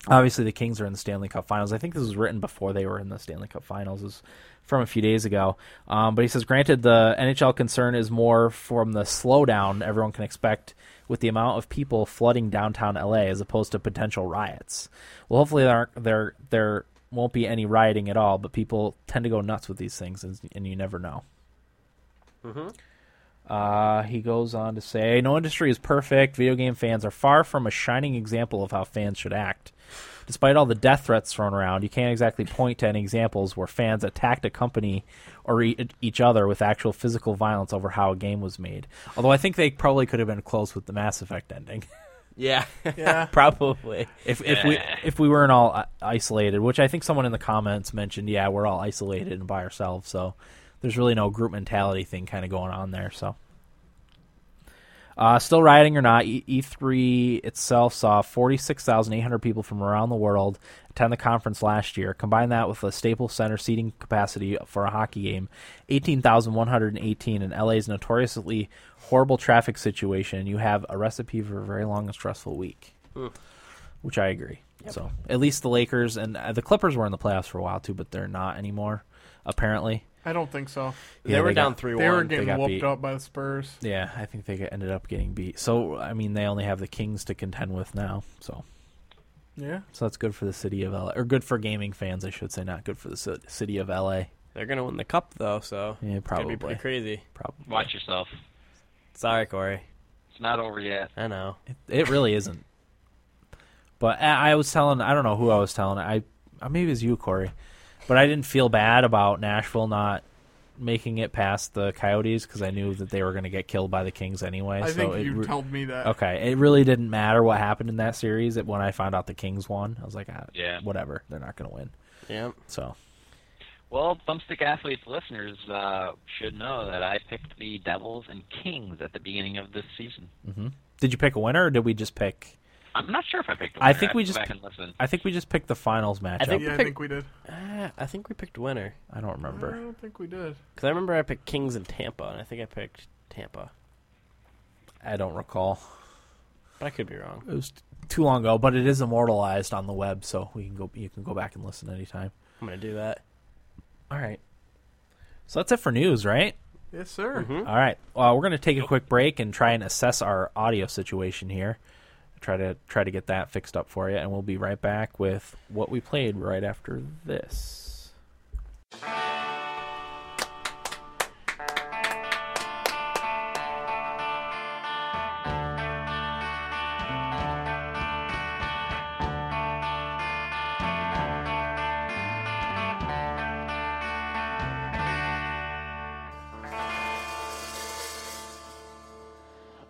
S1: obviously the Kings are in the Stanley Cup Finals. I think this was written before they were in the Stanley Cup Finals. Is from a few days ago. Um, but he says, granted, the NHL concern is more from the slowdown everyone can expect with the amount of people flooding downtown LA as opposed to potential riots. Well, hopefully there aren't, there there won't be any rioting at all. But people tend to go nuts with these things, and, and you never know. Uh, he goes on to say, No industry is perfect. Video game fans are far from a shining example of how fans should act. Despite all the death threats thrown around, you can't exactly point to any examples where fans attacked a company or e- each other with actual physical violence over how a game was made. Although I think they probably could have been close with the Mass Effect ending.
S3: Yeah,
S2: Yeah.
S3: probably.
S1: if if we if we weren't all i- isolated, which I think someone in the comments mentioned, yeah, we're all isolated and by ourselves, so there's really no group mentality thing kind of going on there. So, uh, still rioting or not, E- E3 itself saw 46,800 people from around the world attend the conference last year. Combine that with the Staples Center seating capacity for a hockey game, 18,118, and LA's notoriously horrible traffic situation, you have a recipe for a very long and stressful week which I agree. So at least the Lakers and uh, the Clippers were in the playoffs for a while too, but they're not anymore. Apparently,
S2: I don't think so.
S1: Yeah,
S3: they were
S1: they
S3: down
S1: got-
S3: three
S2: They were
S3: one.
S2: getting
S1: got
S2: whooped
S1: beat.
S2: up by the Spurs.
S1: yeah, I think they get- ended up getting beat. So I mean, they only have the Kings to contend with now. So
S2: Yeah.
S1: so that's good for the city of LA, or good for gaming fans, I should say, not good for the ci- city of LA.
S3: They're gonna win the cup though, so
S1: Yeah,
S3: it's gonna
S1: probably.
S3: be pretty crazy.
S1: Probably
S6: Watch yourself.
S3: Sorry, Corey.
S6: It's not over yet.
S3: I know.
S1: it really isn't. But I I was telling, I don't know who I was telling. I uh, maybe it was you, Corey, but I didn't feel bad about Nashville not making it past the Coyotes because I knew that they were going to get killed by the Kings anyway.
S2: I
S1: so
S2: think
S1: it
S2: you
S1: re-
S2: told me that.
S1: okay, it really didn't matter what happened in that series. It, when I found out the Kings won, I was like, ah,
S6: Yeah.
S1: whatever, they're not going to win.
S3: Yeah.
S1: So
S6: Well, Thumbstick Athletes listeners uh, should know that I picked the Devils and Kings at the beginning of this season.
S1: did you pick a winner or did we just pick?
S6: I'm not sure if I picked a
S1: I
S6: winner.
S1: think
S6: have
S1: we
S6: to
S1: just
S6: go back
S1: pi-
S6: and listen.
S1: I think we just picked the finals matchup. I,
S3: think-
S2: Yeah, I
S3: Pick-
S2: think we did.
S3: Ah, I think we picked winner
S1: don't remember.
S2: I don't think we did.
S3: because I remember I picked Kings and Tampa, and I think I picked Tampa,
S1: I don't recall.
S3: but I could be wrong.
S1: It was t- too long ago, but it is immortalized on the web, so we can go. You can go back and listen anytime.
S3: I'm gonna do that.
S1: All right. So that's it for news, right?
S2: Yes, sir.
S1: All right. Well, we're going to take a quick break and try and assess our audio situation here. Try to try to get that fixed up for you, and we'll be right back with what we played right after this.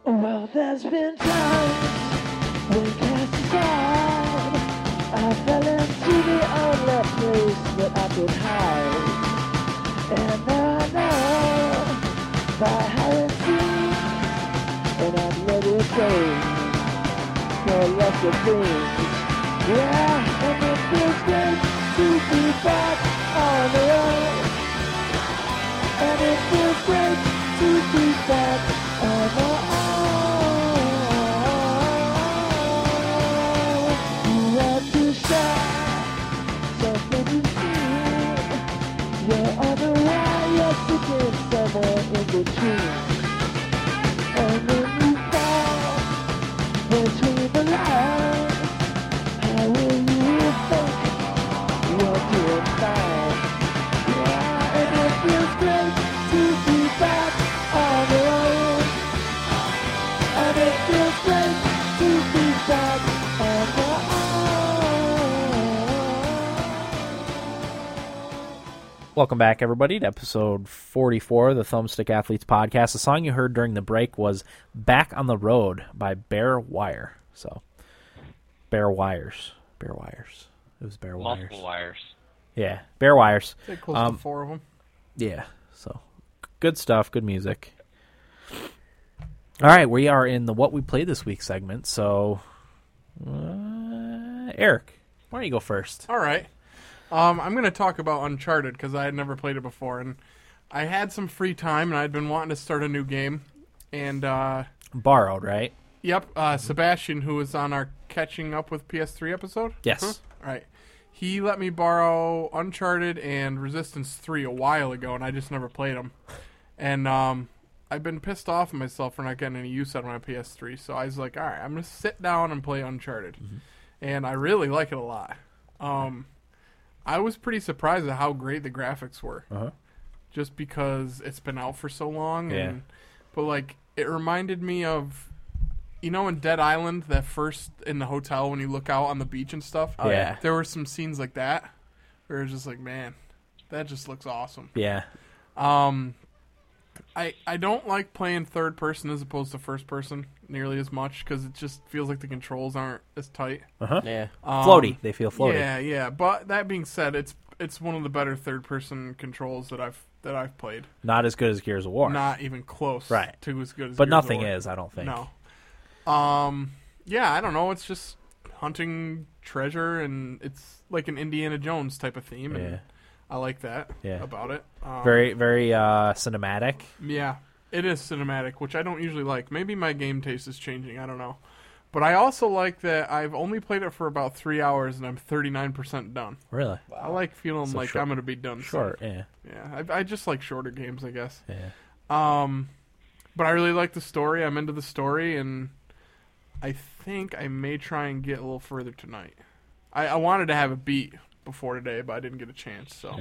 S5: Well, there's been times when cast aside, I fell into the only place that I could hide. And now I know by how it seems, and I've let it go. for lots of things. Yeah, and it feels great to be back on the road. And it feels great to be back on the own. You are too shy, something you feel. You're on the wire, sitting somewhere in between. And then you fall between the lines. How will you think you're doing fine? Yeah, and it feels great to be back on the road. And it feels great to be back on the
S1: Welcome back, everybody, to episode 44 of the Thumbstick Athletes podcast. The song you heard during the break was Back on the Road by Bear Wire. So, Bear Wires. Bear Wires. It was Bear Wires.
S6: Multiple wires.
S1: Yeah, Bear Wires.
S2: Say close
S1: Um,
S2: to four of them.
S1: Yeah. So g- good stuff. Good music. All right, we are in the what we played this week segment. So, uh, Eric, why don't you go first?
S2: All right. Um, I'm going to talk about Uncharted because I had never played it before, and I had some free time, and I'd been wanting to start a new game. And uh,
S1: Borrowed, right?
S2: yep, uh, Sebastian, who was on our catching up with PS3 episode,
S1: Yes.
S2: All right, he let me borrow Uncharted and Resistance Three a while ago, and I just never played them. And um, I've been pissed off at myself for not getting any use out of my PS3, so I was like, all right, I'm going to sit down and play Uncharted,
S1: Mm-hmm.
S2: and I really like it a lot. Um, I was pretty surprised at how great the graphics were,
S1: Uh-huh.
S2: just because it's been out for so long.
S1: Yeah.
S2: And, but like, it reminded me of, you know, in Dead Island, that first in the hotel when you look out on the beach and stuff.
S1: Oh, yeah.
S2: There were some scenes like that where it was just like, man, that just looks awesome.
S1: Yeah.
S2: Um, I I don't like playing third person as opposed to first person nearly as much because it just feels like the controls aren't as tight.
S3: Yeah.
S2: Um,
S1: floaty. They feel floaty.
S2: Yeah, yeah. But that being said, it's it's one of the better third person controls that I've that I've played.
S1: Not as good as Gears of War.
S2: Not even close
S1: Right.
S2: to as good as.
S1: but
S2: Gears of
S1: nothing
S2: War.
S1: is, I don't think.
S2: No. Um. Yeah, I don't know. It's just hunting treasure, and it's like an Indiana Jones type of theme, and
S1: Yeah.
S2: I like that
S1: Yeah.
S2: about it. Um,
S1: Very, very uh, cinematic.
S2: Yeah, it is cinematic, which I don't usually like. Maybe my game taste is changing. I don't know. But I also like that I've only played it for about three hours and I'm 39% done.
S1: Really
S2: I like feeling
S1: So
S2: like
S1: short-
S2: I'm going to be done. soon.
S1: short. Yeah.
S2: Yeah, I, I just like shorter games, I guess.
S1: Yeah.
S2: Um, but I really like the story. I'm into the story, and I think I may try and get a little further tonight. I, I wanted to have a beat before today, but I didn't get a chance. So,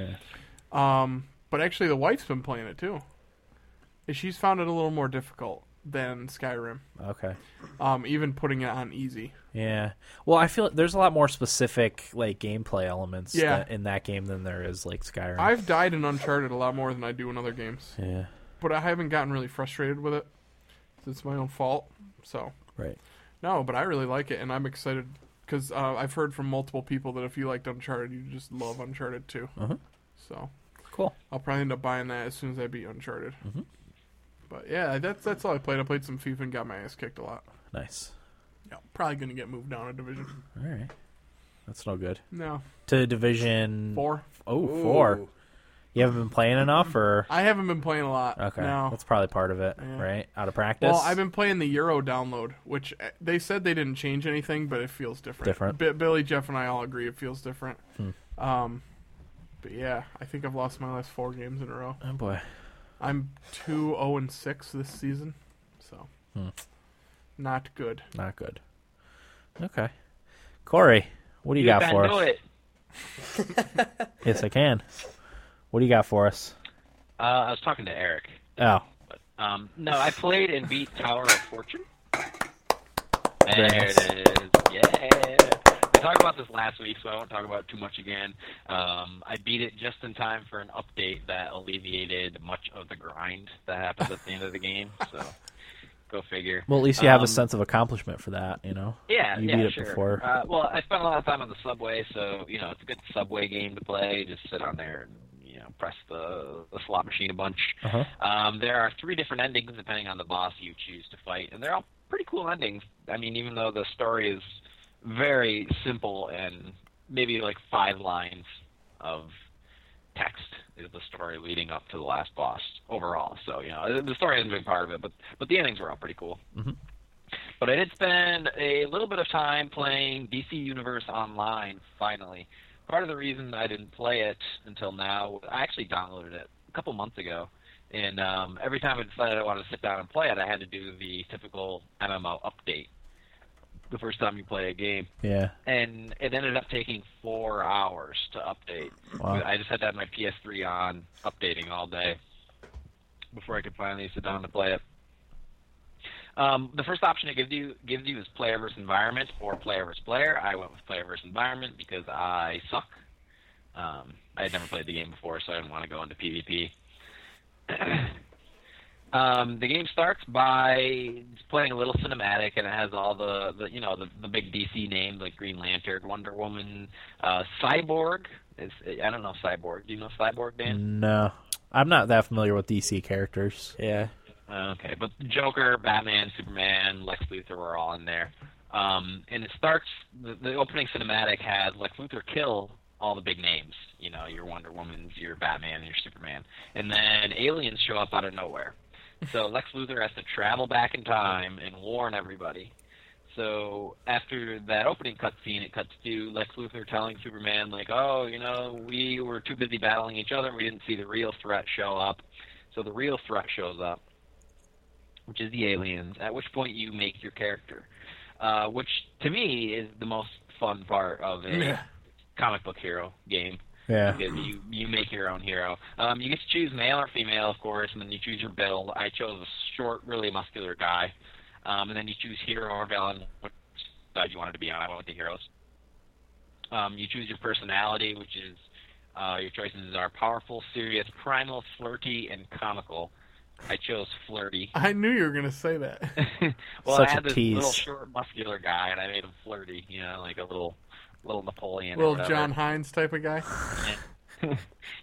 S2: um, but actually, the wife's been playing it too. And She's found it a little more difficult than Skyrim.
S1: Okay.
S2: Um, even putting it on easy.
S1: Yeah. Well, I feel there's a lot more specific like gameplay elements
S2: Yeah.
S1: that, in that game than there is like Skyrim.
S2: I've died in Uncharted a lot more than I do in other games,
S1: yeah.
S2: but I haven't gotten really frustrated with it. It's my own fault. So.
S1: Right.
S2: No, but I really like it, and I'm excited because uh, I've heard from multiple people that if you liked Uncharted, you just love Uncharted too.
S1: Uh-huh.
S2: So
S1: Cool. Mm-hmm.
S2: I'll probably end up buying that as soon as I beat Uncharted. But yeah, that's that's all I played. I played some FIFA and got my ass kicked a lot.
S1: Nice.
S2: Yeah, probably gonna get moved down a division.
S1: All right. That's no good.
S2: No,
S1: To division
S2: four.
S1: Oh, four.
S3: Ooh.
S1: You haven't been playing enough, or
S2: I haven't been playing a lot.
S1: okay,
S2: No.
S1: that's probably part of it,
S2: Yeah.
S1: right? Out of practice.
S2: Well, I've been playing the Euro download, which uh, they said they didn't change anything, but it feels different.
S1: Different. Hmm.
S2: Bi- Billy, Jeff, and I all agree it feels different. Um, but yeah, I think I've lost my last four games in a row.
S1: Oh boy.
S2: I'm two zero and six this season, so
S1: Hmm.
S2: not good.
S1: Not good. Okay. Corey, what do you, got
S6: can
S1: for
S6: do
S1: us?
S6: it.
S1: Yes, I can. What do you got for us?
S6: Uh, I was talking to Eric.
S1: Oh,
S6: Um, no, I played and beat Tower of Fortune.
S1: Very
S6: There
S1: nice.
S6: it is. Yeah. I talked about this last week, so I won't talk about it too much again. Um, I beat it just in time for an update that alleviated much of the grind that happens at the end of the game. So, go figure.
S1: well, at least you have a
S6: Um,
S1: sense of accomplishment for that, you know.
S6: Yeah,
S1: You
S6: yeah,
S1: beat it
S6: sure.
S1: before.
S6: Uh, well, I spent a lot of time on the subway, so you know it's a good subway game to play. Just sit on there and you know press the, the slot machine a bunch.
S1: Uh huh.
S6: Um, there are three different endings depending on the boss you choose to fight, and they're all
S4: pretty cool ending. I mean, even though the story is very simple and maybe like five lines of text is the story leading up to the last boss overall. So you know, the story hasn't been part of it, but but the endings were all pretty cool. But I did spend a little bit of time playing DC Universe Online finally. Part of the reason I didn't play it until now, I actually downloaded it a couple months ago, and um, every time I decided I wanted to sit down and play it, I had to do the typical MMO update the first time you play a game
S1: Yeah.
S4: and it ended up taking four hours to update.
S1: Wow.
S4: I just had to have my PS3 on updating all day before I could finally sit down to play it. Um, the first option it gives you gives you is player versus environment or player versus player. I went with player versus environment because I suck. Um, I had never played the game before, so I didn't want to go into PvP. Um, the game starts by playing a little cinematic, and it has all the, the you know the, the big DC names like Green Lantern, Wonder Woman, uh, Cyborg. Is I don't know Cyborg. Do you know Cyborg, Dan?
S1: No, I'm not that familiar with DC characters.
S3: Yeah.
S4: Okay, but Joker, Batman, Superman, Lex Luthor are all in there. Um, and it starts, the, the opening cinematic had Lex Luthor kill all the big names. You know, your Wonder Woman's, your Batman, and your Superman. And then aliens show up out of nowhere. So Lex Luthor has to travel back in time and warn everybody. So after that opening cutscene, it cuts to Lex Luthor telling Superman, like, oh, you know, we were too busy battling each other. We didn't see the real threat show up. So the real threat shows up which is the aliens, at which point you make your character, uh, which to me is the most fun part of a
S2: Yeah.
S4: comic book hero game.
S1: Yeah.
S4: Because you, you make your own hero. Um, you get to choose male or female, of course, and then you choose your build. I chose a short, really muscular guy. Um, and then you choose hero or villain, which side you wanted to be on. I went with the heroes. Um, you choose your personality, which is uh, your choices are powerful, serious, primal, flirty, and comical. I chose flirty
S2: I knew you were gonna say that.
S4: well,
S1: Such
S4: I
S1: a
S4: had this
S1: tease.
S4: little short, muscular guy, and I made him flirty, you know, like a little, little Napoleon. or
S2: Little
S4: whatever.
S2: John Hines type of guy.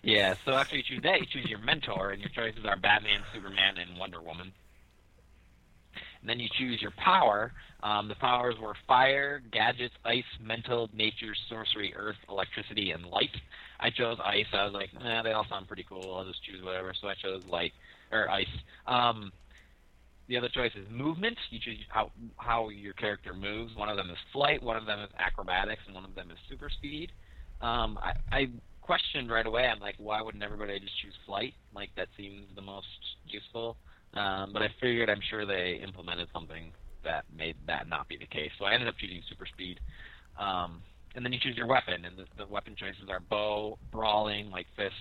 S4: Yeah. So after you choose that, you choose your mentor, and your choices are Batman, Superman, and Wonder Woman. And then you choose your power. Um, the powers were fire, gadgets, ice, mental, nature, sorcery, earth, electricity, and light. I chose ice. I was like, nah, they all sound pretty cool. I'll just choose whatever. So I chose light or ice. Um, the other choice is movement. You choose how how your character moves. One of them is flight. One of them is acrobatics, and one of them is super speed. Um, I, I questioned right away. I'm like, why wouldn't everybody just choose flight? Like that seems the most useful. Um, but I figured I'm sure they implemented something that made that not be the case. So I ended up choosing super speed. Um, and then you choose your weapon, and the, the weapon choices are bow, brawling, like fists,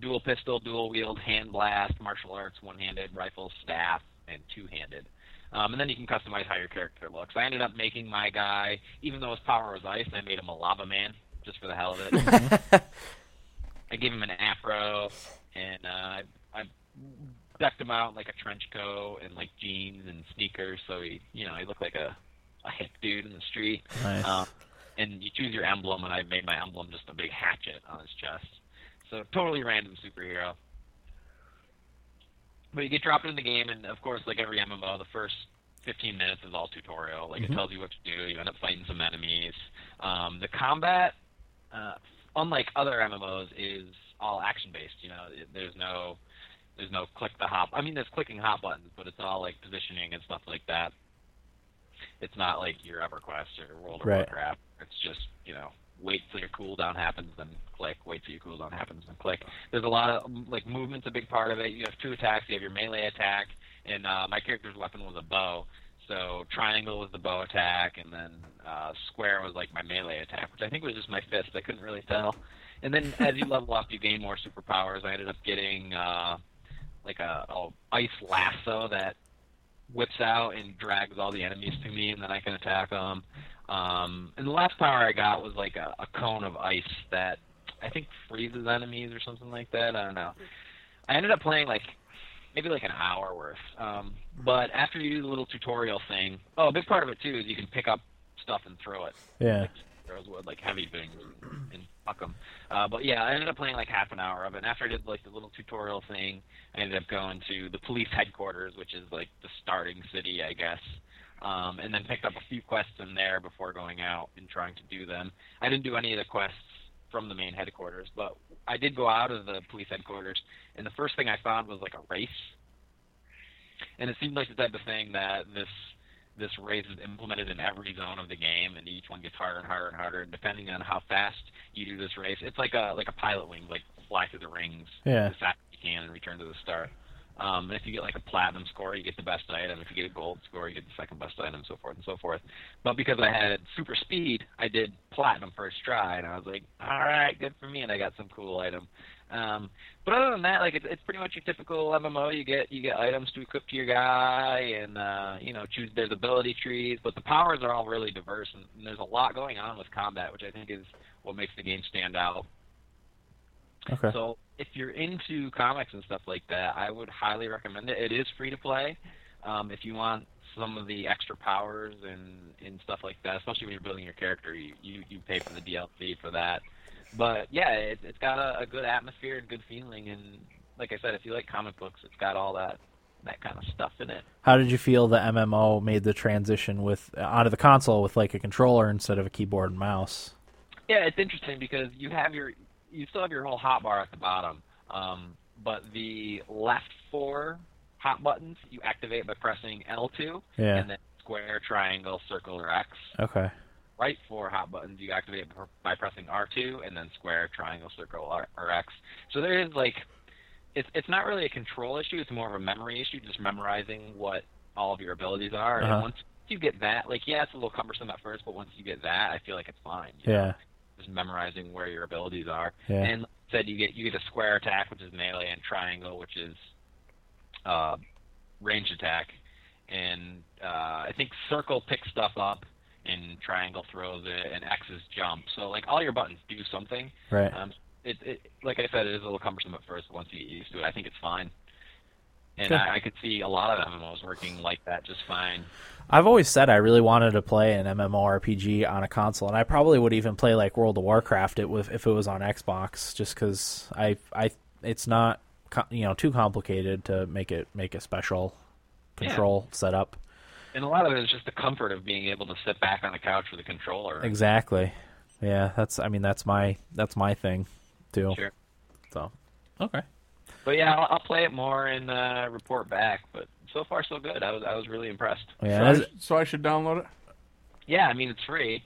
S4: dual pistol, dual wield, hand blast, martial arts, one-handed, rifle, staff, and two-handed. Um, and then you can customize how your character looks. I ended up making my guy, even though his power was ice, I made him a lava man just for the hell of it. I gave him an afro, and uh, I, I decked him out in, like a trench coat and like jeans and sneakers, so he, you know, he looked like a a hip dude in the street.
S1: Nice.
S4: Um, and you choose your emblem, and I made my emblem just a big hatchet on his chest. So totally random superhero. But you get dropped in the game, and of course, like every MMO, the first 15 minutes is all tutorial. Like it tells you what to do. You end up fighting some enemies. Um, the combat, uh, unlike other MMOs, is all action-based. You know, it- there's no there's no click the hop. I mean, there's clicking hop buttons, but it's all like positioning and stuff like that. It's not like your EverQuest or World of
S1: Right.
S4: Warcraft. It's just you know wait till your cooldown happens, then click. Wait till your cooldown happens, then click. There's a lot of mm, like movement's a big part of it. You have two attacks. You have your melee attack, and uh, my character's weapon was a bow. So triangle was the bow attack, and then uh, square was like my melee attack, which I think was just my fist. I couldn't really tell. And then as you level up, you gain more superpowers. I ended up getting uh, like a, a ice lasso that whips out and drags all the enemies to me, and then I can attack them. Um, and the last power I got was like a, a cone of ice that I think freezes enemies or something like that. I don't know. I ended up playing like maybe like an hour worth. Um, but after you do the little tutorial thing, oh, a big part of it too is you can pick up stuff and throw it
S1: Yeah.
S4: throws wood, like heavy things, and, and fuck 'em. Uh, but yeah, I ended up playing like half an hour of it. And after I did like the little tutorial thing, I ended up going to the police headquarters, which is like the starting city, I guess. um, and then picked up a few quests from there before going out and trying to do them. I didn't do any of the quests from the main headquarters, but I did go out of the police headquarters, and the first thing I found was like a race, and it seemed like the type of thing that this this race is implemented in every zone of the game, and each one gets harder and harder and harder. And depending on how fast you do this race, it's like a like a pilot wing, like fly through the rings
S1: Yeah.
S4: as fast as you can and return to the start. Um, and if you get like a platinum score, you get the best item. If you get a gold score, you get the second best item, so forth and so forth. But because I had super speed, I did platinum first try, and I was like, all right, good for me, and I got some cool item. Um, but other than that, like it's, it's pretty much your typical MMO. You get you get items to equip to your guy, and uh, you know choose there's ability trees. But the powers are all really diverse, and, and there's a lot going on with combat, which I think is what makes the game stand out.
S1: Okay.
S4: So if you're into comics and stuff like that, I would highly recommend it. It is free to play. Um, if you want some of the extra powers and, and stuff like that, especially when you're building your character, you, you, you pay for the DLC for that. But yeah, it, it's got a, a good atmosphere and good feeling. And like I said, if you like comic books, it's got all that that kind of stuff in it.
S1: How did you feel the MMO made the transition with onto the console with like a controller instead of a keyboard and mouse?
S4: Yeah, it's interesting because you have your you still have your whole hot bar at the bottom, um, but the left four hot buttons you activate by pressing L2
S1: Yeah.
S4: and then square, triangle, circle, or X.
S1: Okay.
S4: Right four hot buttons you activate pr- by pressing R2 and then square, triangle, circle, or, or X. So there is like it's it's not really a control issue; it's more of a memory issue, just memorizing what all of your abilities are.
S1: Uh-huh.
S4: And once you get that, like yeah, it's a little cumbersome at first, but once you get that, I feel like it's fine. you know?
S1: Yeah.
S4: just memorizing where your abilities are.
S1: Yeah.
S4: And like I said you get you get a square attack, which is melee, and triangle, which is uh, range attack. And uh, I think circle picks stuff up, and triangle throws it, and X is jump. So like all your buttons do something.
S1: Right.
S4: Um, it, it like I said, it is a little cumbersome at first. but Once you get used to it, I think it's fine. And
S1: Good.
S4: I, I could see a lot of MMOs working like that just fine.
S1: I've always said I really wanted to play an MMORPG on a console, and I probably would even play like World of Warcraft it with if it was on Xbox, just because I I it's not co- you know too complicated to make it make a special control setup.
S4: And a lot of it is just the comfort of being able to sit back on the couch with a controller. and
S1: Exactly. Yeah, that's I mean that's my that's my thing too.
S4: Sure.
S1: So okay.
S4: But yeah, I'll, I'll play it more and uh, report back. But so far, so good. I was I was really impressed.
S1: Oh, Yeah,
S2: So I,
S1: that's-
S2: sh- so I should download it.
S4: Yeah, I mean it's free.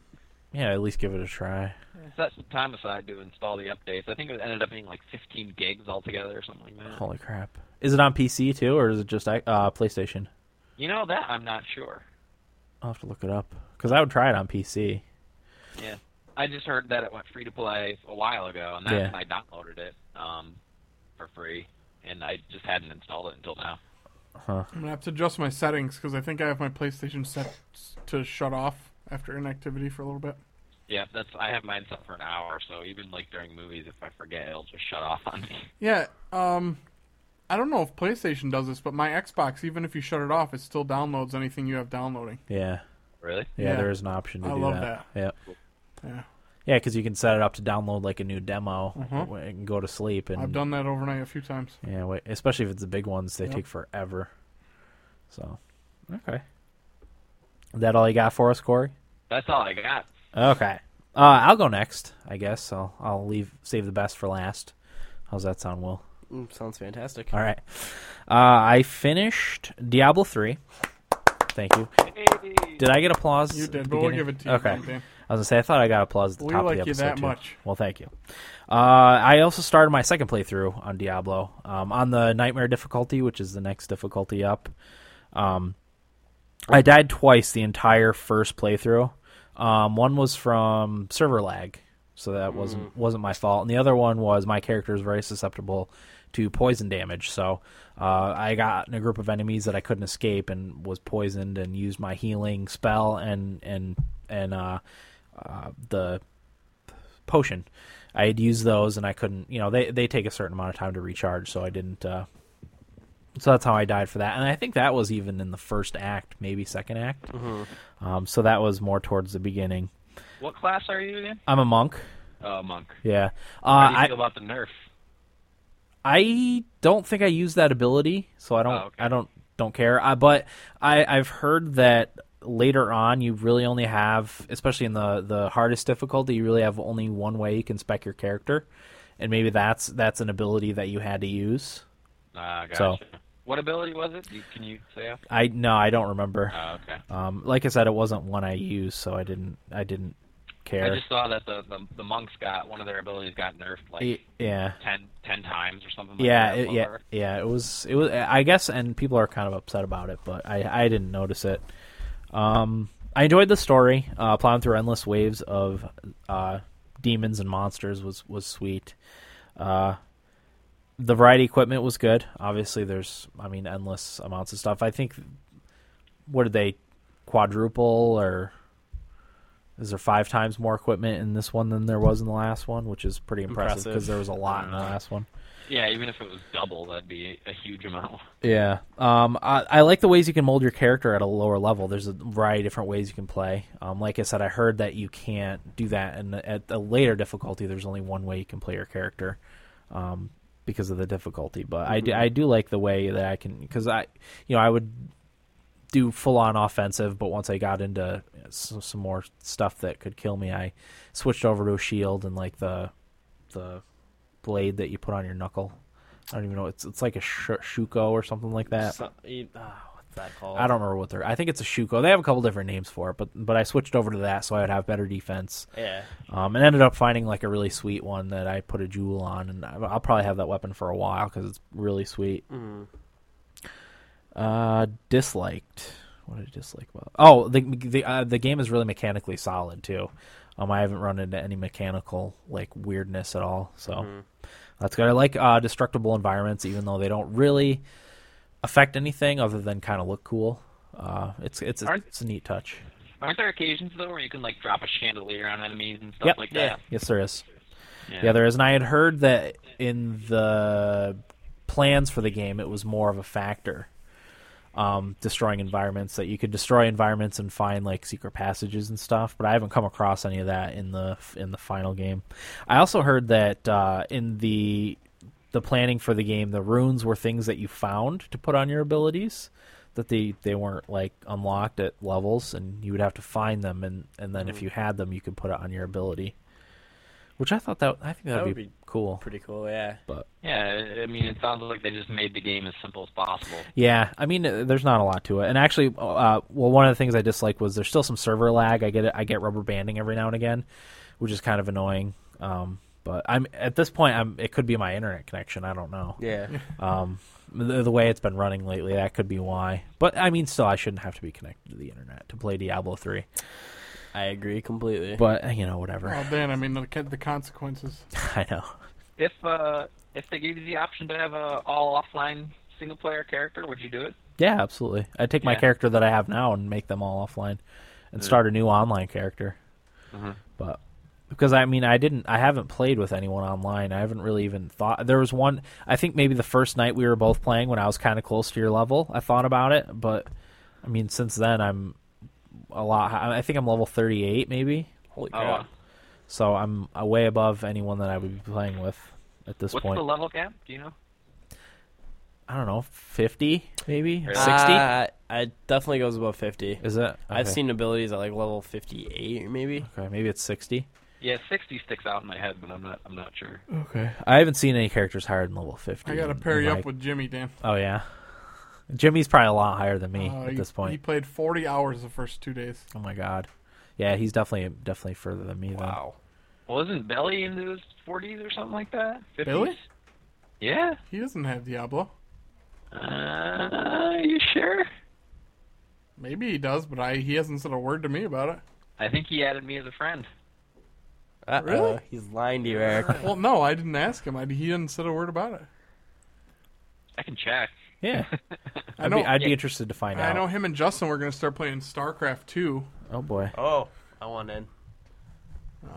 S1: yeah. At least give it a try.
S4: Set some time aside to install the updates. I think it ended up being like 15 gigs altogether or something like that.
S1: Holy crap! Is it on PC too, or is it just uh, PlayStation?
S4: You know that I'm not sure.
S1: I'll have to look it up because I would try it on PC.
S4: Yeah, I just heard that it went free to play a while ago, and that's
S1: Yeah.
S4: when I downloaded it um, for free, and I just hadn't installed it until now.
S2: I'm gonna have to adjust my settings because I think I have my PlayStation set s- to shut off after inactivity for a little bit.
S4: Yeah, that's I have mine set for an hour, so even like during movies, if I forget, it'll just shut off on me.
S2: Yeah. Um, I don't know if PlayStation does this, but my Xbox, even if you shut it off, it still downloads anything you have downloading.
S1: Yeah.
S4: Really?
S1: Yeah,
S2: Yeah.
S1: there is an option to
S2: I
S1: do
S2: love
S1: that. Yeah.
S2: Yeah.
S1: Yeah, because you can set it up to download like a new demo w- and go to sleep. And
S2: Mm-hmm. I've done that overnight a few times.
S1: Yeah, wait, especially if it's the big ones, they
S2: Yep.
S1: take forever. So, okay. Is that all you got for us, Corey?
S4: That's all I got.
S1: Okay. Uh, I'll go next, I guess. I'll I'll leave save the best for last. How's that sound, Will?
S3: Mm, sounds fantastic.
S1: All right. Uh, I finished Diablo three. Thank you. Did I get applause?
S2: You
S1: at the
S2: did, but we'll
S1: beginning?
S2: give it to you.
S1: Okay.
S2: Dan.
S1: I was gonna say I thought I got applause at the
S2: We
S1: top
S2: like
S1: of
S2: you
S1: the episode
S2: that
S1: too.
S2: much.
S1: Well, thank you. Uh, I also started my second playthrough on Diablo um, on the nightmare difficulty, which is the next difficulty up. Um, I died twice the entire first playthrough. Um, one was from server lag, so that wasn't wasn't my fault, and the other one was my character is very susceptible to poison damage. So uh, I got in a group of enemies that I couldn't escape and was poisoned, and used my healing spell and and and uh, uh, the potion. I had used those, and I couldn't. You know, they they take a certain amount of time to recharge, so I didn't. Uh, so that's how I died for that, and I think that was even in the first act, maybe second act.
S4: Mm-hmm.
S1: Um, so that was more towards the beginning.
S4: What class are you again?
S1: I'm a monk.
S4: Uh, monk.
S1: Yeah, uh,
S4: How do you
S1: I
S4: feel about the nerf?
S1: I don't think I use that ability, so I don't
S4: Oh, okay.
S1: I don't don't care. I, but I I've heard that later on you really only have especially in the the hardest difficulty you really have only one way you can spec your character and maybe that's that's an ability that you had to use
S6: Uh, gotcha.
S1: So-
S6: What ability was it? You- Can you say? off?
S1: i no i don't remember
S4: Uh.
S6: Oh, okay.
S1: um like i said it wasn't one i used so i didn't i didn't
S6: I
S1: care
S6: just saw that the, the the monks got one of their abilities got nerfed like
S1: Y- yeah
S6: ten ten times or something. Like
S1: yeah
S6: that,
S1: it, yeah
S6: whatever.
S1: yeah it was it was i guess and people are kind of upset about it but i i didn't notice it um i enjoyed the story uh plowing through endless waves of uh demons and monsters was was sweet uh the variety equipment was good obviously there's i mean endless amounts of stuff i think what did they quadruple or is there five times more equipment in this one than there was in the last one which is pretty impressive
S2: Impressive.
S1: because there was a lot in the
S6: Uh-huh.
S1: last one
S6: Yeah, even if it was double, that'd be a huge amount.
S1: yeah. Um, I, I like the ways you can mold your character at a lower level. There's a variety of different ways you can play. Um, like I said, I heard that you can't do that, and at a later difficulty, there's only one way you can play your character, um, because of the difficulty. But I, do, I do like the way that I can, because I, you know, I would do full on offensive, but once I got into some, some more stuff that could kill me, I switched over to a shield and like the, the blade that you put on your knuckle. I don't even know. It's it's like a sh- shuko or something like that.
S3: So- you- ah, what's that called?
S1: I don't remember what they're. I think it's a shuko. They have a couple different names for it, but but I switched over to that so I would have better defense.
S3: Yeah.
S1: Um, and ended up finding like a really sweet one that I put a jewel on, and I- I'll probably have that weapon for a while because it's really sweet. Uh, disliked. What did I dislike about? Oh, the the uh, the game is really mechanically solid too. Um, I haven't run into any mechanical like weirdness at all, so that's good. I like uh, destructible environments, even though they don't really affect anything other than kind of look cool. Uh, it's it's a,
S6: Aren't-
S1: it's a neat touch.
S6: Aren't there occasions though where you can like drop a chandelier on enemies and stuff
S1: Yep.
S6: like
S3: Yeah.
S6: that?
S1: Yes, there is.
S6: Yeah.
S1: Yeah, there is, and I had heard that in the plans for the game, it was more of a factor, um, destroying environments that you could destroy environments and find like secret passages and stuff. But I haven't come across any of that in the in the final game. I also heard that uh, in the the planning for the game, the runes were things that you found to put on your abilities. That they, they weren't like unlocked at levels, and you would have to find them, and, and then
S3: Mm.
S1: if you had them, you could put it on your ability. Which I thought that I think that'd
S3: That would
S1: be,
S3: be
S1: cool.
S3: Pretty cool. Yeah.
S6: Yeah, I- I mean, it sounds like they just made the game as simple as possible.
S1: Yeah, I mean, uh, there's not a lot to it. And actually, uh, well, one of the things I dislike was there's still some server lag. I get it. I get rubber banding every now and again, which is kind of annoying. Um, but I'm at this point, I'm it could be my internet connection. I don't know.
S3: Yeah.
S1: Um, the, the way it's been running lately, that could be why. But I mean, still, I shouldn't have to be connected to the internet to play Diablo three.
S3: I agree completely.
S1: But uh, you know, whatever.
S2: Well, Dan, I mean the, the consequences.
S1: I know.
S6: If uh, if they gave you the option to have a all offline single player character, would you do it?
S1: Yeah, absolutely. I take my
S6: Yeah.
S1: character that I have now and make them all offline, and start a new online character. But because I mean, I didn't, I haven't played with anyone online. I haven't really even thought. There was one. I think maybe the first night we were both playing when I was kind of close to your level. I thought about it, but I mean, since then I'm a lot. hi- I think I'm level thirty eight, maybe.
S3: Holy
S6: Oh,
S3: crap.
S6: uh,
S1: So I'm uh, way above anyone that I would be playing with at this
S6: what's
S1: point.
S6: the level cap? Do you know?
S1: I don't know, fifty maybe
S6: Really?
S1: sixty.
S3: Uh, I definitely goes above fifty.
S1: Is it?
S3: I've
S1: Okay.
S3: seen abilities at like level fifty-eight, maybe.
S1: Okay, maybe it's sixty.
S6: Yeah, sixty sticks out in my head, but I'm not I'm not sure.
S1: Okay. I haven't seen any characters higher than level 50.
S2: I gotta
S1: in-
S2: pair
S1: in
S2: you
S1: my-
S2: up with Jimmy, Dan.
S1: Oh, yeah. Jimmy's probably a lot higher than me
S2: Uh,
S1: at
S2: he-
S1: this
S2: he
S1: point.
S2: played 40 hours the first two days.
S1: Oh, my God. Yeah, he's definitely definitely further than me, though.
S6: Well, isn't Belly into his forties or something like that? 50s?
S2: Belly?
S6: Yeah.
S2: He doesn't have Diablo.
S6: Uh, are Uh, you sure?
S2: Maybe he does, but I he hasn't said a word to me about it.
S6: I think he added me as a friend.
S3: Uh-oh,
S2: Really?
S3: He's lying to you, Eric.
S2: Well, no, I didn't ask him. I, he didn't said a word about it.
S6: I can check.
S1: Yeah.
S2: I
S1: I'd,
S2: know.
S1: be, I'd be
S6: yeah.
S1: interested to find
S2: I
S1: out.
S2: know him and Justin were gonna start playing StarCraft 2.
S1: Oh, boy.
S3: oh, I want in.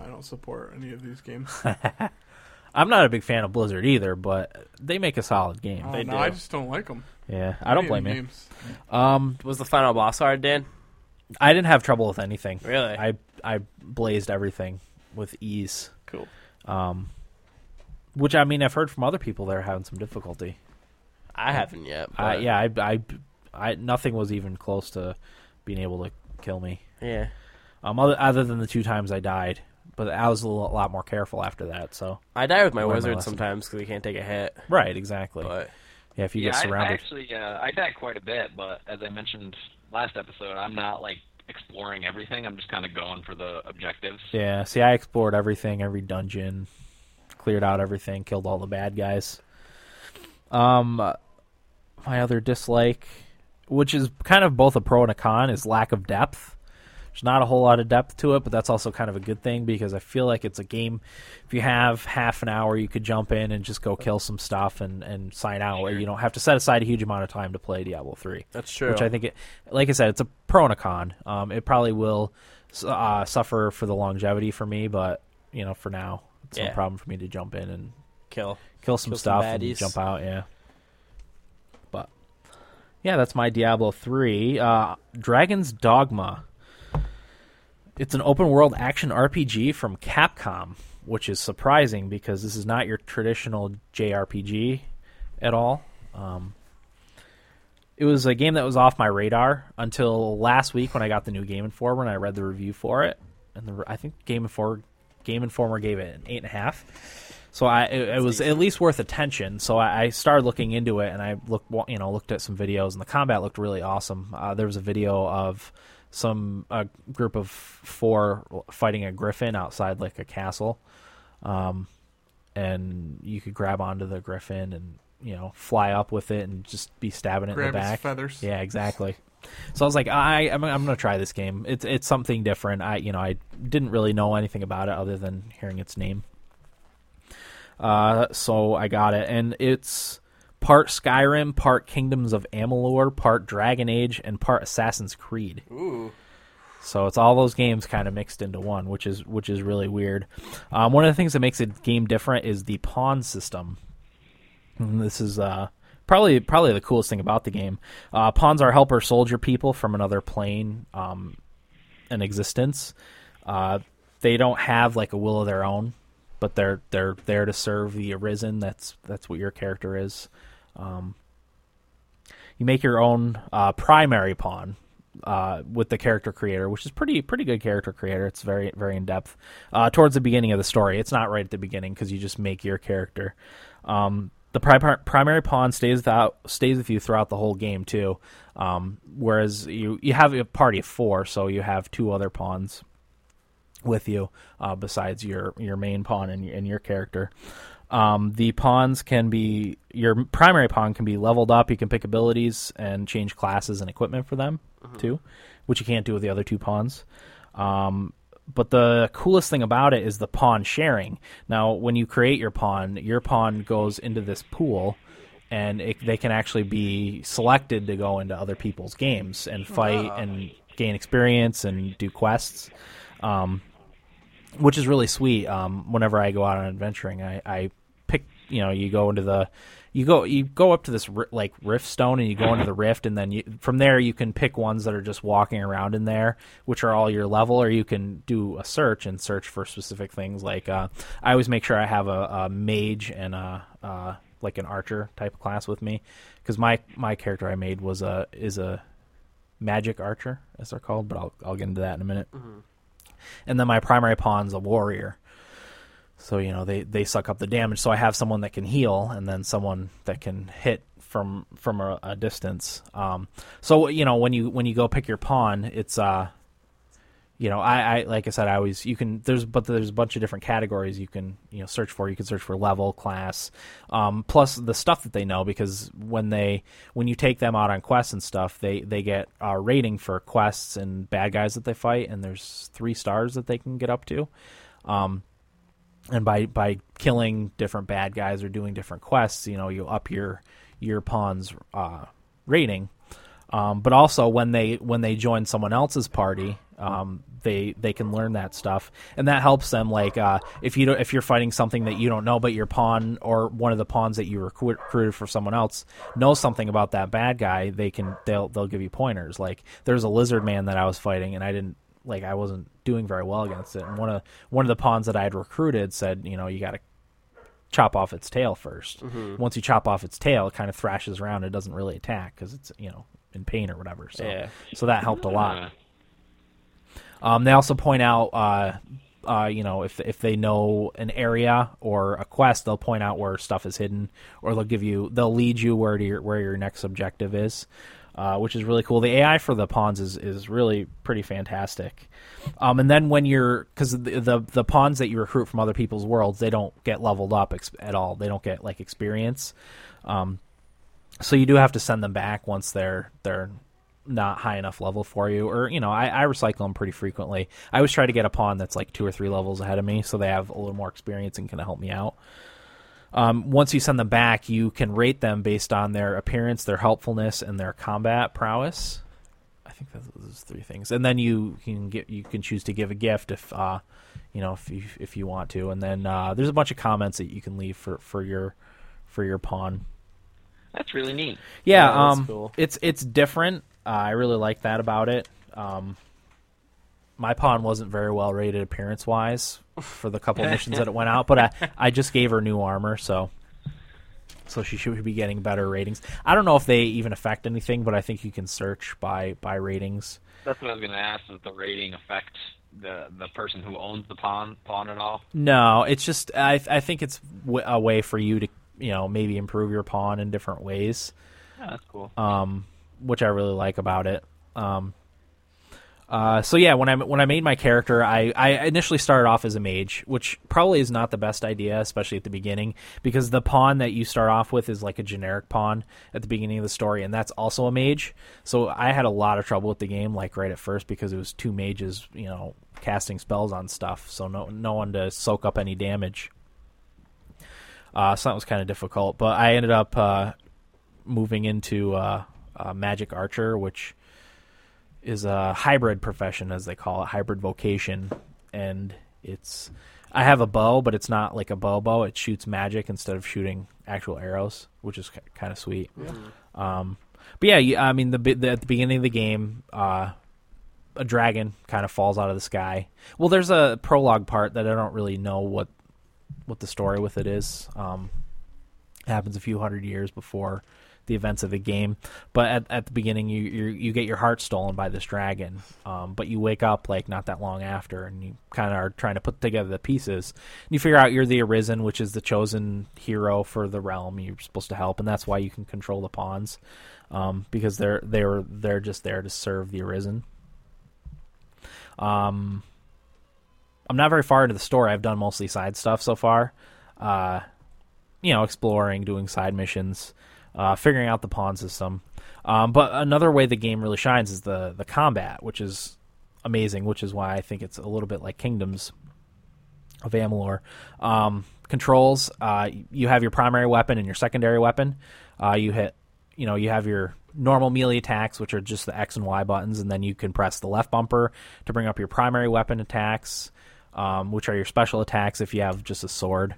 S2: I don't support any of these games.
S1: I'm not a big fan of Blizzard either, but they make a solid game.
S2: Oh,
S3: They
S2: no,
S3: do.
S2: I just don't like them.
S1: yeah, I don't blame you.
S2: Games.
S1: Um,
S3: Was the final boss hard, Dan?
S1: I didn't have trouble with anything.
S3: Really?
S1: I, I blazed everything with ease, um,
S3: Cool.
S1: which, I mean, I've heard from other people that are having some difficulty.
S3: I haven't yet.
S1: I
S3: but-
S1: yeah, I, I, I, nothing was even close to being able to kill me.
S3: Yeah.
S1: Um, other, other than the two times I died, but I was a lo- lot more careful after that. So
S3: I die with my
S1: Learn my
S3: wizard
S1: lesson.
S3: sometimes because he can't take a hit.
S1: right, exactly.
S3: But
S1: yeah, if you
S6: yeah,
S1: get
S6: I- I,
S1: surrounded,
S6: actually, uh, I died quite a bit, but as I mentioned last episode, I'm not like exploring everything. I'm just kind of going for the objectives.
S1: yeah. See, I explored everything, every dungeon, cleared out everything, killed all the bad guys. Um, uh, my other dislike, which is kind of both a pro and a con, is lack of depth. There's not a whole lot of depth to it, but that's also kind of a good thing because I feel like it's a game. If you have half an hour, you could jump in and just go kill some stuff and, and sign out. You don't have to set aside a huge amount of time to play Diablo three.
S3: That's true.
S1: Which I think, it, like I said, it's a pro and a con. Um, it probably will s- uh, suffer for the longevity for me, but you know, for now, it's
S3: Yeah.
S1: no problem for me to jump in and
S3: kill.
S1: kill some
S3: Kill some
S1: stuff and
S3: baddies.
S1: jump out. Yeah. But yeah, that's my Diablo three. Uh, Dragon's Dogma. It's an open world action RPG from Capcom, which is surprising because this is not your traditional JRPG at all. Um, it was a game that was off my radar until last week when I got the new Game Informer and I read the review for it, and the, I think Game Informer Game Informer gave it an eight and a half. So I it, it was at least worth attention. So I, I started looking into it, and I looked wa- you know looked at some videos, and the combat looked really awesome. Uh, there was a video of some a group of four fighting a griffin outside like a castle, um, and you could grab onto the griffin and you know fly up with it and just be stabbing it in
S2: Grab
S1: the
S2: his
S1: back.
S2: feathers.
S1: Yeah, exactly. So I was like, I I'm, I'm gonna try this game. It's it's something different. I you know I didn't really know anything about it other than hearing its name. Uh, so I got it, and it's part Skyrim, part Kingdoms of Amalur, part Dragon Age, and part Assassin's Creed.
S3: Ooh.
S1: So it's all those games kind of mixed into one, which is which is really weird. Um, one of the things that makes a game different is the pawn system. And this is uh, probably probably the coolest thing about the game. Uh, pawns are helper soldier people from another plane um, in existence. Uh, they don't have like a will of their own, but they're they're there to serve the arisen. That's that's what your character is Um, you make your own uh, primary pawn uh, with the character creator, which is pretty pretty good character creator. It's very very in depth uh, towards the beginning of the story. It's not right at the beginning because you just make your character. Um, the pri- primary pawn stays without, stays with you throughout the whole game too. Um, whereas you you have a party of four, so you have two other pawns with you uh, besides your your main pawn and, and your character. Um, the pawns can be your primary pawn can be leveled up. You can pick abilities and change classes and equipment for them too, which you can't do with the other two pawns. Um, but the coolest thing about it is the pawn sharing. Now, when you create your pawn, your pawn goes into this pool, and it, they can actually be selected to go into other people's games and fight and gain experience and do quests which is really sweet. Um, whenever I go out on adventuring, I, I pick you know you go into the you go you go up to this ri- like rift stone and you go into the rift and then you, from there you can pick ones that are just walking around in there which are all your level or you can do a search and search for specific things like uh, i always make sure i have a, a mage and a uh, like an archer type of class with me because my my character i made was a is a magic archer as they're called but i'll, I'll get into that in a minute and then my primary pawn's a warrior. So you know they they suck up the damage. So I have someone that can heal, and then someone that can hit from from a, a distance. Um, so you know when you when you go pick your pawn, it's uh, you know I, I like I said I always you can there's but there's a bunch of different categories you can you know search for. You can search for level, class, um, plus the stuff that they know because when they when you take them out on quests and stuff, they they get a rating for quests and bad guys that they fight, and there's three stars that they can get up to Um, and by by killing different bad guys or doing different quests, you know, you up your your pawn's uh, rating. Um, but also when they when they join someone else's party, um, they they can learn that stuff, and that helps them. Like uh, if you don't, if you're fighting something that you don't know, but your pawn or one of the pawns that you recruit- recruited for someone else knows something about that bad guy, they can they'll they'll give you pointers. Like there's a lizard man that I was fighting, and I didn't like I wasn't doing very well against it. And one of one of the pawns that I had recruited said, you know, you got to chop off its tail 1st Once you chop off its tail, it kind of thrashes around. It doesn't really attack because it's you know in pain or whatever. So
S3: Yeah.
S1: so that helped a lot.
S6: Uh,
S1: Um, they also point out, uh, uh, you know, if if they know an area or a quest, they'll point out where stuff is hidden, or they'll give you, they'll lead you where to your where your next objective is, uh, which is really cool. The AI for the pawns is is really pretty fantastic. Um, and then when you're, because the, the the pawns that you recruit from other people's worlds, they don't get leveled up ex- at all. They don't get like experience. Um, so you do have to send them back once they're they're not high enough level for you or you know I, I recycle them pretty frequently i always try to get a pawn that's like two or three levels ahead of me so they have a little more experience and can help me out um, once you send them back you can rate them based on their appearance their helpfulness and their combat prowess i think that's those three things and then you can get you can choose to give a gift if uh you know if you if you want to and then uh, there's a bunch of comments that you can leave for for your for your pawn
S6: That's really neat.
S1: yeah,
S3: Yeah, Oh, that's
S1: um,
S3: cool.
S1: it's it's different. Uh, I really like that about it. Um, my pawn wasn't very well rated appearance wise for the couple missions that it went out, but I, I just gave her new armor, so so she should be getting better ratings. I don't know if they even affect anything, but I think you can search by by ratings.
S6: That's what I was going to ask. Does the rating affect the the person who owns the pawn pawn at all?
S1: No, it's just I I think it's w- a way for you to you know maybe improve your pawn in different ways.
S6: Yeah, that's cool.
S1: um, which I really like about it. Um, uh, so yeah, when I when I made my character, I, I initially started off as a mage, which probably is not the best idea, especially at the beginning, because the pawn that you start off with is like a generic pawn at the beginning of the story, and that's also a mage. So I had a lot of trouble with the game, like right at first, because it was two mages, you know, casting spells on stuff, so no no one to soak up any damage. Uh, so that was kind of difficult, but I ended up uh, moving into uh, uh, magic archer, which is a hybrid profession, as they call it, hybrid vocation, and it's I have a bow, but it's not like a bow bow. It shoots magic instead of shooting actual arrows, which is kind of sweet. Um, but yeah, you- I mean, the, bi- the at the beginning of the game, uh, a dragon kind of falls out of the sky. Well, there's a prologue part that I don't really know what what the story with it is. Um, it happens a few hundred years before the events of the game. But at, at the beginning, you, you you get your heart stolen by this dragon. Um, but you wake up like not that long after, and you kind of are trying to put together the pieces. And you figure out you're the Arisen, which is the chosen hero for the realm. You're supposed to help, and that's why you can control the pawns, um, because they're they're they're just there to serve the Arisen. Um, I'm not very far into the story. I've done mostly side stuff so far. Uh, you know, exploring, doing side missions, uh, figuring out the pawn system. Um, but another way the game really shines is the the combat, which is amazing, which is why I think it's a little bit like Kingdoms of Amalur. Um, controls: uh, you have your primary weapon and your secondary weapon. Uh, you hit, you know, you have your normal melee attacks, which are just the X and Y buttons, and then you can press the left bumper to bring up your primary weapon attacks, um, which are your special attacks if you have just a sword.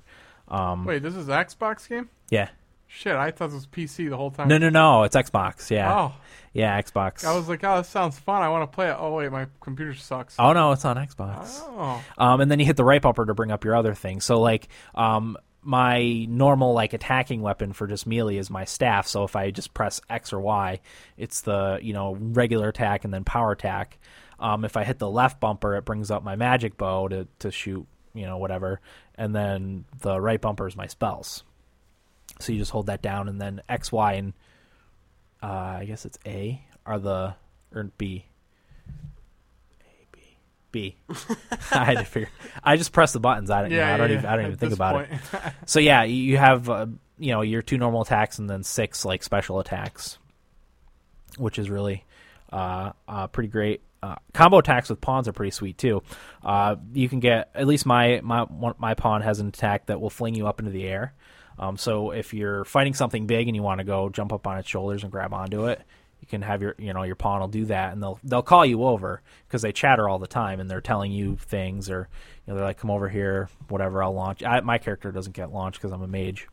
S1: Um,
S2: Wait, this is an Xbox game?
S1: yeah.
S2: Shit, I thought this was PC the whole time.
S1: No, no, no. It's Xbox. Yeah.
S2: Oh,
S1: Yeah, Xbox.
S2: I was like, oh, this sounds fun. I want to play it. Oh wait, my computer sucks.
S1: Oh no, it's on Xbox.
S2: Oh.
S1: Um, and then you hit the right bumper to bring up your other thing. So like, um, my normal like attacking weapon for just melee is my staff. So if I just press X or Y, it's the you know regular attack and then power attack. Um, if I hit the left bumper, it brings up my magic bow to to shoot you know whatever, and then the right bumper is my spells. So you just hold that down, and then X, Y, and uh, I guess it's A are the or B. A B B. I had to figure. I just press the buttons. I don't. you know, I don't even. I don't even
S2: at
S1: think
S2: this
S1: about it.
S2: point.
S1: So yeah, you- you have uh, you know your two normal attacks and then six like special attacks, which is really uh, uh, pretty great. Uh, combo attacks with pawns are pretty sweet too. Uh, you can get at least my my one, my pawn has an attack that will fling you up into the air. Um, so if you're fighting something big and you want to go jump up on its shoulders and grab onto it, you can have your you know your pawn will do that and they'll they'll call you over because they chatter all the time and they're telling you things or you know they're like come over here whatever I'll launch. I, my character doesn't get launched because I'm a mage,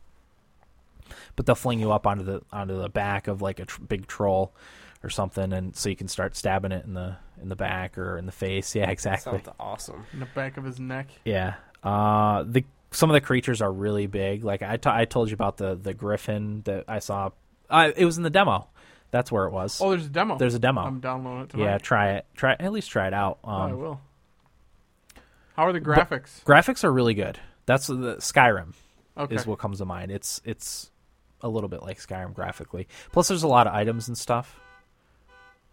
S1: but they'll fling you up onto the onto the back of like a tr- big troll or something and so you can start stabbing it in the in the back or in the face. Yeah, exactly.
S3: Sounds awesome.
S2: In the back of his neck.
S1: Yeah. Uh, the some of the creatures are really big. Like I t- I told you about the the griffin that I saw. I, it was in the demo. That's where it was.
S2: Oh, there's a demo.
S1: There's a demo.
S2: I'm downloading it tonight.
S1: yeah, try it. Try at least try it out. Um,
S2: Oh, I will. How are the graphics?
S1: graphics are really good. That's the Skyrim
S2: okay.
S1: is what comes to mind. It's it's a little bit like Skyrim graphically. Plus, there's a lot of items and stuff.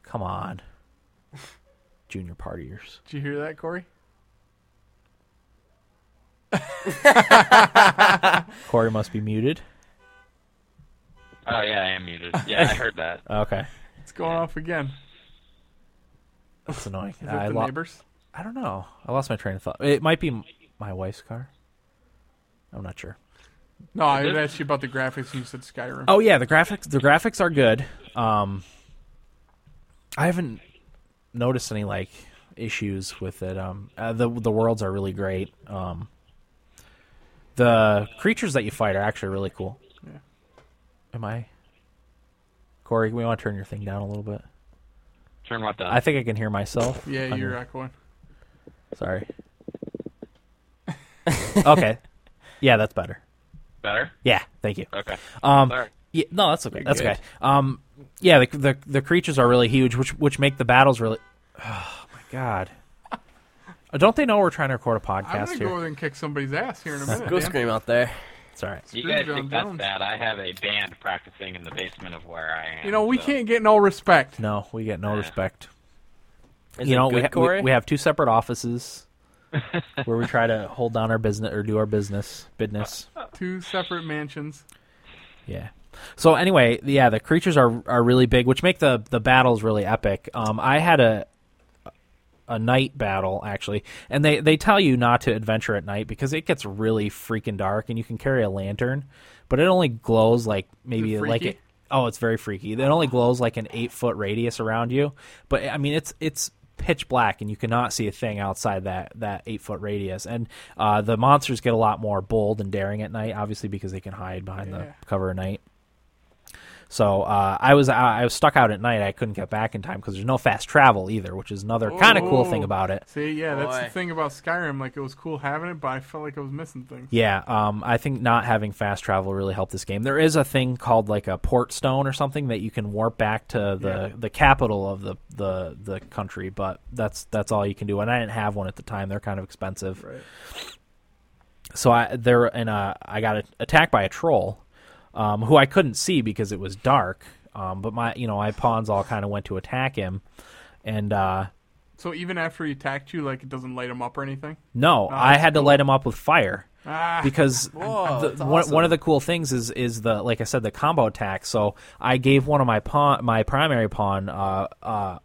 S1: Come on, junior partiers.
S2: Did you hear that, Corey?
S1: Corey must be muted.
S6: Oh yeah, I am muted. Yeah, I heard that.
S1: Okay,
S2: It's going off again.
S1: that's annoying.
S2: Is
S1: I,
S2: it the
S1: lo-
S2: neighbors?
S1: I don't know. I lost my train of thought. It might be m- my wife's car. I'm not sure.
S2: No, I had asked you about the graphics and you said Skyrim.
S1: Oh yeah, the graphics the graphics are good. Um, I haven't noticed any like issues with it. Um, uh, the the worlds are really great. Um, the creatures that you fight are actually really cool.
S2: Yeah.
S1: Am I? Corey, we want to turn your thing down a little bit.
S6: Turn what down.
S1: I think I can hear myself.
S2: Yeah,
S1: I'm-
S2: you're echoing.
S1: Sorry. okay. Yeah, that's better.
S6: Better.
S1: Yeah, thank you.
S6: Okay.
S1: Um,
S6: Sorry.
S1: Yeah, no, that's okay. That's
S3: good.
S1: okay. Um, yeah, the, the the creatures are really huge, which which make the battles really. Oh my god! Uh, Don't they know we're trying to record a
S2: I'm
S1: podcast
S2: gonna
S1: here?
S2: go over there and kick somebody's ass here in a minute.
S3: Go
S2: Dan.
S3: scream out there.
S1: It's all right.
S6: You guys
S2: John
S6: think that's
S2: Jones.
S6: bad? I have a band practicing in the basement of where I am.
S2: You know, we
S6: so-
S2: can't get no respect.
S1: No, we get no
S6: Yeah.
S1: respect.
S3: Is
S1: you
S3: it
S1: know, we,
S3: good,
S1: ha-
S3: Corey?
S1: we we have two separate offices where we try to hold down our business or do our business business.
S2: Two separate mansions.
S1: Yeah. So anyway, yeah, the creatures are are really big, which make the the battles really epic. Um, I had a a night battle actually, and they they tell you not to adventure at night because it gets really freaking dark, and you can carry a lantern, but it only glows like maybe
S2: Is it
S1: like
S2: freaky?
S1: it. Oh, it's very freaky. It only glows like an eight foot radius around you, but I mean it's it's pitch black and you cannot see a thing outside that that eight foot radius. And uh, the monsters get a lot more bold and daring at night, obviously because they can hide behind
S2: Yeah.
S1: the cover of night. So uh, I was I I was stuck out at night. I couldn't get back in time because there's no fast travel either, which is another kind of cool
S2: Oh.
S1: thing about it.
S2: See, yeah, that's the
S3: Boy.
S2: thing about Skyrim. Like, it was cool having it, but I felt like I was missing things.
S1: Yeah, um, I think not having fast travel really helped this game. There is a thing called like a port stone or something that you can warp back to the,
S2: Yeah.
S1: the capital of the, the the country, but that's that's all you can do. And I didn't have one at the time; they're kind of expensive.
S2: Right.
S1: So I there and uh, I got a, attacked by a troll, um, who I couldn't see because it was dark. Um, but my you know my pawns all kind of went to attack him, and uh,
S2: So even after he attacked you, like, it doesn't light him up or anything?
S1: No, I
S2: Oh, that's
S1: had to light him up with fire
S2: Ah,
S1: because
S3: Whoa,
S1: the,
S3: that's
S1: one,
S3: awesome.
S1: one of the cool things is is the like I said the combo attack. So I gave one of my pawn my primary pawn uh, uh,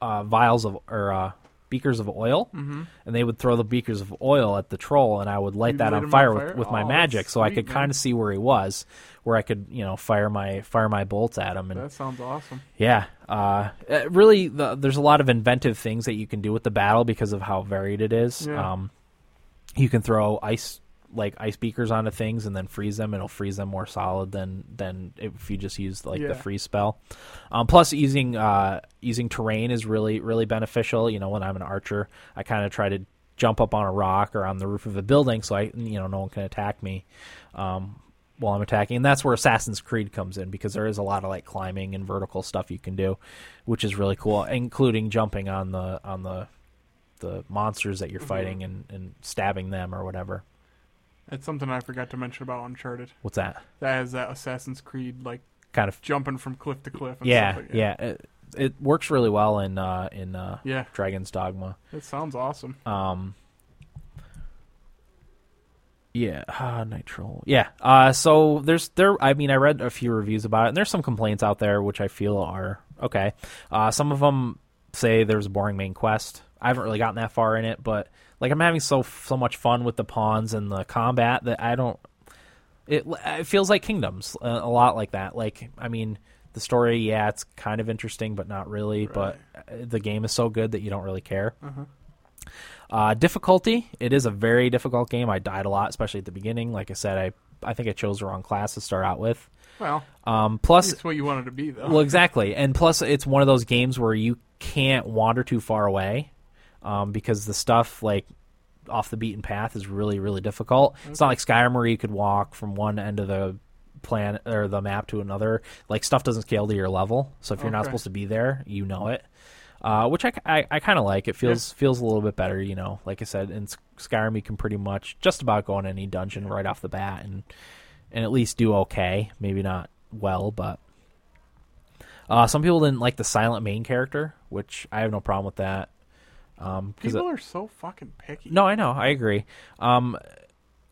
S1: uh, vials of or uh, beakers of oil, and they would throw the beakers of oil at the troll, and I would light
S2: Mm-hmm. You
S1: that
S2: lit him
S1: on
S2: on
S1: fire,
S2: fire?
S1: with, with
S2: Oh,
S1: my
S2: that's
S1: magic, so I
S2: sweet,
S1: could
S2: man.
S1: kind of see where he was, where I could you know fire my fire my bolts at him, and
S2: that sounds awesome.
S1: yeah, uh, uh, really, the, there's a lot of inventive things that you can do with the battle because of how varied it is.
S2: Yeah.
S1: Um, you can throw ice like ice beakers onto things and then freeze them. It'll freeze them more solid than than if you just use like
S2: Yeah.
S1: the freeze spell. Um, plus, using uh, using terrain is really really beneficial. You know, when I'm an archer, I kind of try to jump up on a rock or on the roof of a building so I you know no one can attack me. Um, while I'm attacking. And that's where Assassin's Creed comes in because there is a lot of like climbing and vertical stuff you can do, which is really cool, including jumping on the on the the monsters
S2: Mm-hmm.
S1: that you're fighting and, and stabbing them or whatever.
S2: That's something I forgot to mention about Uncharted.
S1: What's that?
S2: That has that Assassin's Creed, like,
S1: Kind of
S2: jumping from cliff to cliff. And
S1: yeah,
S2: stuff like that.
S1: yeah. It, it works really well in uh in uh
S2: Yeah,
S1: Dragon's Dogma.
S2: that sounds awesome.
S1: Um, yeah, uh, Nitro. Yeah. Uh, so there's there. I mean, I read a few reviews about it, and there's some complaints out there, which I feel are okay. Uh, some of them say there's a boring main quest. I haven't really gotten that far in it, but like I'm having so so much fun with the pawns and the combat that I don't. It it feels like Kingdoms a, a lot like that. Like I mean. The story, yeah, it's kind of interesting, but not really. But But uh, the game is so good that you don't really care. Uh, difficulty. It is a very difficult game. I died a lot, especially at the beginning. Like I said, I I think I chose the wrong class to start out with.
S2: Well,
S1: Um, plus,
S2: it's what you wanted to be, though.
S1: well, exactly, and plus, it's one of those games where you can't wander too far away, um, because the stuff like off the beaten path is really really difficult. It's not like Skyrim where you could walk from one end of the plan or the map to another. Like stuff doesn't scale to your level, so if you're not
S2: Okay.
S1: supposed to be there, you know it. Uh, which I, I, kind of like. It feels feels a little bit better, you know. Like I said, in S- Skyrim, you can pretty much just about go in any dungeon right off the bat and and at least do okay. Maybe not well, but uh, some people didn't like the silent main character, which I have no problem with that. Um, 'cause it-
S2: People are so fucking picky.
S1: no, I know. I agree. Um,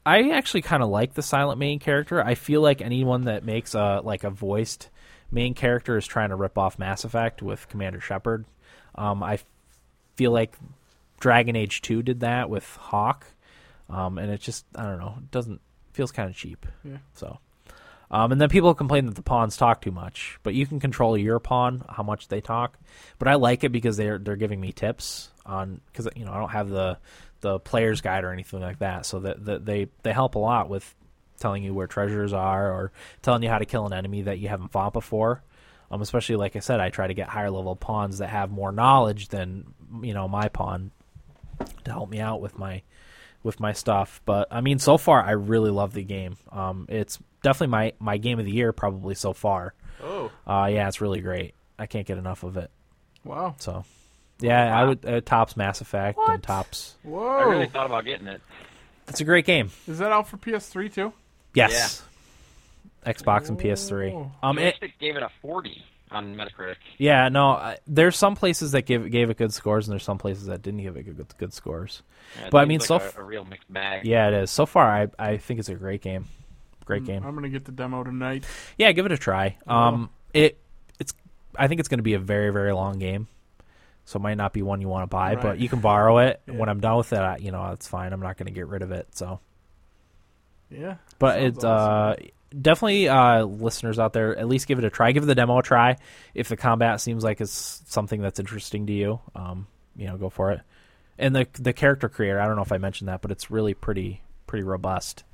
S1: I actually kind of like the silent main character. I feel like anyone that makes a like a voiced main character is trying to rip off Mass Effect with Commander Shepard. Um, I f- feel like Dragon Age Two did that with Hawk, um, and it just I don't know. It doesn't feels kind of cheap.
S2: Yeah.
S1: So. Um, and then people complain that the pawns talk too much, but you can control your pawn how much they talk. But I like it because they're they're giving me tips on because you know I don't have the the player's guide or anything like that, so that that they they help a lot with telling you where treasures are or telling you how to kill an enemy that you haven't fought before. Um, especially like I said, I try to get higher level pawns that have more knowledge than you know my pawn to help me out with my with my stuff. But I mean, so far I really love the game. Um, it's definitely my my game of the year probably so far.
S3: Oh,
S1: Uh, yeah, it's really great. I can't get enough of it.
S2: Wow.
S1: So, yeah, I would uh, tops Mass Effect and tops.
S2: Whoa.
S6: I really thought about getting it.
S1: It's a great game.
S2: Is that out for PS3 too?
S1: Yes. Xbox and PS3.
S2: Ooh.
S1: Um, it,
S6: Joystick gave it a 40 on Metacritic.
S1: yeah, no, I, there's some places that give gave it good scores, and there's some places that didn't give it good good scores.
S6: Yeah, it
S1: But, I
S6: seems
S1: mean,
S6: like
S1: so
S6: a-
S1: f-
S6: a, real mixed bag.
S1: Yeah, it is. So far, I I think it's a great game. Great game.
S2: Mm, I'm gonna get the demo tonight.
S1: Yeah, give it a try.
S2: Oh.
S1: Um, it it's I think it's going to be a very very long game, so it might not be one you want to buy, but
S2: Right.
S1: you can borrow it.
S2: Yeah.
S1: When I'm done with it, I, you know it's fine. I'm not going to get rid of it. So,
S2: Yeah.
S1: but
S2: Sounds
S1: it's
S2: awesome.
S1: uh, definitely uh, listeners out there, at least give it a try. Give the demo a try. If the combat seems like it's something that's interesting to you, um, you know, go for it. And the the character creator, I don't know if I mentioned that, but it's really pretty pretty robust.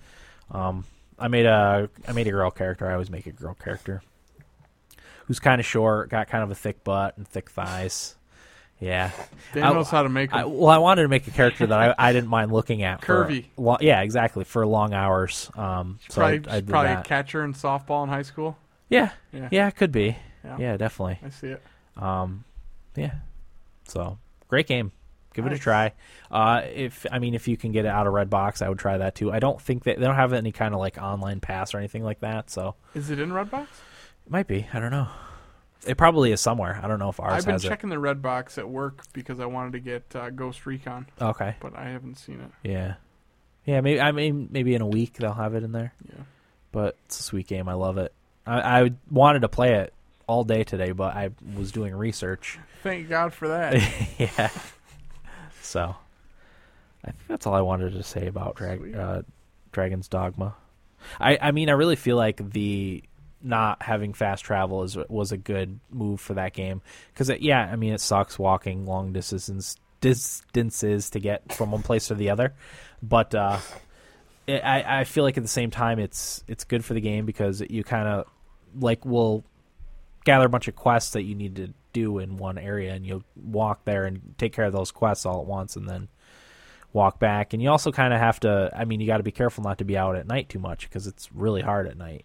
S1: Um, I made a I made a girl character. I always make a girl character who's kind of short, got kind of a thick butt and thick thighs. Yeah,
S2: Dan
S1: I-
S2: knows how to make
S1: I,
S2: them.
S1: well, I wanted to make a character that I, I didn't mind looking at. for
S2: Curvy.
S1: lo- yeah, exactly. For long hours. Um, so I-
S2: probably
S1: I, did
S2: probably a
S1: that.
S2: catcher in softball in high school.
S1: yeah,
S2: Yeah.
S1: yeah, it could be.
S2: Yeah.
S1: Yeah, definitely.
S2: I see it.
S1: Um, yeah. So great game. Give it a
S2: Nice.
S1: try. Uh, if I mean, if you can get it out of Redbox, I would try that too. I don't think that they don't have any kind of like online pass or anything like that. So
S2: Is it in Redbox?
S1: it might be. I don't know. It probably is somewhere. I don't know if ours
S2: I've been
S1: has
S2: checking the Redbox at work because I wanted to get uh, Ghost Recon,
S1: it. Okay.
S2: but I haven't seen it.
S1: Yeah. Yeah. Maybe. I mean, maybe in a week they'll have it in there.
S2: Yeah.
S1: but it's a sweet game. I love it. I, I wanted to play it all day today, but I was doing research.
S2: Thank God for that.
S1: yeah. So, I think that's all I wanted to say about Drag-
S2: Sweet.
S1: uh, Dragon's Dogma. I, I mean, I really feel like the not having fast travel is was a good move for that game because yeah, I mean, it sucks walking long distances distances to get from one place to the other, but uh, it, I I feel like at the same time it's it's good for the game because you kind of like will gather a bunch of quests that you need to do in one area and you'll walk there and take care of those quests all at once and then walk back and you also kind of have to i mean you got to be careful not to be out at night too much because it's really hard at night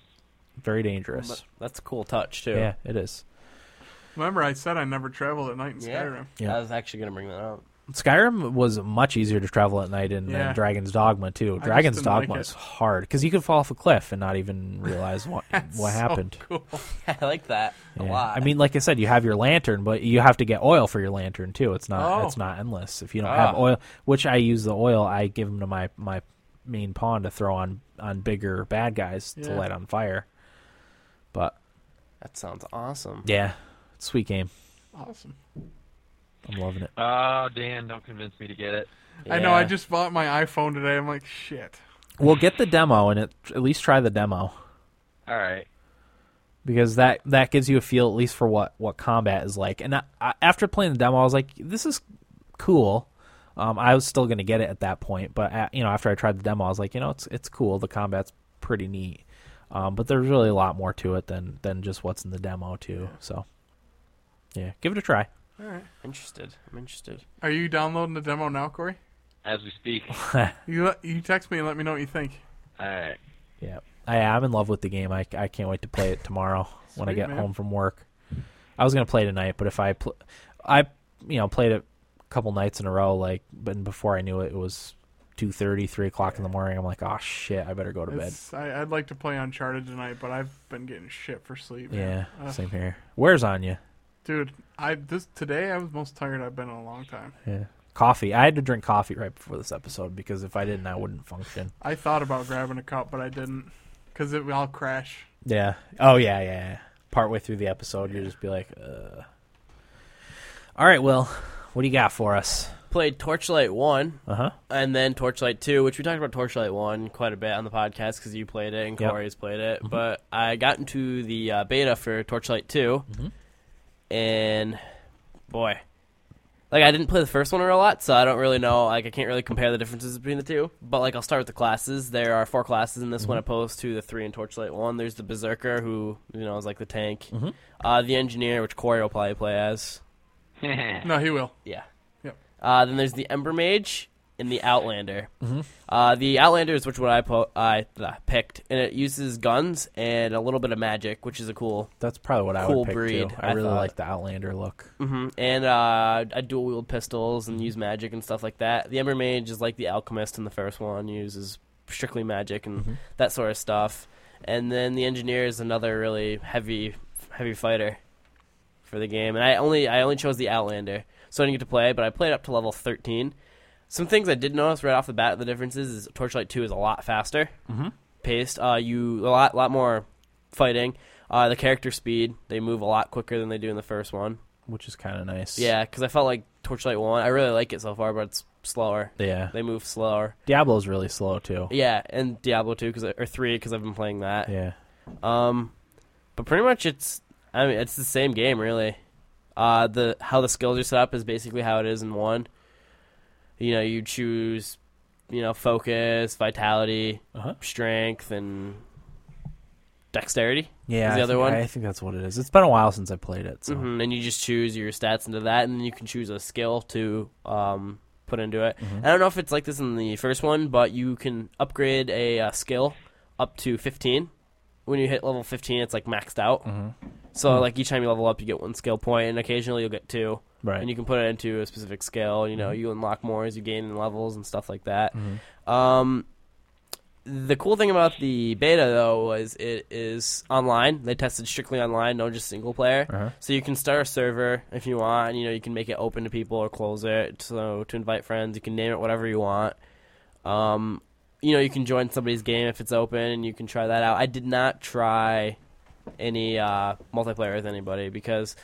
S1: very dangerous
S3: that's a cool touch too.
S1: yeah it is
S2: Remember, I said I never traveled at night in
S3: Yeah.
S2: Skyrim.
S1: Yeah.
S3: I was actually gonna bring that up.
S1: skyrim was much easier to travel at night in
S2: Yeah.
S1: than dragon's dogma too
S2: just
S1: dragon's
S2: didn't like
S1: dogma
S2: it.
S1: is hard because you could fall off a cliff and not even realize what what
S2: So
S1: happened
S2: Oh, cool.
S3: I like that a
S1: Yeah.
S3: lot.
S1: I mean, like I said, you have your lantern, but you have to get oil for your lantern too. It's not
S2: Oh.
S1: it's not endless. If you don't
S3: Ah.
S1: have oil, which I use the oil, I give them to my my main pawn to throw on on bigger bad guys to
S2: Yeah.
S1: light on fire. But
S3: that sounds awesome.
S1: yeah, sweet game.
S2: Awesome.
S1: I'm loving
S3: Uh,
S1: it.
S6: Oh, Dan, don't convince me to get it.
S2: I know. I
S3: Yeah.
S2: just bought my iPhone today. I'm like, shit.
S1: Well, get the demo and it, at least try the demo
S6: All right.
S1: because that that gives you a feel at least for what what combat is like. And I, I, after playing the demo, I was like, this is cool. Um, I was still going to get it at that point, but uh you know, after I tried the demo, I was like, you know, it's it's cool. The combat's pretty neat, um, but there's really a lot more to it than than just what's in the demo too. So, yeah, give it a try.
S2: All right.
S3: interested. I'm interested.
S2: Are you downloading the demo now, Corey?
S6: As we speak.
S2: You let, you text me and let me know what you think.
S6: All right.
S1: Yeah, I am in love with the game. I, I can't wait to play it tomorrow when I
S2: Sweet,
S1: get
S2: man.
S1: home from work. I was gonna play tonight, but if I pl- I you know played it a couple nights in a row, like but before I knew it, it was two thirty, three o'clock in the morning. I'm like, oh shit, I better go to bed.
S2: It's- I, I'd like to play Uncharted tonight, but I've been getting shit for sleep.
S1: Yeah,
S2: man. Ugh.
S1: same here. Where's Anya?
S2: dude, I this today I was most tired I've been in a long time.
S1: Yeah, coffee. I had to drink coffee right before this episode because if I didn't, I wouldn't function.
S2: I thought about grabbing a cup, but I didn't because it would all crash.
S1: Yeah. Oh yeah, yeah. yeah. Partway through the episode, you just be like, uh. "All right, Will, what do you got for us?"
S3: Played Torchlight One
S1: Uh
S2: Uh-huh.
S1: huh.
S3: and then Torchlight Two, which we talked about Torchlight One quite a bit on the podcast because you played it and
S1: Yep.
S3: Corey's played it. But I got into the uh, beta for Torchlight 2 and boy, like I didn't play the first one a real lot, so I don't really know. Like I can't really compare the differences between the two. But like I'll start with the classes. There are four classes in this one opposed to the three in Torchlight One. There's the Berserker, who you know is like the tank. Uh, the Engineer, which Corey will probably play as.
S2: No, he will.
S3: Yeah.
S2: Yep.
S3: Uh, then there's the Ember Mage and the Outlander. Uh, the Outlander is which one I po- I uh, picked, and it uses guns and a little bit of magic, which is a cool.
S1: That's probably what I
S3: Cool
S1: would pick
S3: breed,
S1: too. I,
S3: I
S1: really
S3: thought.
S1: like the Outlander look.
S3: hmm And uh, I dual wield pistols and use magic and stuff like that. The Ember Mage is like the alchemist in the first one, uses strictly magic and that sort of stuff. And then the Engineer is another really heavy heavy fighter for the game. And I only I only chose the Outlander, so I didn't get to play. But I played up to level thirteen. Some things I did notice right off the bat, the differences is Torchlight Two is a lot faster paced. Uh, you a lot lot more fighting. Uh, the character speed they move a lot quicker than they do in the first one.
S1: which is kind of nice.
S3: Yeah, because I felt like Torchlight One. I really like it so far, but it's slower.
S1: yeah.
S3: They move slower.
S1: Diablo's really slow too.
S3: Yeah, and Diablo Two because or Three because I've been playing that.
S1: Yeah,
S3: Um, but pretty much it's I mean it's the same game really. Uh, the how the skills are set up is basically how it is in one. You know, you choose, you know, focus, vitality,
S1: Uh-huh.
S3: strength, and dexterity.
S1: yeah.
S3: Is
S1: I
S3: the other
S1: think-
S3: one?
S1: I think that's what it is. It's been a while since I played it. So
S3: Mhm, and you just choose your stats into that, and then you can choose a skill to um, put into it.
S1: Mm-hmm.
S3: I don't know if it's like this in the first one, but you can upgrade a uh, skill up to 15. When you hit level 15, it's like maxed out.
S1: Mm-hmm.
S3: So like each time you level up, you get one skill point, and occasionally you'll get two.
S1: Right. Mm-hmm.
S3: And you can put it into a specific skill. You know, you unlock more as you gain in levels and stuff like that. Um, the cool thing about the beta though was it is online. They tested strictly online, no just single player.
S1: Uh-huh.
S3: So you can start a server if you want. You know, you can make it open to people or close it. So to invite friends, you can name it whatever you want. Um, you know, you can join somebody's game if it's open, and you can try that out. I did not try any uh, multiplayer with anybody because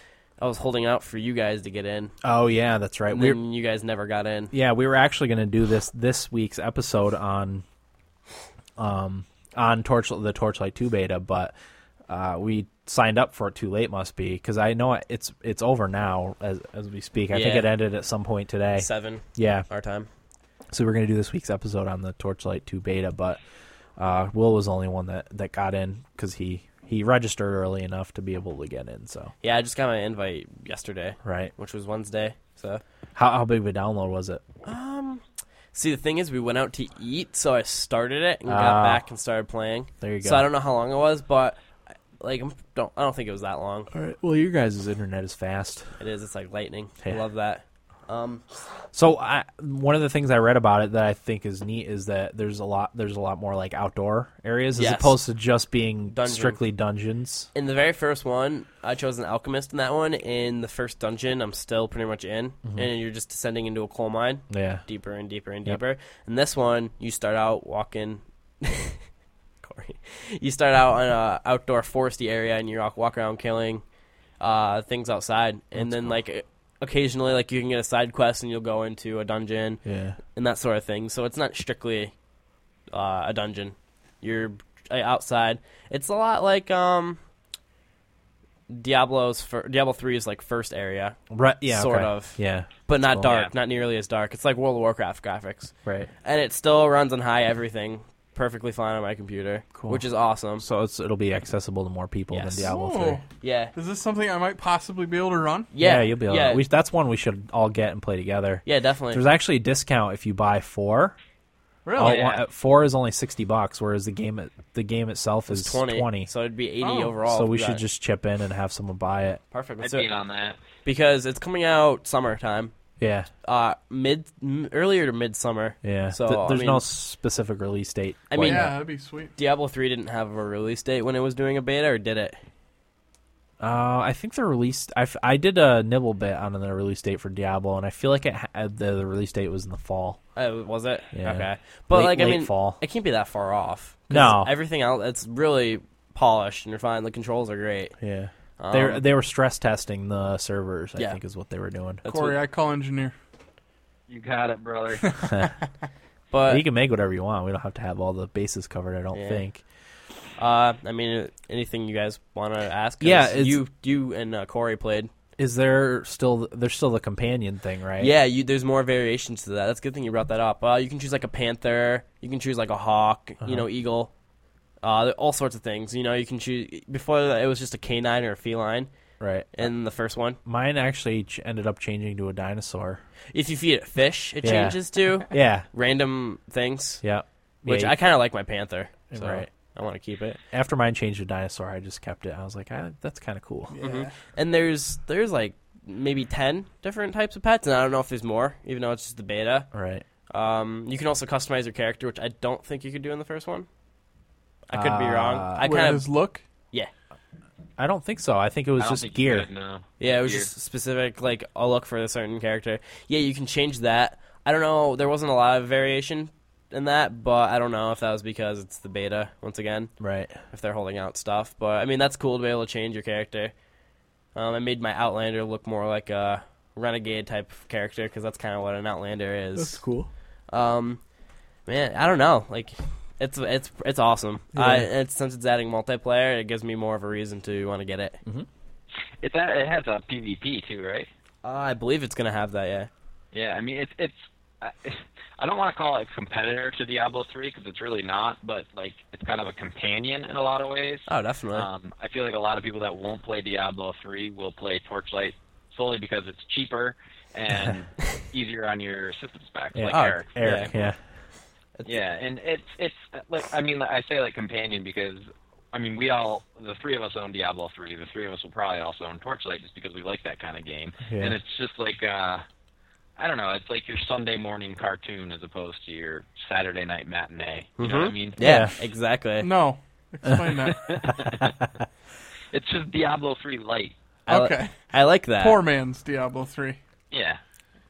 S3: I was holding out for you guys to get in,
S1: oh yeah, that's right.
S3: and
S1: We're
S3: then you guys never got in.
S1: yeah, we were actually going to do this this week's episode on um on torch the Torchlight 2 beta, but uh, we signed up for it too late must be cuz I know it's it's over now as as we speak. I think
S3: Yeah.
S1: it ended at some point today.
S3: Seven
S1: Yeah.
S3: our time.
S1: So we're going to do this week's episode on the Torchlight 2 beta, but uh, Will was the only one that that got in cuz he he registered early enough to be able to get in, so.
S3: Yeah, I just got my invite yesterday,
S1: Right.
S3: which was Wednesday. So
S1: How how big of a download was it?
S3: See, the thing is, we went out to eat, so I started it and
S1: Ah.
S3: got back and started playing.
S1: There you go.
S3: So I don't know how long it was, but like, I'm, don't I don't think it was that long.
S1: All right. Well, your guys' internet is fast.
S3: It is. It's like lightning. I
S1: Yeah.
S3: love that. Um,
S1: So I, one of the things I read about it that I think is neat is that there's a lot there's a lot more like outdoor areas
S3: Yes.
S1: as opposed to just being
S3: Dungeon.
S1: strictly dungeons.
S3: in the very first one, I chose an alchemist in that one. In the first dungeon, I'm still pretty much in,
S1: Mm-hmm.
S3: and you're just descending into a coal mine,
S1: Yeah.
S3: deeper and deeper and
S1: Yep.
S3: deeper. And this one, you start out walking. Corey, you start out on a outdoor foresty area, and you walk walk around killing uh, things outside, and then like occasionally, like you can get a side quest, and you'll go into a dungeon
S1: Yeah.
S3: and that sort of thing. So it's not strictly uh, a dungeon. You're uh, outside. It's a lot like um, Diablo's fir- Diablo 3's like first area,
S1: Right. Yeah.
S3: Sort
S1: okay.
S3: of.
S1: Yeah.
S3: but not
S1: Cool.
S3: dark, not nearly as dark. It's like World of Warcraft graphics,
S1: Right.
S3: and it still runs on high everything, perfectly fine on my computer,
S1: Cool.
S3: which is awesome.
S1: So it's it'll be accessible to more people
S3: Yes.
S1: than Diablo
S2: Oh,
S1: Three.
S3: Yeah,
S2: is this something I might possibly be able to run?
S3: yeah,
S1: you'll be able.
S3: yeah,
S1: We, that's one we should all get and play together.
S3: yeah, definitely.
S1: There's actually a discount if you buy four.
S3: Oh,
S1: All
S2: Really?
S1: at one- at four is only sixty bucks, whereas the game it, the game itself is twenty.
S3: 20, So it'd be 80
S2: Oh.
S1: so
S3: overall.
S1: we
S3: for
S1: should
S3: that.
S1: just chip in and have someone buy it.
S3: perfect.
S6: I'd
S3: Let's do
S6: be
S3: it.
S6: in on that.
S3: Because it's coming out summertime.
S1: Yeah,
S3: Uh, mid m- earlier to midsummer.
S1: yeah.
S3: So
S1: Th-
S3: I
S1: there's
S3: mean-
S1: no specific release date.
S3: I
S1: like
S3: mean-
S2: yeah,
S1: that.
S2: that'd be sweet.
S3: Diablo three didn't have a release date when it was doing a beta, or did it?
S1: uh, I think the release. I, f- I did a nibble bit on the release date for Diablo, and I feel like it had the, the release date was in the fall.
S3: Uh, was it?
S1: Yeah.
S3: Okay, but
S1: Late-
S3: like I
S1: late
S3: mean,
S1: fall.
S3: it can't be that far off. 'Cause
S1: No.
S3: everything else it's really polished and refined. The controls are great.
S1: Yeah,
S3: Um,
S1: they they were stress testing the servers. I
S3: Yeah.
S1: think is what they were doing.
S3: that's
S2: Corey,
S3: what-
S2: I call engineer.
S6: You got it, brother.
S3: but
S1: you can make whatever you want. We don't have to have all the bases covered. I don't
S3: Yeah.
S1: think.
S3: uh, I mean, anything you guys want to ask? 'Cause
S1: Yeah, it's-
S3: you you and uh, Corey played.
S1: Is there still there's still the companion thing, right?
S3: Yeah, you, there's more variations to that. That's a good thing you brought that up. Uh, you can choose like a panther. You can choose like a hawk.
S1: Uh-huh.
S3: You know, eagle. Uh, there- all sorts of things. You know, you can choose. Before that, it was just a canine or a feline.
S1: Right.
S3: In the first one,
S1: Mine actually ch- ended up changing to a dinosaur.
S3: if you feed it fish, it
S1: Yeah.
S3: changes to
S1: Yeah.
S3: random things.
S1: Yeah.
S3: Which
S1: Yeah,
S3: I kind of like my panther. So
S1: Right.
S3: I want to keep it.
S1: after mine changed to dinosaur, I just kept it. I was like, I, that's kind of cool.
S2: Yeah.
S3: And there's there's like maybe ten different types of pets, and I don't know if there's more, even though it's just the beta.
S1: Right.
S3: Um, you can also customize your character, which I don't think you could do in the first one. I could be
S1: Uh,
S3: wrong. I
S2: Where
S3: kind of
S2: does look?
S1: I don't think so. I think it was
S6: I don't
S1: just
S6: think you
S1: gear.
S6: could, no.
S3: yeah, it was
S6: Gear.
S3: just specific. Like I'll look for a certain character. Yeah, you can change that. I don't know. There wasn't a lot of variation in that, but I don't know if that was because it's the beta once again.
S1: Right.
S3: if they're holding out stuff. But I mean, that's cool to be able to change your character. Um, I made my Outlander look more like a renegade type of character because that's kind of what an Outlander is.
S1: cool.
S3: Um, man, I don't know. Like, it's it's it's awesome. I, it's, since it's adding multiplayer, it gives me more of a reason to want to get it.
S2: Mm.
S6: It's a, it has a PvP too, right?
S3: Uh, I believe it's gonna have that. Yeah.
S6: Yeah, I mean it's it's. I, I don't want to call it a competitor to Diablo 3 because it's really not, but like it's kind of a companion in a lot of ways.
S1: Uh-huh.
S3: Oh, definitely.
S4: Uh,
S6: Um, I feel like a lot of people that won't play Diablo 3 will play Torchlight solely because it's cheaper and easier on your system specs.
S1: Yeah.
S6: Like
S3: Oh,
S6: Eric.
S1: Eric. Yeah.
S6: Yeah, and it's it's uh, like I mean like, I say like companion because I mean we all the three of us own Diablo three. The three of us will probably also own Torchlight just because we like that kind of game.
S1: Yeah.
S6: And it's just like uh, I don't know, it's like your Sunday morning cartoon as opposed to your Saturday night matinee. You know what I
S3: Mhm.
S6: mean?
S3: yeah,
S1: yeah.
S3: Exactly.
S2: No. Explain that.
S6: It's just Diablo three light.
S3: I li-
S2: Okay.
S3: I like that.
S2: Poor man's Diablo 3.
S6: Yeah.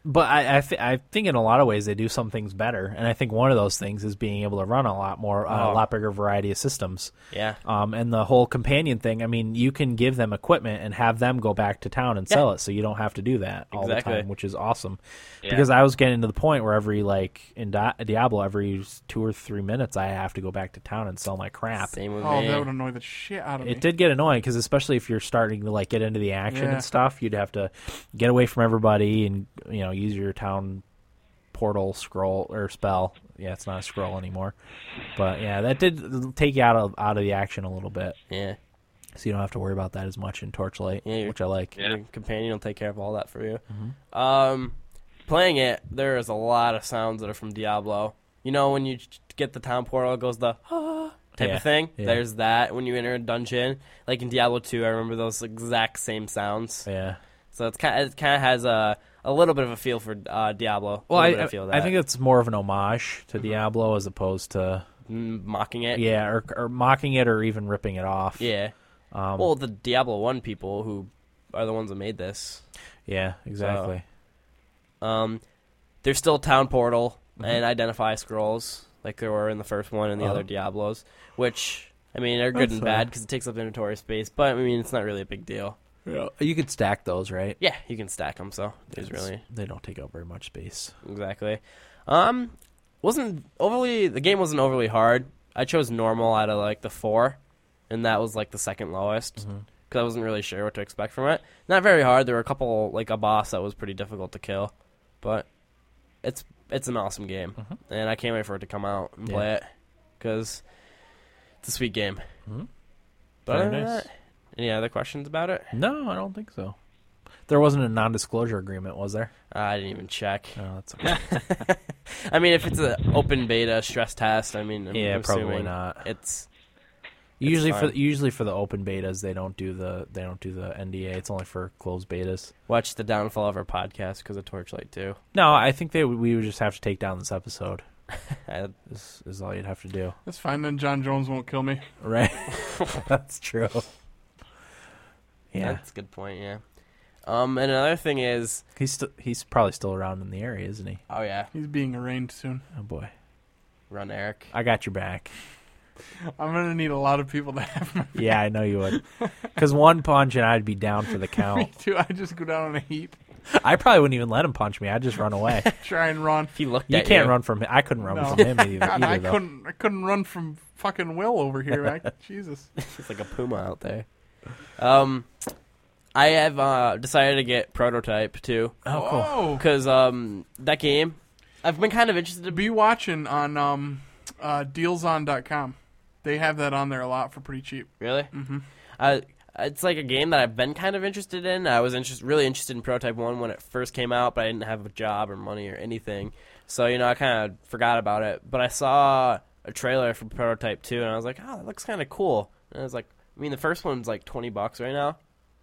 S1: But I I, thi- I think in a lot of ways they do some things better, and I think one of those things is being able to run a lot more, uh, a
S3: Oh.
S1: lot bigger variety of systems.
S3: Yeah.
S1: Um, and the whole companion thing. I mean, you can give them equipment and have them go back to town and sell it, so you don't have to do that all
S3: Exactly.
S1: the time, which is awesome.
S6: Yeah.
S1: Because I was getting to the point where every like in Di- Diablo, every two or three minutes, I have to go back to town and sell my crap.
S3: Same with
S2: Oh,
S3: me.
S2: that would annoy the shit out of me.
S1: It did get annoying because especially if you're starting to like get into the action
S2: Yeah.
S1: and stuff, you'd have to get away from everybody and you know use your town portal scroll or spell. Yeah, it's not a scroll anymore, but yeah, that did take you out of out of the action a little bit,
S3: yeah.
S1: so you don't have to worry about that as much in Torchlight,
S3: Yeah, you're-
S1: which I like.
S6: Yeah.
S3: Your companion will take care of all that for you.
S2: Mm-hmm.
S3: Um, playing it, there is a lot of sounds that are from Diablo. You know, when you ch- get the town portal, it goes the "Ah" type
S1: Yeah,
S3: of thing.
S1: yeah.
S3: There's that when you enter a dungeon, like in Diablo 2. I remember those exact same sounds.
S1: Yeah.
S3: So it's kind, it kind of has a a little bit of a feel for uh, Diablo.
S1: Well,
S3: a
S1: I,
S3: little bit
S1: I,
S3: of feel
S1: I
S3: that. Mm-hmm.
S1: think it's more of an homage to Diablo as opposed to
S3: Mm, mocking it.
S1: yeah, or, or mocking it or even ripping it off.
S3: yeah.
S1: Um,
S3: well, the Diablo One people who are the ones that made this.
S1: yeah, exactly.
S3: Um, there's still town portal and identify scrolls like there were in the first one and the
S1: Mm-hmm. Uh-huh.
S3: other Diablos, which I mean are good
S1: That's
S3: and
S1: fair.
S3: bad because it takes up inventory space, but I mean it's not really a big deal.
S1: Yeah. You could stack those, right?
S3: Yeah, you can stack them, so there's really
S1: they don't take up very much space.
S3: exactly. Um, wasn't overly the game wasn't overly hard. I chose normal out of like the four, and that was like the second lowest
S1: Mm-hmm.
S3: because I wasn't really sure what to expect from it. Not very hard. There were a couple like a boss that was pretty difficult to kill, but it's it's an awesome game, and I can't wait for it to come out and
S1: Mm-hmm. Yeah.
S3: play it because it's a sweet game.
S1: Mhm.
S3: But
S1: Very
S3: other than
S1: nice.
S3: that, any other questions about it?
S1: No, I don't think so. There wasn't a non-disclosure agreement, was there?
S3: I didn't even check.
S1: No, that's okay.
S3: I mean, if it's an open beta stress test, I mean, I'm
S1: Yeah, probably
S3: assuming
S1: not.
S3: It's
S1: usually for
S3: fine.
S1: usually for the open betas, they don't do the they don't do the NDA. It's only for closed betas.
S3: watch the downfall of our podcast because of Torchlight too.
S1: No, I think they would- we would just have to take down this episode.
S3: I,
S1: Is, is all you'd have to do,
S2: That's fine. Then John Jones won't kill me.
S1: right? that's true. Yeah,
S3: That's a good point. Yeah. Um, and another thing is,
S1: he's still he's probably still around in the area, isn't he?
S3: oh yeah,
S2: He's being arraigned soon.
S1: Oh boy,
S3: run Eric.
S1: I got your back.
S2: I'm gonna need a lot of people to have my
S1: Yeah, I know you would. Because one punch and I'd be down for the
S2: me
S1: count.
S2: too. I just go down on a heap,
S1: I probably wouldn't even let him punch me. I'd just run away.
S2: try and run.
S3: If he looked
S1: You
S3: at
S1: can't
S3: you,
S1: run from him. I couldn't run
S2: No.
S1: from him either.
S2: God,
S1: either
S2: I
S1: though.
S2: couldn't. I couldn't run from fucking Will over here. I, Jesus.
S3: It's like a puma out there. Um, I have uh, decided to get Prototype too
S1: Oh, cool.
S2: Whoa.
S3: because um that game, I've been kind of interested to be.
S2: Be watching on um, uh, dealson.com. They have that on there a lot for pretty cheap.
S3: Really? Mm-hmm. Uh, it's like a game that I've been kind of interested in. I was interest, really interested in Prototype 1 when it first came out, but I didn't have a job or money or anything. So, you know, I kind of forgot about it. But I saw a trailer for Prototype 2, and I was like, oh, that looks kind of cool. And I was like, I mean, the first one's like 20 bucks right now,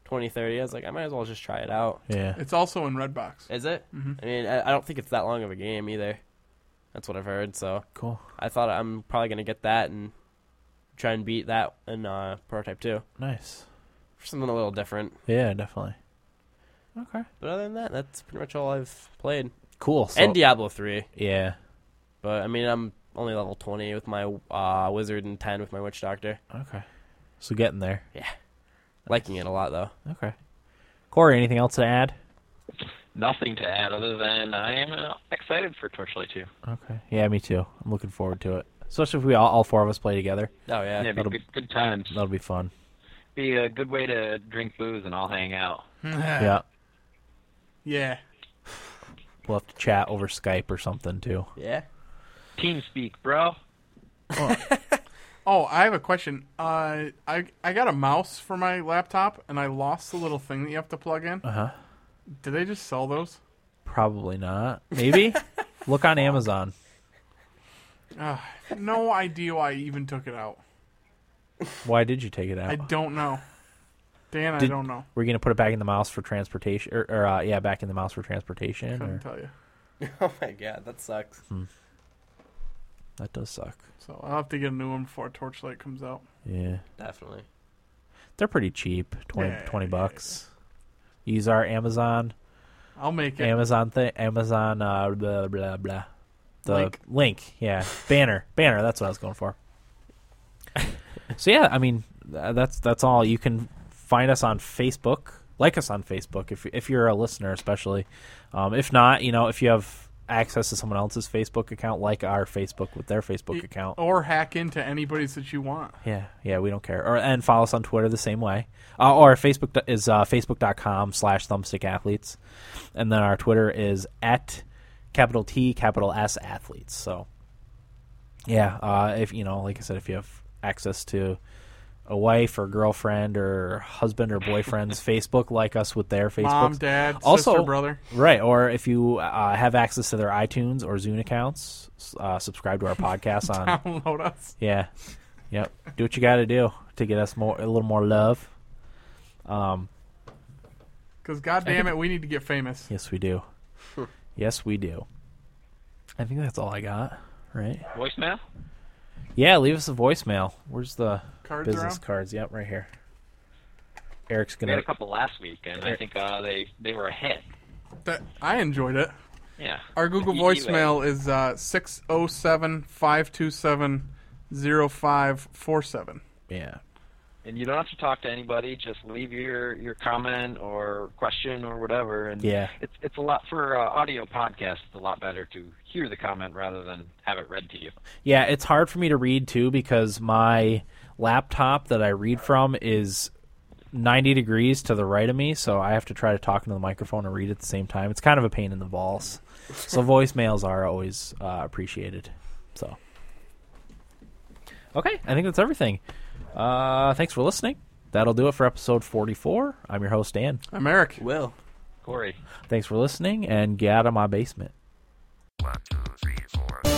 S3: 20, 30. I was like, I might as well just try it out.
S1: Yeah.
S2: It's also in Redbox.
S3: Is it? I mean, I, I don't think it's that long of a game either. That's what I've heard, so.
S1: Cool.
S3: I thought I'm probably going to get that and try and beat that in uh, Prototype 2
S1: Nice.
S3: for something a little different.
S1: Yeah, definitely. Okay.
S3: But other than that, that's pretty much all I've played.
S1: Cool. So,
S3: and Diablo 3.
S1: yeah.
S3: But I mean, I'm only level 20 with my uh, wizard and 10 with my witch doctor.
S1: Okay. So getting there.
S3: Liking it a lot, though.
S1: Okay. Corey, anything else to add?
S6: Nothing to add other than I am uh, excited for Torchlight 2.
S1: Okay. Yeah, me too. I'm looking forward to it. Especially if we all, all four of us play together.
S3: Oh, yeah.
S6: Yeah, be
S1: that'll-
S6: good, good times.
S1: That'll be fun.
S6: Be a good way to drink booze and all hang out.
S1: Yeah.
S2: Yeah.
S1: We'll have to chat over Skype or something too.
S3: Yeah.
S6: Team speak, bro.
S2: Oh, I have a question. Uh, I I got a mouse for my laptop, and I lost the little thing that you have to plug in. Uh
S1: Uh-huh.
S2: Did they just sell those?
S1: Probably not. Maybe. Look on Amazon.
S2: No idea why I even took it out.
S1: Why did you take it out?
S2: I don't know. Dan, I
S1: Did-
S2: don't know.
S1: Were you gonna put it back in the mouse for transportation, or, or uh, yeah, back in the mouse for transportation?
S2: Couldn't
S1: Or?
S2: tell you.
S3: Oh, my God. That sucks.
S1: That does suck.
S2: So I'll have to get a new one before Torchlight comes out.
S1: Yeah,
S3: Definitely.
S1: they're pretty cheap 20,
S2: Yeah,
S1: 20
S2: yeah,
S1: bucks. Use our Amazon
S2: I'll make it.
S1: Amazon thing Amazon uh, blah blah blah. The link,
S2: Link.
S1: yeah, banner, banner. That's what I was going for. so yeah, I mean th- that's that's all. You can find us on Facebook, like us on Facebook if if you're a listener, especially. Um, if not, you know if you have access to someone else's Facebook account, like our Facebook with their Facebook account.
S2: E- Or hack into anybody's that you want.
S1: Yeah, yeah, we don't care. Or and follow us on Twitter the same way. Uh, or Facebook do- is uh, facebook.com slash thumbstick athletes, and then our Twitter is at capital T capital S athletes. So yeah, uh, if you know, like I said, if you have access to a wife or girlfriend or husband or boyfriend's Facebook, like us with their Facebook.
S2: Mom, dad,
S1: Also-
S2: sister, brother.
S1: Right, or if you uh, have access to their iTunes or Zune accounts, s- uh, subscribe to our podcast on
S2: Download us.
S1: yeah. Yep. Do what you got to do to get us more a little more love. Um.
S2: Because, goddamn it, we need to get famous.
S1: Yes, we do.
S6: Hmm.
S1: yes, we do. I think that's all I got. Right.
S6: Voicemail?
S1: Yeah. Leave us a voicemail. Where's the
S2: Cards
S1: business
S2: around?
S1: cards? Yep, right here. Eric's
S6: We had
S1: gonna.
S6: a couple last week, and I think uh, they, they were a hit.
S2: That, I enjoyed it.
S6: Yeah. E-
S2: Our Google
S6: You- you
S2: voicemail is uh, 607 527 0547.
S1: Yeah.
S6: and you don't have to talk to anybody. Just leave your your comment or question or whatever. And
S1: Yeah.
S6: it's it's a lot for uh, audio podcasts. It's a lot better to hear the comment rather than have it read to you.
S1: Yeah, it's hard for me to read too because my laptop that I read from is 90 degrees to the right of me, so I have to try to talk into the microphone and read at the same time. It's kind of a pain in the balls. So voicemails are always uh, appreciated. So Okay, I think that's everything. Uh, thanks for listening. That'll do it for episode 44. I'm your host Dan.
S2: I'm Eric.
S3: Will.
S6: Corey.
S1: Thanks for listening and get out of my basement.
S8: One, two, three, four.